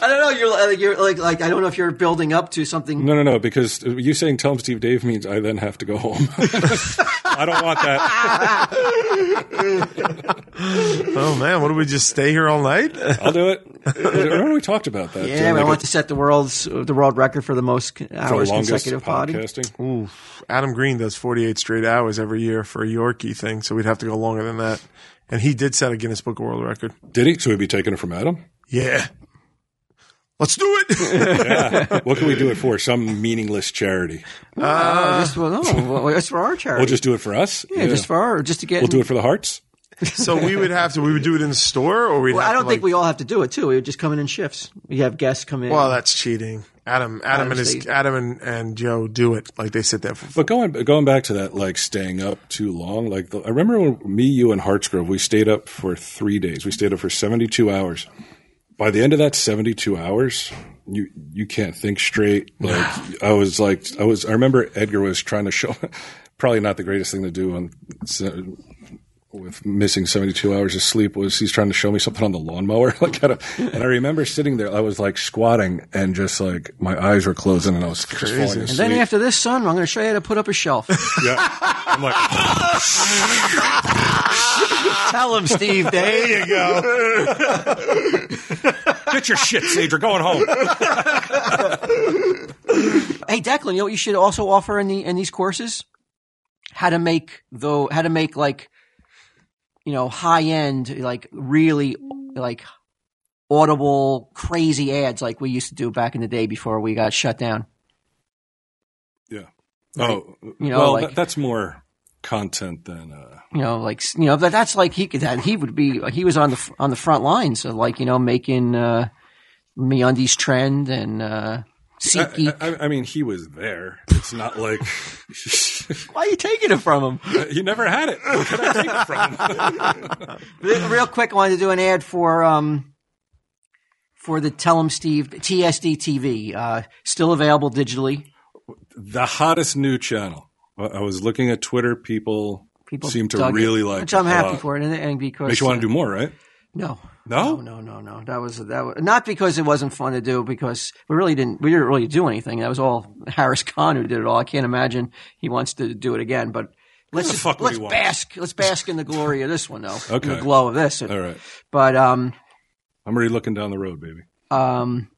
don't know. You're like, you're like like I don't know if you're building up to something. No, no, no. Because you saying "Tell him Steve Dave" means I then have to go home. I don't want that. Oh man, what do we just stay here all night? I'll do it. Remember we talked about that? Yeah, during, I like, want to set the world's the world record for the most hours consecutive potty. podcasting. Adam Green does 48 straight hours every year for a Yorkie thing, so we'd have to go longer than that. And he did set a Guinness Book of World Record. Did he? So we'd be taking it from Adam. Yeah. Let's do it. What can we do it for? Some meaningless charity. Oh, just, well, no, well, it's for our charity. Uh, We'll just do it for us. yeah, just for our, just to get. We'll do it for the hearts. so we would have to, we would do it in the store or we'd Well, have I don't to, think like- we all have to do it too. We would just come in in shifts. We have guests come in. Well, that's cheating. Adam, Adam and his, Honestly. Adam and, and Joe do it. Like they sit there for, But going going back to that, like staying up too long. Like the, I remember when me, you, and Hartsgrove, we stayed up for three days. We stayed up for seventy two hours. By the end of that seventy two hours, you you can't think straight. Like I was like I was. I remember Edgar was trying to show. Probably not the greatest thing to do on se- with missing 72 hours of sleep was he's trying to show me something on the lawnmower like how to, and i remember sitting there i was like squatting and just like my eyes were closing and i was just falling asleep. and then after this, son, I'm going to show you how to put up a shelf. yeah i'm like Tell him, Steve. Dave. you go. Get your shit, Sage. We're going home. Hey, Declan, you know what you should also offer in the in these courses? How to make though how to make like you know, high end, like really like audible, crazy ads like we used to do back in the day before we got shut down. Yeah. Oh, You know, well, like- that- that's more content than. Uh, You know, like you know, but that's like he could that he would be he was on the f- on the front lines of like, you know, making uh MeUndies trend and uh SeatGeek. I, I, I mean, he was there. It's not like uh, Why are you taking it from him? he never had it. Where could I take it from? Real real quick, I wanted to do an ad for um for the Tell 'em Steve TSD TV, uh, still available digitally. the hottest new channel. I I was looking at Twitter. People, People seem to dug it, really like. which I'm it a happy lot. for, it, and, and because Makes you want to do more, right? no, No? no, no, no, no. That was that was not because it wasn't fun to do, because we really didn't we didn't really do anything. That was all Harris Khan who did it all. I can't imagine he wants to do it again, but. Let's the just- fuck would let's he want? bask let's bask in the glory of this one though. in Okay. the glow of this. All right. But um, I'm already looking down the road, baby. um,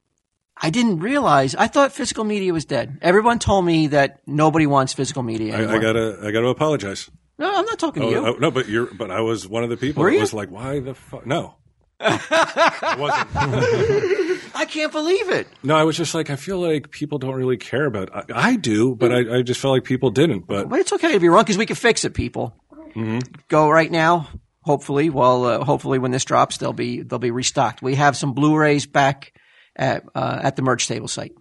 I didn't realize. I thought physical media was dead. Everyone told me that nobody wants physical media. I, Anymore. I gotta, I gotta apologize. No, I'm not talking to you. Oh, oh, no, but you're, but I was one of the people Were that you? was like, why the fuck? No, I wasn't. I can't believe it. No, I was just like, I feel like people don't really care about. I, I do, but Mm. I, I just felt like people didn't. But But it's okay to be wrong because we can fix it, people. Mm-hmm. Go right now. Hopefully, well, uh, hopefully when this drops, they'll be they'll be restocked. We have some Blu-rays back at uh, at the merch table site.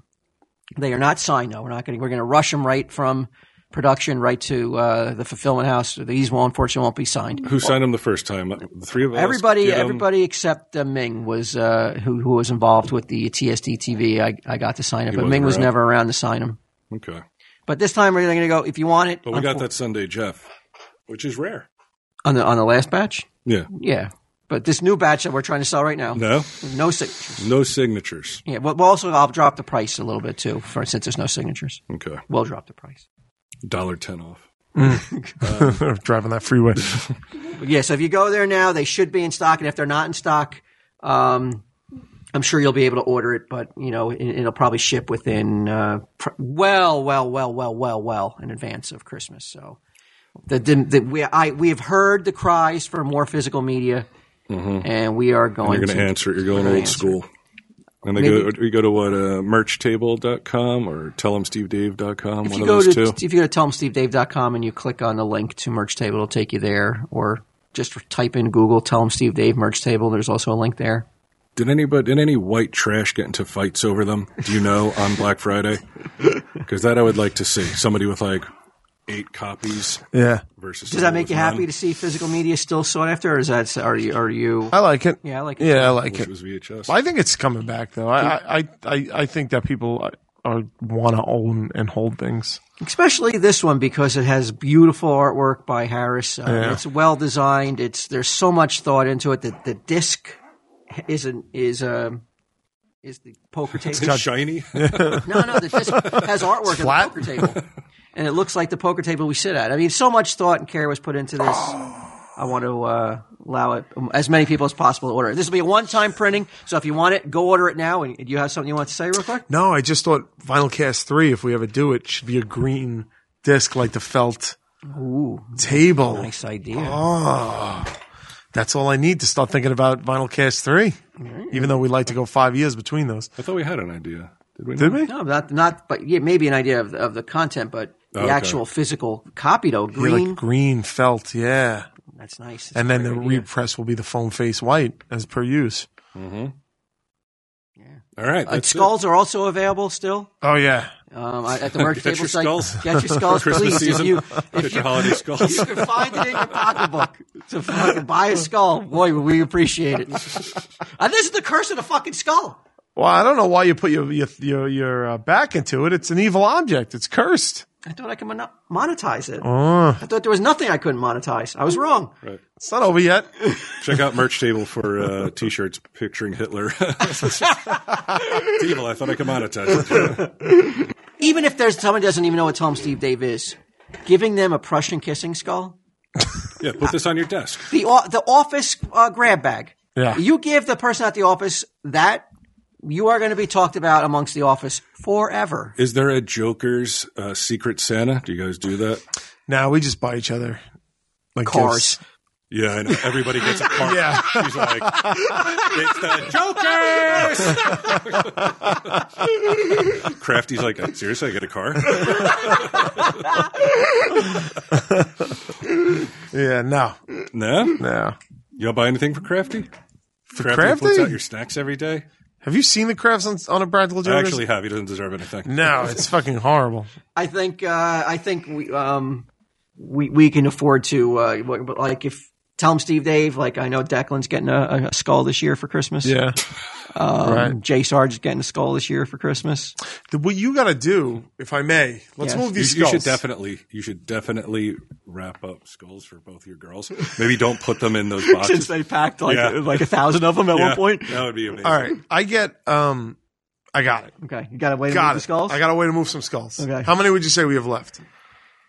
They are not signed though. We're not going. We're going to rush them right from production right to uh, the fulfillment house. These will unfortunately won't be signed. who signed them the first time? The three of us. Everybody, did 'em. everybody except uh, Ming was uh, who who was involved with the TSD TV. I, I got to sign it, but wasn't Ming was around. never around to sign him. Okay, But this time we're going to go. If you want it, but we got unfor- that Sunday Jeff, which is rare. on the on the last batch. Yeah. Yeah, but this new batch that we're trying to sell right now, No, no signatures. no signatures. Yeah, well, well, also I'll drop the price a little bit too, for since there's no signatures. Okay. We'll drop the price. Dollar ten off. Driving that freeway. But yeah, so if you go there now, they should be in stock, and if they're not in stock, um, I'm sure you'll be able to order it. But you know, it, it'll probably ship within uh, pr- well, well, well, well, well, well in advance of Christmas. So the, the, the we I we have heard the cries for more physical media, and we are going Mm-hmm. You're going to to answer it. You're going gonna old answer school. And they go, you go to what, uh, merchtable.com or tellemstevedave.com, If one you, of go those to, two. if you go to tellemstevedave.com and you click on the link to merch table, it'll take you there. Or just type in Google, tell them Steve Dave merch table. There's also a link there. Did anybody, did any white trash get into fights over them? Do you know on Black Friday? Because that I would like to see somebody with like eight copies Yeah. versus. Does that make you happy to see physical media still sought after, or is that are you are you? I like it. Yeah, I like it. Yeah, I like It it. was VHS. I think it's coming back though. I I I, I think that people are want to own and hold things. Especially this one because it has beautiful artwork by Harris. Uh, Yeah. It's well designed. It's there's so much thought into it that the disc isn't is um is the poker table. It's shiny. No, no, the disc has artwork flat. at the poker table, and it looks like the poker table we sit at. I mean, so much thought and care was put into this. I want to uh, allow it as many people as possible to order. it. This will be a one-time printing, so if you want it, go order it now. And do you have something you want to say real quick? No, I just thought Vinyl Cast three, if we ever do it, should be a green disc like the felt Ooh, table. nice idea. That's all I need to start thinking about Vinyl Cast three. Even though we like to go five years between those, I thought we had an idea. Did we? did we? No, not not, but yeah, maybe an idea of the, of the content, but the Okay. actual physical copy though, Yeah, green. like green felt, yeah. that's nice. That's And then a the great idea. repress will be the foam face white as per use. All right. Uh, that's it. skulls are also available still Oh yeah, um, I- at the merch Get table your site. skulls. Get your skulls, Christmas please. season. If you Get your holiday skulls. you can find it in your pocketbook to fucking buy a skull, boy, would we appreciate it. And this is the curse of the fucking skull. Well, I don't know why you put your your your, your uh, back into it. It's an evil object. It's cursed. I thought I could mon- monetize it. Oh. I thought there was nothing I couldn't monetize. I was wrong. It's not over yet. Check out merch table for uh, t-shirts picturing Hitler. It's evil. I thought I could monetize it. Even if there's someone doesn't even know what Tom Steve Dave is, giving them a Prussian kissing skull. Yeah, put this on your desk. the o- the office uh, grab bag. Yeah. You give the person at the office that you are going to be talked about amongst the office forever. Is there a Joker's uh, Secret Santa? Do you guys do that? now we just buy each other like Cars. gifts. Yeah, I know. Everybody gets a card. Yeah. She's like, it's the Joker's. Crafty's like, "Uh, seriously, I get a car? Yeah. No. No? No. Y'all buy anything for Crafty? Crafty, Crafty? puts out your snacks every day. Have you seen the crafts on, on a practical I joke? actually have. He doesn't deserve anything. No, it's fucking horrible. I think uh, I think we um we we can afford to uh, w- but like if tell 'em Steve Dave like I know Declan's getting a, a skull this year for Christmas. Yeah. right. Jay Sarge is getting a skull this year for Christmas. The- what you got to do, if I may, let's Yes. move You, these you skulls. should definitely, you should definitely wrap up skulls for both your girls. Maybe don't put them in those boxes. Since they packed like Yeah. like a thousand of them at Yeah, one point. that would be amazing. All right. I get. Um. I got it. Okay, you got to wait Got for it. the skulls. I got a way to move some skulls. Okay. How many would you say we have left?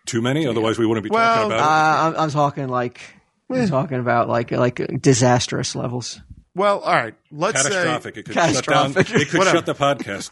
Too many, otherwise we wouldn't be Well, talking uh, about I'm, I'm talking like I'm talking about like like disastrous levels. Well, all right. it. Let's say Catastrophic. It could shut Catastrophic. down. It could Whatever. shut the podcast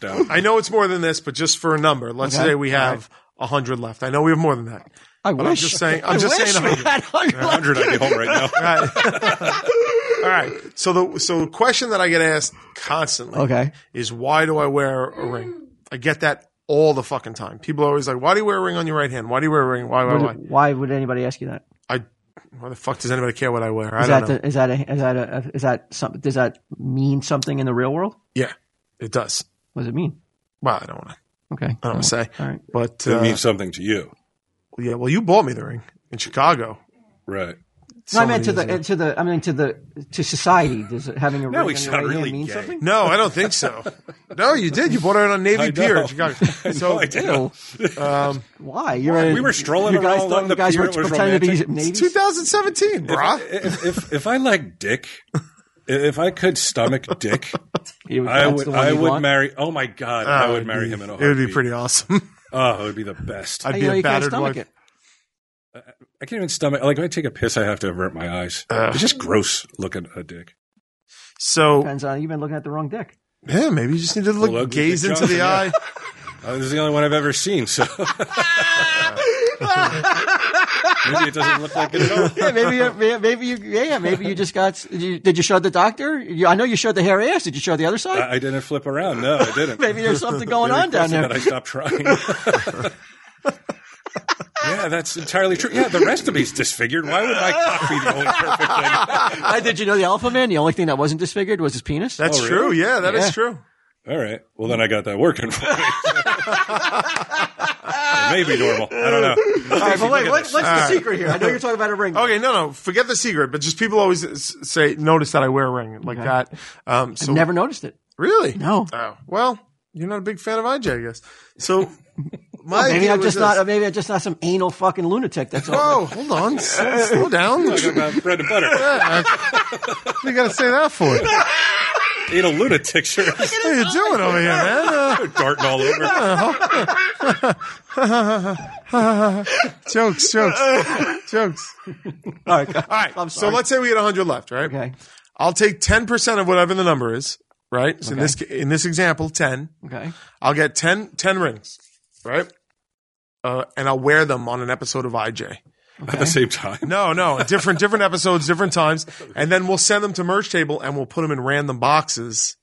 down. I know it's more than this, but just for a number, let's Okay. say we have a hundred left. I know we have more than that. I But wish. I'm just saying. I'm I just wish saying. we 100. had 100 left. Hundred, I'd be home right now. All right. All right. So the so the question that I get asked constantly Okay. is why do I wear a ring? I get that all the fucking time. People are always like, why do you wear a ring on your right hand? Why do you wear a ring? Why why why? Would- Why would anybody ask you that? I why the fuck does anybody care what I wear? I Is don't that know. the, is that a, is that a, is that something? Does that mean something in the real world? yeah, it does. What does it mean? Well, I don't want to. Okay. I don't want to say. Oh, All right. But It uh, means something to you, yeah, well, you bought me the ring in Chicago. right? No, I meant to Somebody the doesn't- to the I mean to the to society. Does it, having a No, ring he's on your not right hand really mean gay. something? No, I don't think so. No, you did. You bought it on Navy I Pier know. in Chicago. I So um, know I did. Ew. Why? You're a- We were strolling You guys around thought on you the guys pier, were it was pretending to romantic. be Navy. 2017, brah. If, if if I like dick, i- if I could stomach dick, You- I that's would the one I you would want? marry. Oh my god, I would marry him in a Uh, Ah, It would heartbeat. be pretty awesome. Oh, it would be the best. I, I'd You be know, a you can't battered stomach wife. it. can't even stomach. Like if I take a piss, I have to avert my eyes. It's just gross looking at a dick. So Depends on you've been looking at the wrong dick. yeah, maybe you just need to look, Well, look, gaze look at into the eye. Johnson, Uh, this is the only one I've ever seen, so maybe it doesn't look like it at all. Yeah, maybe, you- may- maybe you, yeah, maybe you just got. Did you, did you show the doctor? You, I know you showed the hairy ass. Did you show the other side? I I didn't flip around. No, I didn't. maybe there's something going They on down requested there. That I stopped trying. yeah, that's entirely true. Yeah, the rest of me's disfigured. Why would my cock be the only perfect thing? I did. You know the Alpha Man. The only thing that wasn't disfigured was his penis. Uh, That's Oh, really? true. Yeah, that is Yeah. true. All right. Well, then I got that working for me. Maybe normal. I don't know. All right, but wait, what, this. what's the secret here? I know you're talking about a ring. Okay, no, no, forget the secret. But just people always s- say, notice that I wear a ring like that. Um, so Never noticed it. really, No. Oh, well, you're not a big fan of IJ, I guess. So my Maybe idea I'm was just this. not. Maybe I'm just not some anal fucking lunatic. That's all. Oh, hold on, S- slow down. What Talking about bread and butter. you got to say that for? What are Eat a lunatic shirt. you doing over here, man? Uh, Darting all over. jokes, jokes, jokes. All right, go- All right, I'm so sorry. let's say we had 100 left, right? okay, I'll take 10% of whatever the number is, right? So in this in this example, 10. okay. I'll get 10, 10 rings, right? Uh, and I'll wear them on an episode of IJ. At the same time. No, no, different different episodes, different times, and then we'll send them to merch table and we'll put them in random boxes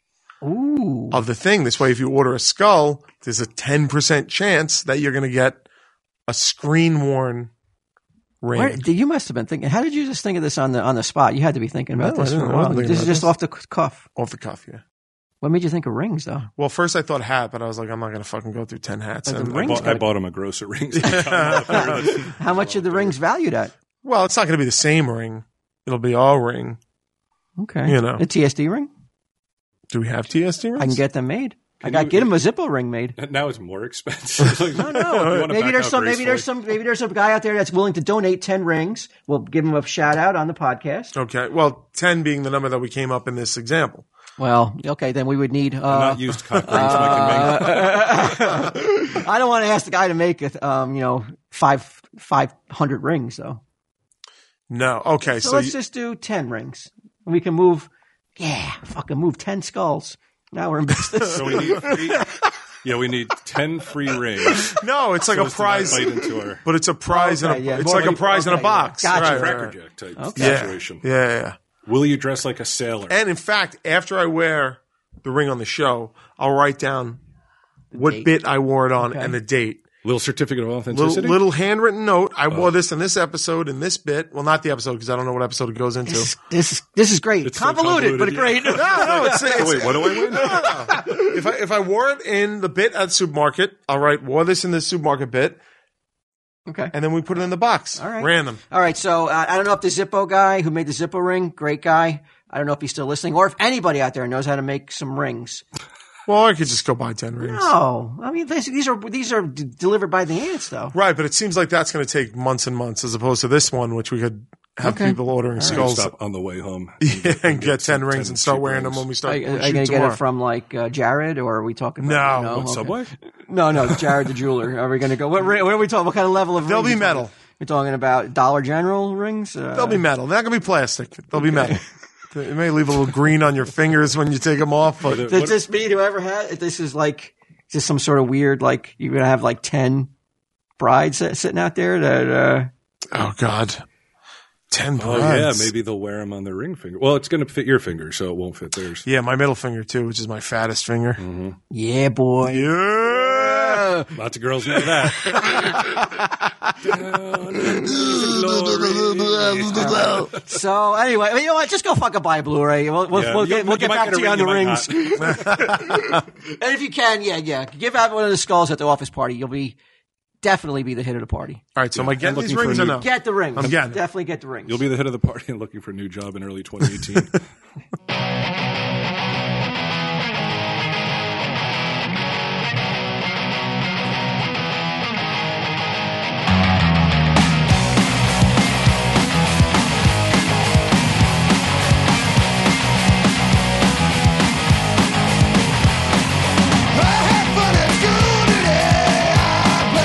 Ooh, of the thing. This way, if you order a skull, there's a ten percent chance that you're going to get a screen worn ring. Where, you must have been thinking. How did you just think of this on the on the spot? You had to be thinking about No, I this for didn't- a I wasn't while. thinking This is about just this. off the c- cuff. Off the cuff, yeah. What made you think of rings, though? Well, first I thought hat, but I was like, I'm not going to fucking go through ten hats. But the And- ring- Well, I bought him a gross at rings. That's How much are the rings valued at? well, it's not going to be the same ring. It'll be all ring. Okay, You know. the TSD ring. Do we have TSD rings? I can get them made. I got to get them a Zippo ring made. now it's more expensive. No, Oh, no. maybe there's some. Maybe there's some. Maybe there's a guy out there that's willing to donate ten rings. We'll give him a shout out on the podcast. Okay. Well, ten being the number that we came up in this example. Well, okay, then we would need. Uh, not used cock rings. so I can make. I don't want to ask the guy to make it. Um, you know, five five hundred rings though. No. Okay. So, So, let's you- just do ten rings. We can move. Yeah, fucking move ten skulls. Now we're in business. So we need three. Yeah, we need ten free rings. no, it's like so a as to not prize. bite into our But it's a prize Okay, in a yeah, it's more like a like- prize in a okay, box. yeah. Gotcha. crackerjack type Okay. situation. Yeah, yeah, yeah. Will you dress like a sailor? And in fact, after I wear the ring on the show, I'll write down what date. bit I wore it on and the date. little certificate of Little, authenticity. little handwritten note. I Oh. wore this in this episode in this bit. Well, not the episode because I don't know what episode it goes into. this, this is this is great. It's so convoluted, but convoluted, great. no, no, it's, Oh, it's wait, what do I win? if I if I wore it in the bit at the supermarket, I'll write wore this in the supermarket bit, okay. and then we put it in the box. All right. Random. All right, so uh, I don't know if the Zippo guy who made the Zippo ring, great guy. I don't know if he's still listening, or if anybody out there knows how to make some rings. Well, I could just go buy ten rings. No, I mean this, these are these are d- delivered by the ants, though. Right, but it seems like that's going to take months and months, as opposed to this one, which we could have Okay. people ordering I'll skulls stop on the way home. and get ten rings ten and start cheap wearing them rings. when we Are, start. are you when we going shoot to get tomorrow. it from like uh, Jared, or are we talking? About, No. What, okay. Subway? No, no, Jared the jeweler. Are we going to go? What, ri- what are we talking? What kind of level of? They'll ring be are we talking- metal. You're talking about Dollar General rings. Uh, They'll be metal. They're not going to be plastic. They'll be metal. It may leave a little green on your fingers when you take them off, but Does this mean whoever had this is like is this some sort of weird like you're going to have like ten brides that- sitting out there that. uh oh god, ten Oh yeah, brides. maybe they'll wear them on their ring finger. Well, it's going to fit your finger, so it won't fit theirs. Yeah, my middle finger too, which is my fattest finger. Mm. Yeah, boy. Yeah. Lots of girls know that. Down in glory. So anyway, you know what? Just go fucking buy a Blu-ray. We'll, we'll, Yeah, we'll you- get, we'll you get might back a to you on the ring, rings. you might not. And if you can, yeah, yeah, give out one of the skulls at the office party. You'll be definitely be the hit of the party. All right, so am I getting these looking for rings a or new- no? Get the rings. I'm getting it. definitely get the rings. You'll be the head of the party and looking for a new job in early 2018. I had fun at school today. I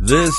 This